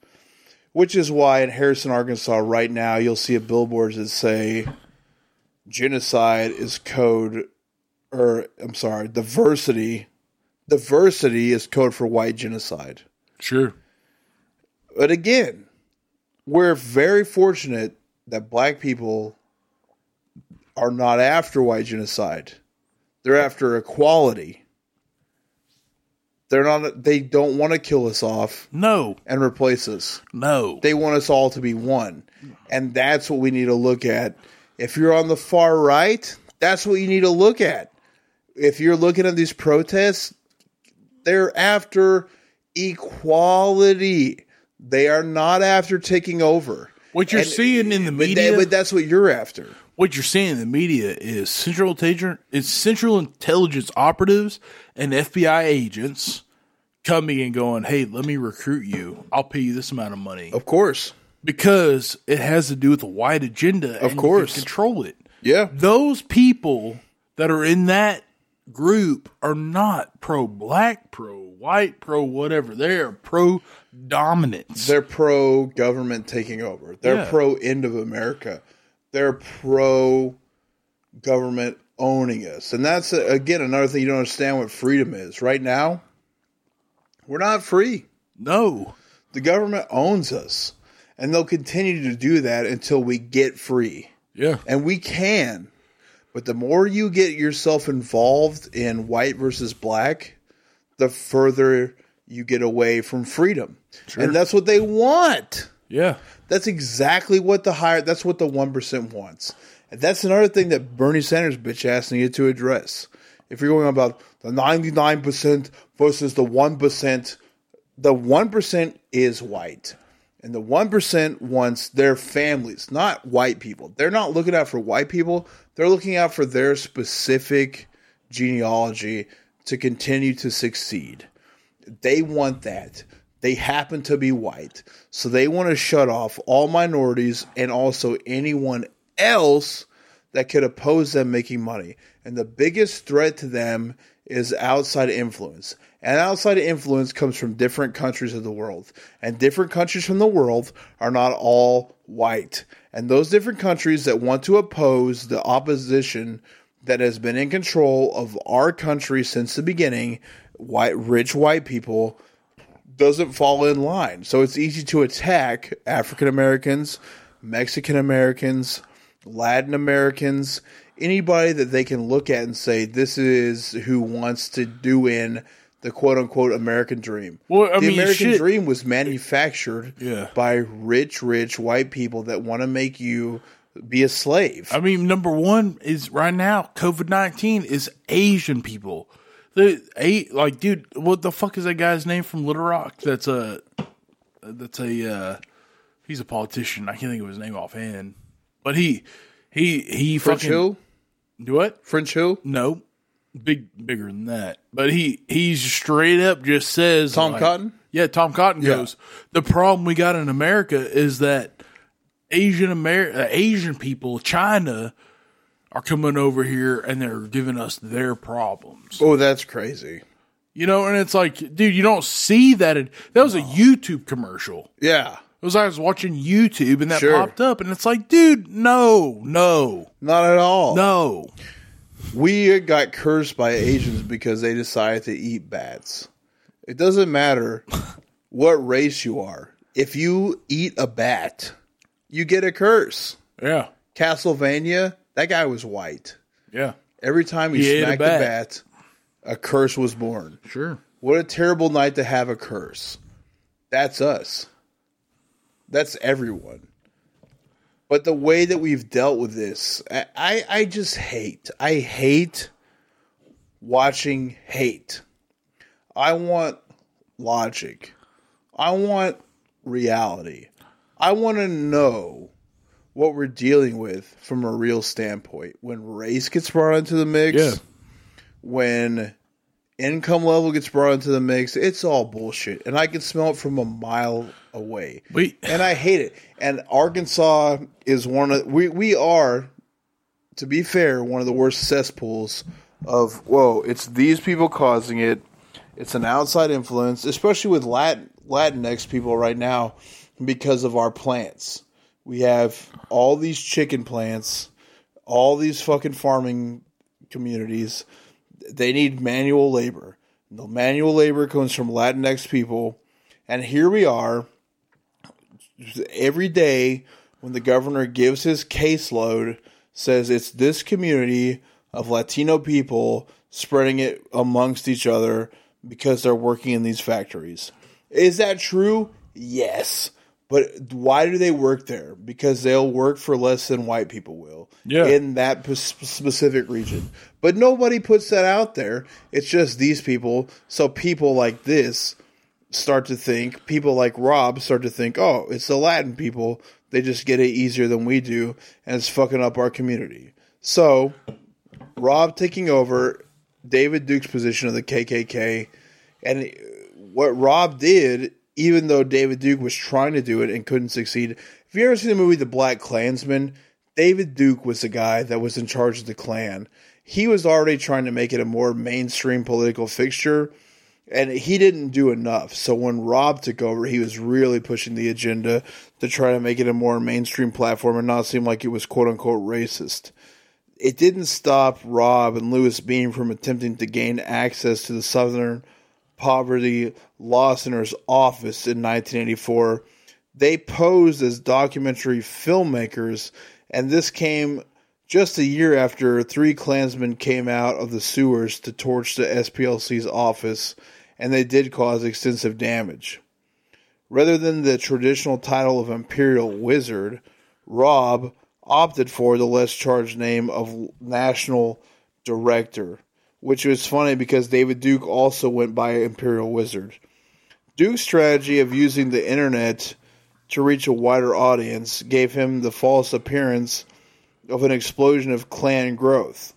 Which is why in Harrison, Arkansas, right now, you'll see a billboards that say genocide is code, or I'm sorry, diversity. Diversity is code for white genocide.
Sure.
But again, we're very fortunate that black people are not after white genocide. They're after equality. They're not they don't want to kill us off
No,
and replace us.
no.
They want us all to be one. And that's what we need to look at. If you're on the far right, that's what you need to look at. If you're looking at these protests, they're after equality. They are not after taking over.
what you're
and-
seeing in the
But,
media.
that- but that's what you're after.
what you're seeing in the media is central intelligence, it's central intelligence operatives and FBI agents coming and going, "Hey, let me recruit you. I'll pay you this amount of money."
Of course.
Because it has to do with the white agenda of
course.
control it.
Yeah.
Those people that are in that group are not pro black, pro white, pro whatever. They are pro dominance.
They're pro government taking over. They're
Yeah.
pro end of America. They're pro government owning us. And that's uh, again another thing you don't understand what freedom is. Right now, we're not free.
no.
The government owns us. And they'll continue to do that until we get free.
Yeah.
And we can. But the more you get yourself involved in white versus black, the further you get away from freedom. And that's what they want.
Yeah.
That's exactly what the higher. That's what the one percent wants. And that's another thing that Bernie Sanders bitch ass needed to address. If you're going about the ninety nine percent versus the one percent, the one percent is white, And the 1% wants their families, not white people. They're not looking out for white people. They're looking out for their specific genealogy to continue to succeed. They want that. They happen to be white. So they want to shut off all minorities and also anyone else that could oppose them making money. And the biggest threat to them is outside influence. And outside influence comes from different countries of the world. And different countries from the world are not all white. And those different countries that want to oppose the opposition that has been in control of our country since the beginning, white rich white people doesn't fall in line. So it's easy to attack African Americans, Mexican Americans, Latin Americans, anybody that they can look at and say, this is who wants to do in the quote unquote American dream.
Well, I
the
mean,
American
shit.
dream was manufactured
Yeah.
by rich, rich white people that want to make you be a slave.
I mean, number one is right now COVID nineteen is Asian people. The eight like, dude, what the fuck is that guy's name from Little Rock? That's a that's a uh, he's a politician. I can't think of his name offhand, but he he he
French
fucking
Hill?
do what?
French Hill?
No, big bigger than that. But he he straight up just says
Tom
like-
Cotton?
Yeah, Tom Cotton
Yeah.
goes. The problem we got in America is that Asian Amer- uh, Asian people, China, are coming over here and they're giving us their problems.
Oh, that's crazy.
You know, and it's like, dude, you don't see that. In- that was a YouTube commercial.
Yeah.
It was like I was watching YouTube and that
Sure.
popped up, and it's like, dude, no, no,
Not at all.
no.
We got cursed by Asians because they decided to eat bats. It doesn't matter what race you are. If you eat a bat, you get a curse.
Yeah,
Castlevania, that guy was white.
yeah,
Every time he,
He ate a
smacked a bat, a curse was born.
sure.
What a terrible night to have a curse. That's us. That's everyone. But the way that we've dealt with this, I, I, I just hate. I hate watching hate. I want logic. I want reality. I want to know what we're dealing with from a real standpoint. When race gets brought into the mix,
Yeah.
when income level gets brought into the mix, it's all bullshit. And I can smell it from a mile away.
Wait,
And I hate it. And Arkansas is one of we we are, to be fair, one of the worst cesspools of whoa, it's these people causing it. It's an outside influence, especially with Latin Latinx people right now, because of our plants. We have all these chicken plants, all these fucking farming communities. They need manual labor. The manual labor comes from Latinx people. And here we are every day when the governor gives his caseload says it's this community of latino people spreading it amongst each other because they're working in these factories is that true yes but why do they work there because they'll work for less than white people will
Yeah.
in that p- specific region but nobody puts that out there it's just these people so people like this start to think people like Rob start to think, oh, it's the Latin people. They just get it easier than we do, and it's fucking up our community. So, Rob taking over David Duke's position of the KKK, and what Rob did, even though David Duke was trying to do it and couldn't succeed. If you ever seen the movie The Black Klansman, David Duke was the guy that was in charge of the Klan. He was already trying to make it a more mainstream political fixture and he didn't do enough. So when Rob took over, he was really pushing the agenda to try to make it a more mainstream platform and not seem like it was quote unquote racist. It didn't stop Rob and Lewis Beam from attempting to gain access to the Southern Poverty Law Center's office in 1984. They posed as documentary filmmakers, and this came just a year after three Klansmen came out of the sewers to torch the SPLC's office, and they did cause extensive damage. Rather than the traditional title of Imperial Wizard, Rob opted for the less charged name of National Director, which was funny because David Duke also went by Imperial Wizard. Duke's strategy of using the internet to reach a wider audience gave him the false appearance of an explosion of clan growth.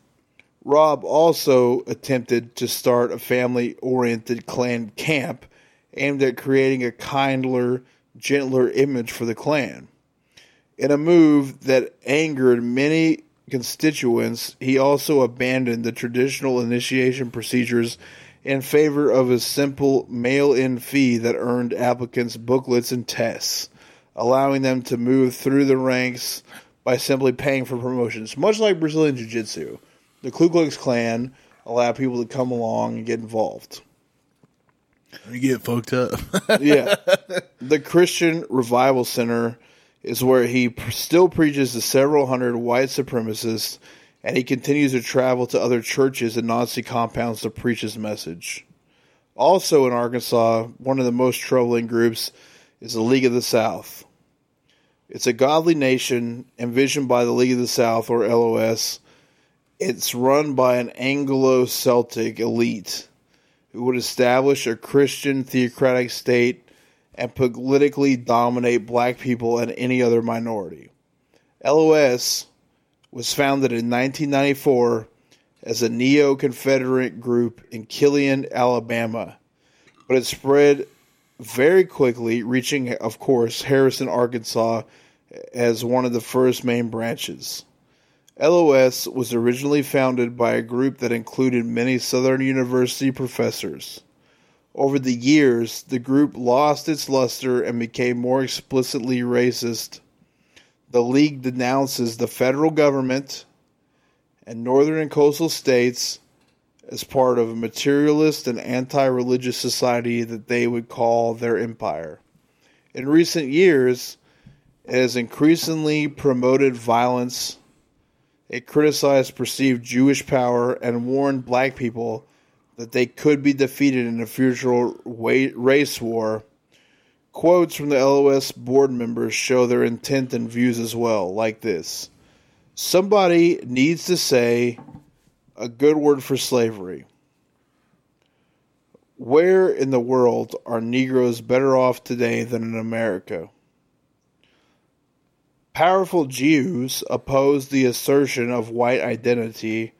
Rob also attempted to start a family oriented clan camp aimed at creating a kindler, gentler image for the clan. In a move that angered many constituents, he also abandoned the traditional initiation procedures in favor of a simple mail in fee that earned applicants booklets and tests, allowing them to move through the ranks by simply paying for promotions, much like Brazilian Jiu Jitsu. The Ku Klux Klan allowed people to come along and get involved.
You get fucked up.
yeah. The Christian Revival Center is where he pr- still preaches to several hundred white supremacists, and he continues to travel to other churches and Nazi compounds to preach his message. Also in Arkansas, one of the most troubling groups is the League of the South. It's a godly nation envisioned by the League of the South, or LOS. It's run by an Anglo Celtic elite who would establish a Christian theocratic state and politically dominate black people and any other minority. LOS was founded in 1994 as a neo Confederate group in Killian, Alabama, but it spread very quickly, reaching, of course, Harrison, Arkansas as one of the first main branches. LOS was originally founded by a group that included many Southern University professors. Over the years, the group lost its luster and became more explicitly racist. The League denounces the federal government and northern and coastal states as part of a materialist and anti religious society that they would call their empire. In recent years, it has increasingly promoted violence. It criticized perceived Jewish power and warned black people that they could be defeated in a future wa- race war. Quotes from the LOS board members show their intent and views as well, like this Somebody needs to say a good word for slavery. Where in the world are Negroes better off today than in America? Powerful Jews oppose the assertion of white identity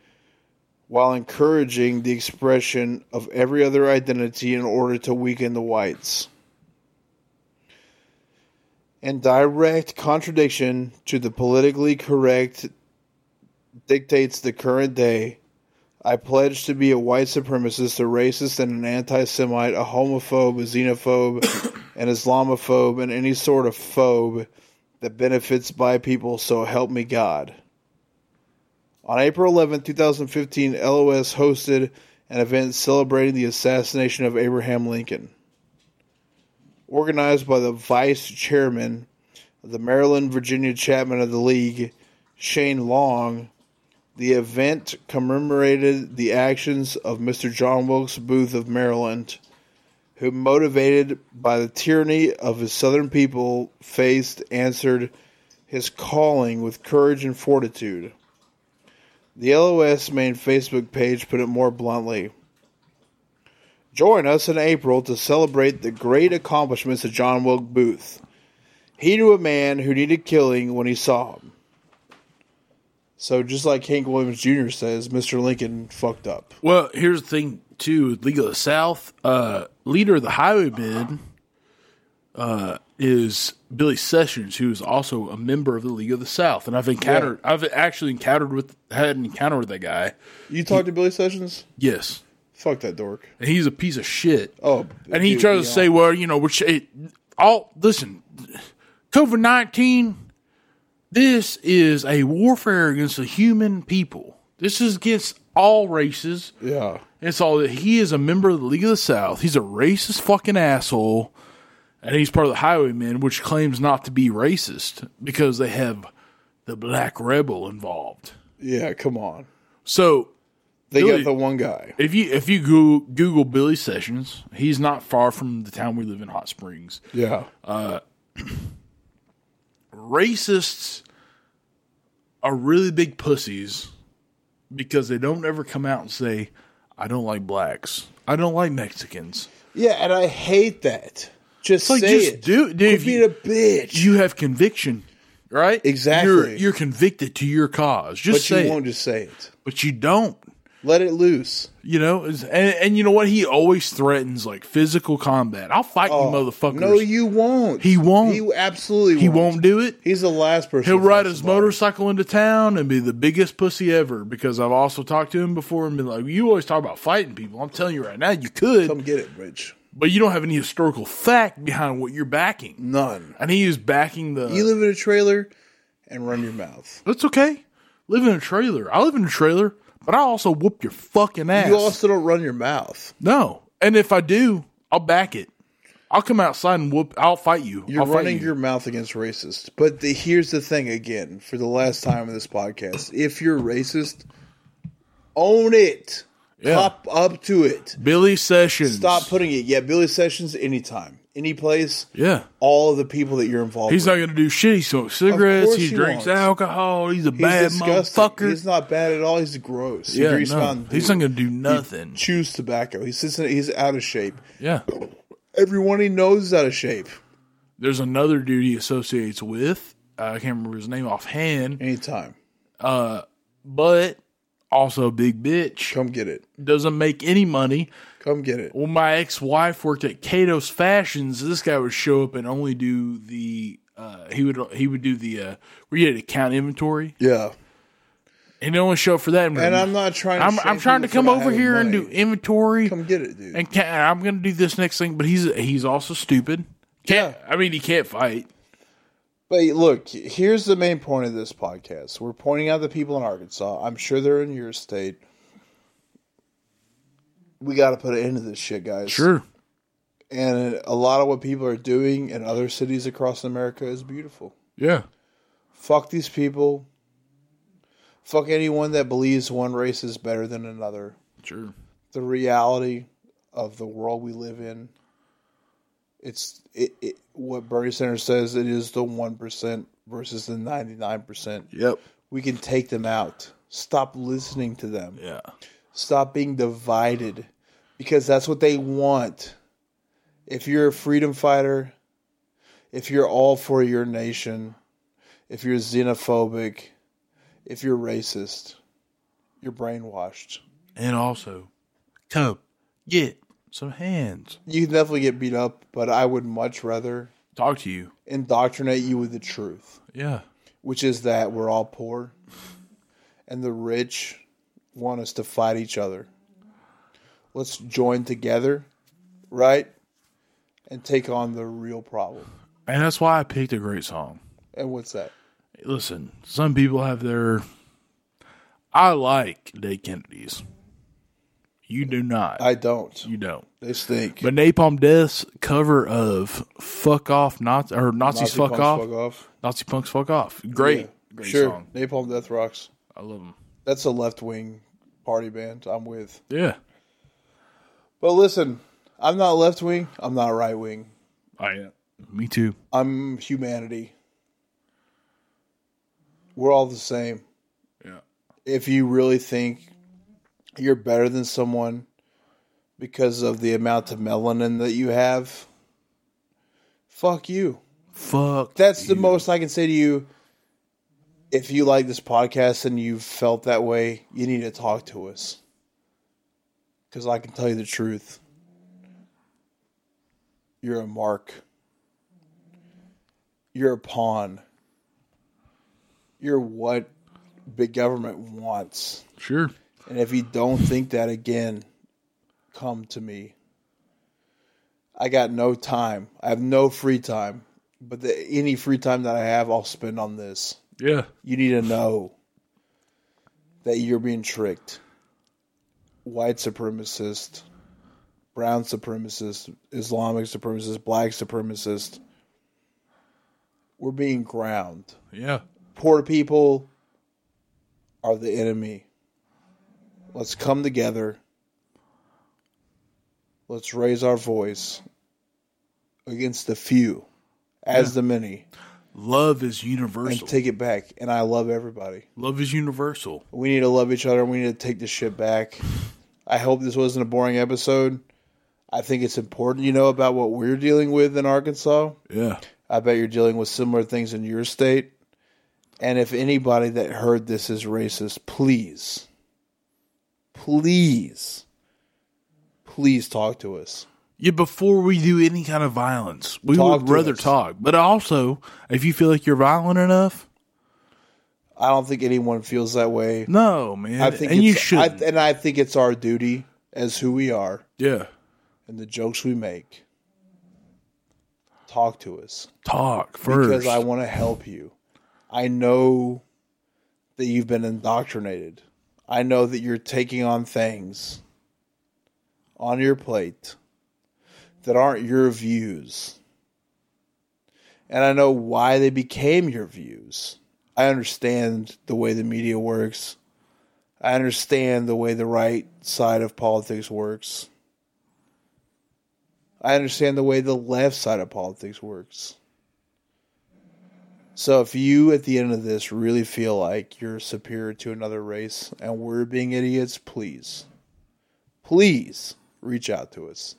while encouraging the expression of every other identity in order to weaken the whites. In direct contradiction to the politically correct dictates the current day, I pledge to be a white supremacist, a racist, and an anti Semite, a homophobe, a xenophobe, an Islamophobe, and any sort of phobe that benefits by people, so help me God. On April 11, 2015, LOS hosted an event celebrating the assassination of Abraham Lincoln. Organized by the vice chairman of the Maryland Virginia Chapman of the League, Shane Long, the event commemorated the actions of Mr. John Wilkes Booth of Maryland, who, motivated by the tyranny of his Southern people, faced, answered his calling with courage and fortitude. The LOS main Facebook page put it more bluntly. Join us in April to celebrate the great accomplishments of John Wilkes Booth. He knew a man who needed killing when he saw him. So just like Hank Williams Jr. says, Mr. Lincoln fucked up.
well, here's the thing too. with League of the South, uh, leader of the Highwaymen, uh, is Billy Sessions, who is also a member of the League of the South. And I've encountered, I've actually encountered with had an encounter with that guy.
You talked to Billy Sessions?
Yes,
Fuck that dork.
and he's a piece of shit.
Oh,
and he
dude,
tries to
yeah.
say, well, you know, which it, all listen, COVID nineteen. This is a warfare against the human people. This is against all races.
yeah,
And it's all that he is a member of the League of the South. He's a racist fucking asshole. And he's part of the Highwaymen, which claims not to be racist because they have the black rebel involved.
yeah. Come on,
So
they got
Billy-
the one guy.
if you if you Google, Google Billy Sessions, he's not far from the town we live in, Hot Springs.
Yeah,
Racists are really big pussies because they don't ever come out and say, "I don't like blacks. I don't like Mexicans."
yeah. And I hate that. Just
like,
say
just
it.
do- dude, if
Quit being
you-
a bitch.
You have conviction, right?
Exactly.
You're, you're convicted to your cause. Just
but
say
you
it.
won't just say it.
But you don't.
Let it loose.
You know, It's- and, and you know what? He always threatens like physical combat. I'll fight you, motherfuckers.
Oh, No, you won't.
He won't.
He absolutely
he won't do it.
He's the last person.
He'll
to
ride
touch
his
the bottom.
motorcycle into town and be the biggest pussy ever because I've also talked to him before and been like, You always talk about fighting people. I'm telling you right now, you could,
Come get it, Rich.
but you don't have any historical fact behind what you're backing.
None.
And he is backing the.
You live in a trailer and run your mouth.
That's okay. Live in a trailer. I live in a trailer, but I also whoop your fucking ass.
You also don't run your mouth.
no. And if I do, I'll back it. I'll come outside and whoop. I'll fight you.
You're
I'll fight
running
you.
your mouth against racists. But the, here's the thing again, for the last time in this podcast. If you're racist, own it.
Yeah.
Pop up to it.
Billy Sessions.
Stop putting it. Yeah, Billy Sessions, anytime, any place,
Yeah.
all of the people that you're involved
He's
with.
not going to do shit. He smokes cigarettes. He,
he
drinks
won't.
alcohol. He's a
He's
bad
disgusting.
motherfucker.
He's not bad at all. He's gross. He
yeah,
drinks
no.
Mountain
he's
Dew.
not going to do nothing.
chews tobacco. He sits in, he's out of shape.
Yeah.
Everyone he knows is out of shape.
There's another dude he associates with. I can't remember his name offhand,
Anytime.
but also a big bitch.
Come get it.
Doesn't make any money.
Come get it.
Well, my ex wife worked at Cato's Fashions. This guy would show up and only do the. Uh, he would he would do the uh, where you had to count inventory,
Yeah.
and he only show up for that.
And I'm not trying to
I'm,
shame
I'm trying to
people for
come
not
over
having
here and
money.
do inventory.
Come get it, dude.
and can't, and I'm gonna do this next thing. But he's he's also stupid. Can't I mean he can't fight.
But look, here's the main point of this podcast. We're pointing out the people in Arkansas. I'm sure they're in your state. We got to put an end to this shit, guys. And a lot of what people are doing in other cities across America is beautiful.
yeah,
Fuck these people. Fuck anyone that believes one race is better than another.
sure.
the reality of the world we live in. It's it, it what Bernie Sanders says. It is the one percent versus the ninety nine percent.
Yep.
We can take them out. Stop listening to them.
Yeah.
Stop being divided, because that's what they want. If you're a freedom fighter, if you're all for your nation, if you're xenophobic, if you're racist, you're brainwashed.
And also, come get some hands.
you can definitely get beat up, but I would much rather
Talk to you.
indoctrinate you with the truth,
Yeah.
which is that we're all poor and the rich want us to fight each other. Let's join together, right? And take on the real problem.
And that's why I picked a great song.
And what's that?
Listen, some people have their. I like Dead Kennedys. You do not.
I don't.
you don't.
They stink.
But Napalm Death's cover of "Fuck Off" Nazi or Nazis,
Nazi
fuck
punks
off.
Fuck off.
Nazi punks fuck off. Great,
Yeah.
great
sure.
song.
Napalm Death Rocks.
I love them.
That's a left wing party band I'm with.
Yeah,
But listen, I'm not left wing, I'm not right wing.
I am. Me too.
I'm humanity. We're all the same.
Yeah.
If you really think you're better than someone because of the amount of melanin that you have, fuck you.
Fuck.
That's the most I can say to you. If you like this podcast and you've felt that way, you need to talk to us. Because I can tell you the truth. You're a mark. You're a pawn. You're what big government wants.
sure.
And if you don't think that again, come to me. I got no time. I have no free time. But the, any free time that I have, I'll spend on this.
Yeah.
You need to know that you're being tricked. White supremacist, brown supremacist, Islamic supremacist, black supremacist. We're being ground
Yeah.
poor people are the enemy. Let's come together. Let's raise our voice against the few as the many
Love is
and
universal.
take it back. And I love everybody.
Love is universal.
We need to love each other. We need to take this shit back. I hope this wasn't a boring episode. I think it's important you know about what we're dealing with in Arkansas.
Yeah.
I bet you're dealing with similar things in your state. And if anybody that heard this is racist, please, please, please talk to us.
Yeah, before we do any kind of violence, we
Talk
would
to
rather
us.
talk. But also, if you feel like you're violent enough,
I don't think anyone feels that way.
no, man.
I think
and
it's,
you should.
I, and I think it's our duty as who we are
yeah.
and the jokes we make. Talk to us
Talk first.
because I want to help you. I know that you've been indoctrinated. I know that you're taking on things on your plate that aren't your views. And I know why they became your views. I understand the way the media works. I understand the way the right side of politics works. I understand the way the left side of politics works. So if you at the end of this really feel like you're superior to another race and we're being idiots, please, please reach out to us.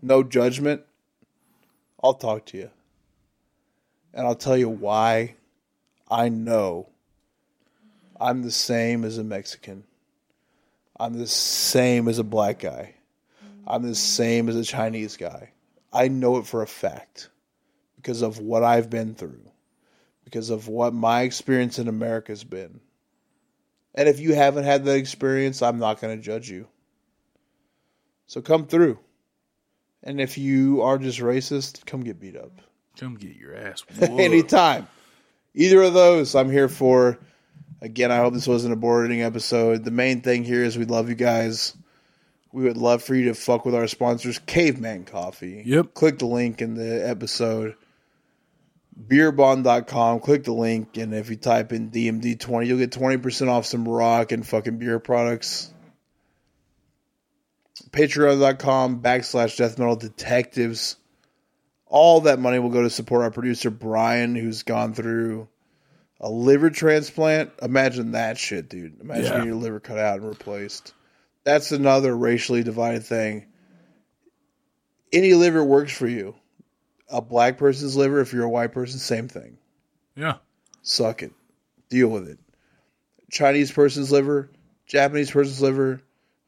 No judgment. I'll talk to you. And I'll tell you why I know I'm the same as a Mexican. I'm the same as a black guy. I'm the same as a Chinese guy. I know it for a fact because of what I've been through because of what my experience in America has been. And if you haven't had that experience, I'm not going to judge you. So come through. And if you are just racist, come get beat up
Come get your ass. whooped.
anytime. Either of those, I'm here for. Again, I hope this wasn't a boring episode. The main thing here is we love you guys. We would love for you to fuck with our sponsors, Caveman Coffee.
Yep.
Click the link in the episode. Beerbond.com. Click the link, and if you type in DMD20, you'll get 20% off some rock and fucking beer products. Patreon.com backslash death metal detectives all that money will go to support our producer Brian, who's gone through a liver transplant. Imagine that shit, dude. Imagine
Yeah.
getting your liver cut out and replaced. That's another racially divided thing. Any liver works for you. A black person's liver, if you're a white person, same thing.
Yeah.
Suck it. Deal with it. Chinese person's liver, Japanese person's liver,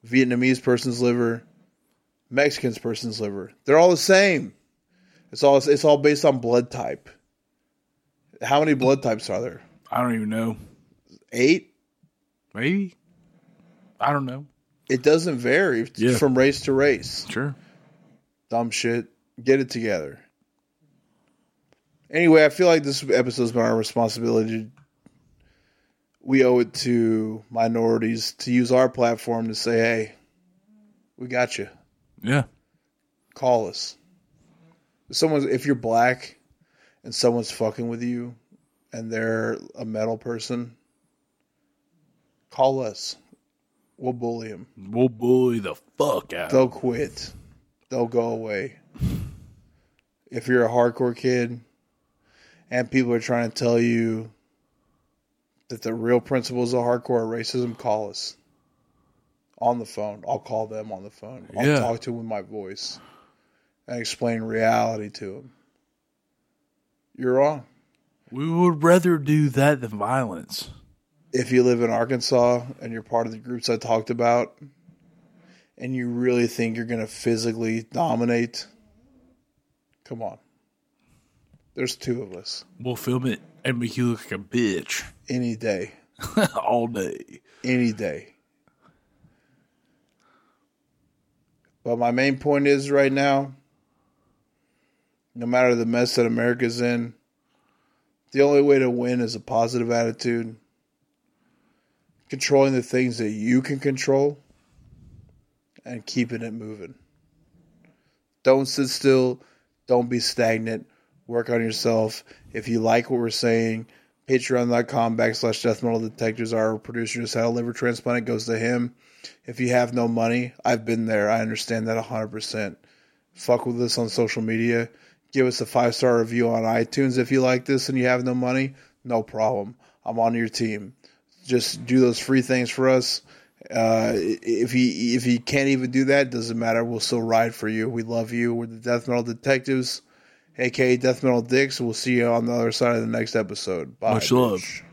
Vietnamese person's liver, Mexican's person's liver. They're all the same. It's all it's all based on blood type. How many blood types are there?
I don't even know.
Eight?
Maybe. I don't know.
It doesn't vary
Yeah.
from race to race.
Sure.
Dumb shit. Get it together. Anyway, I feel like this episode's been our responsibility. We owe it to minorities to use our platform to say, hey, we got you.
Yeah.
call us. If someone's if you're black and someone's fucking with you and they're a metal person, call us. We'll bully them.
We'll bully the fuck out.
They'll quit. They'll go away. If you're a hardcore kid and people are trying to tell you that the real principles of hardcore are racism, call us on the phone. I'll call them on the phone. I'll
Yeah.
talk to them with my voice and explain reality to them. You're wrong.
we would rather do that than violence.
if you live in Arkansas and you're part of the groups I talked about, and you really think you're going to physically dominate, come on. There's two of us
We'll film it and make you look like a bitch
any day,
all day.
any day. But my main point is right now, no matter the mess that America's in, the only way to win is a positive attitude, controlling the things that you can control, and keeping it moving. Don't sit still, don't be stagnant, work on yourself. If you like what we're saying, patreon.com backslash death metal detectives. Our producer just had a liver transplant, it goes to him. If you have no money, I've been there. I understand that 100% fuck with us on social media. Give us a five star review on iTunes if you like this and you have no money. No problem. I'm on your team. Just do those free things for us. Uh, if he if he can't even do that, doesn't matter. We'll still ride for you. We love you. We're the Death Metal Detectives, aka Death Metal Dicks. We'll see you on the other side of the next episode. Bye.
Much love.
bitch.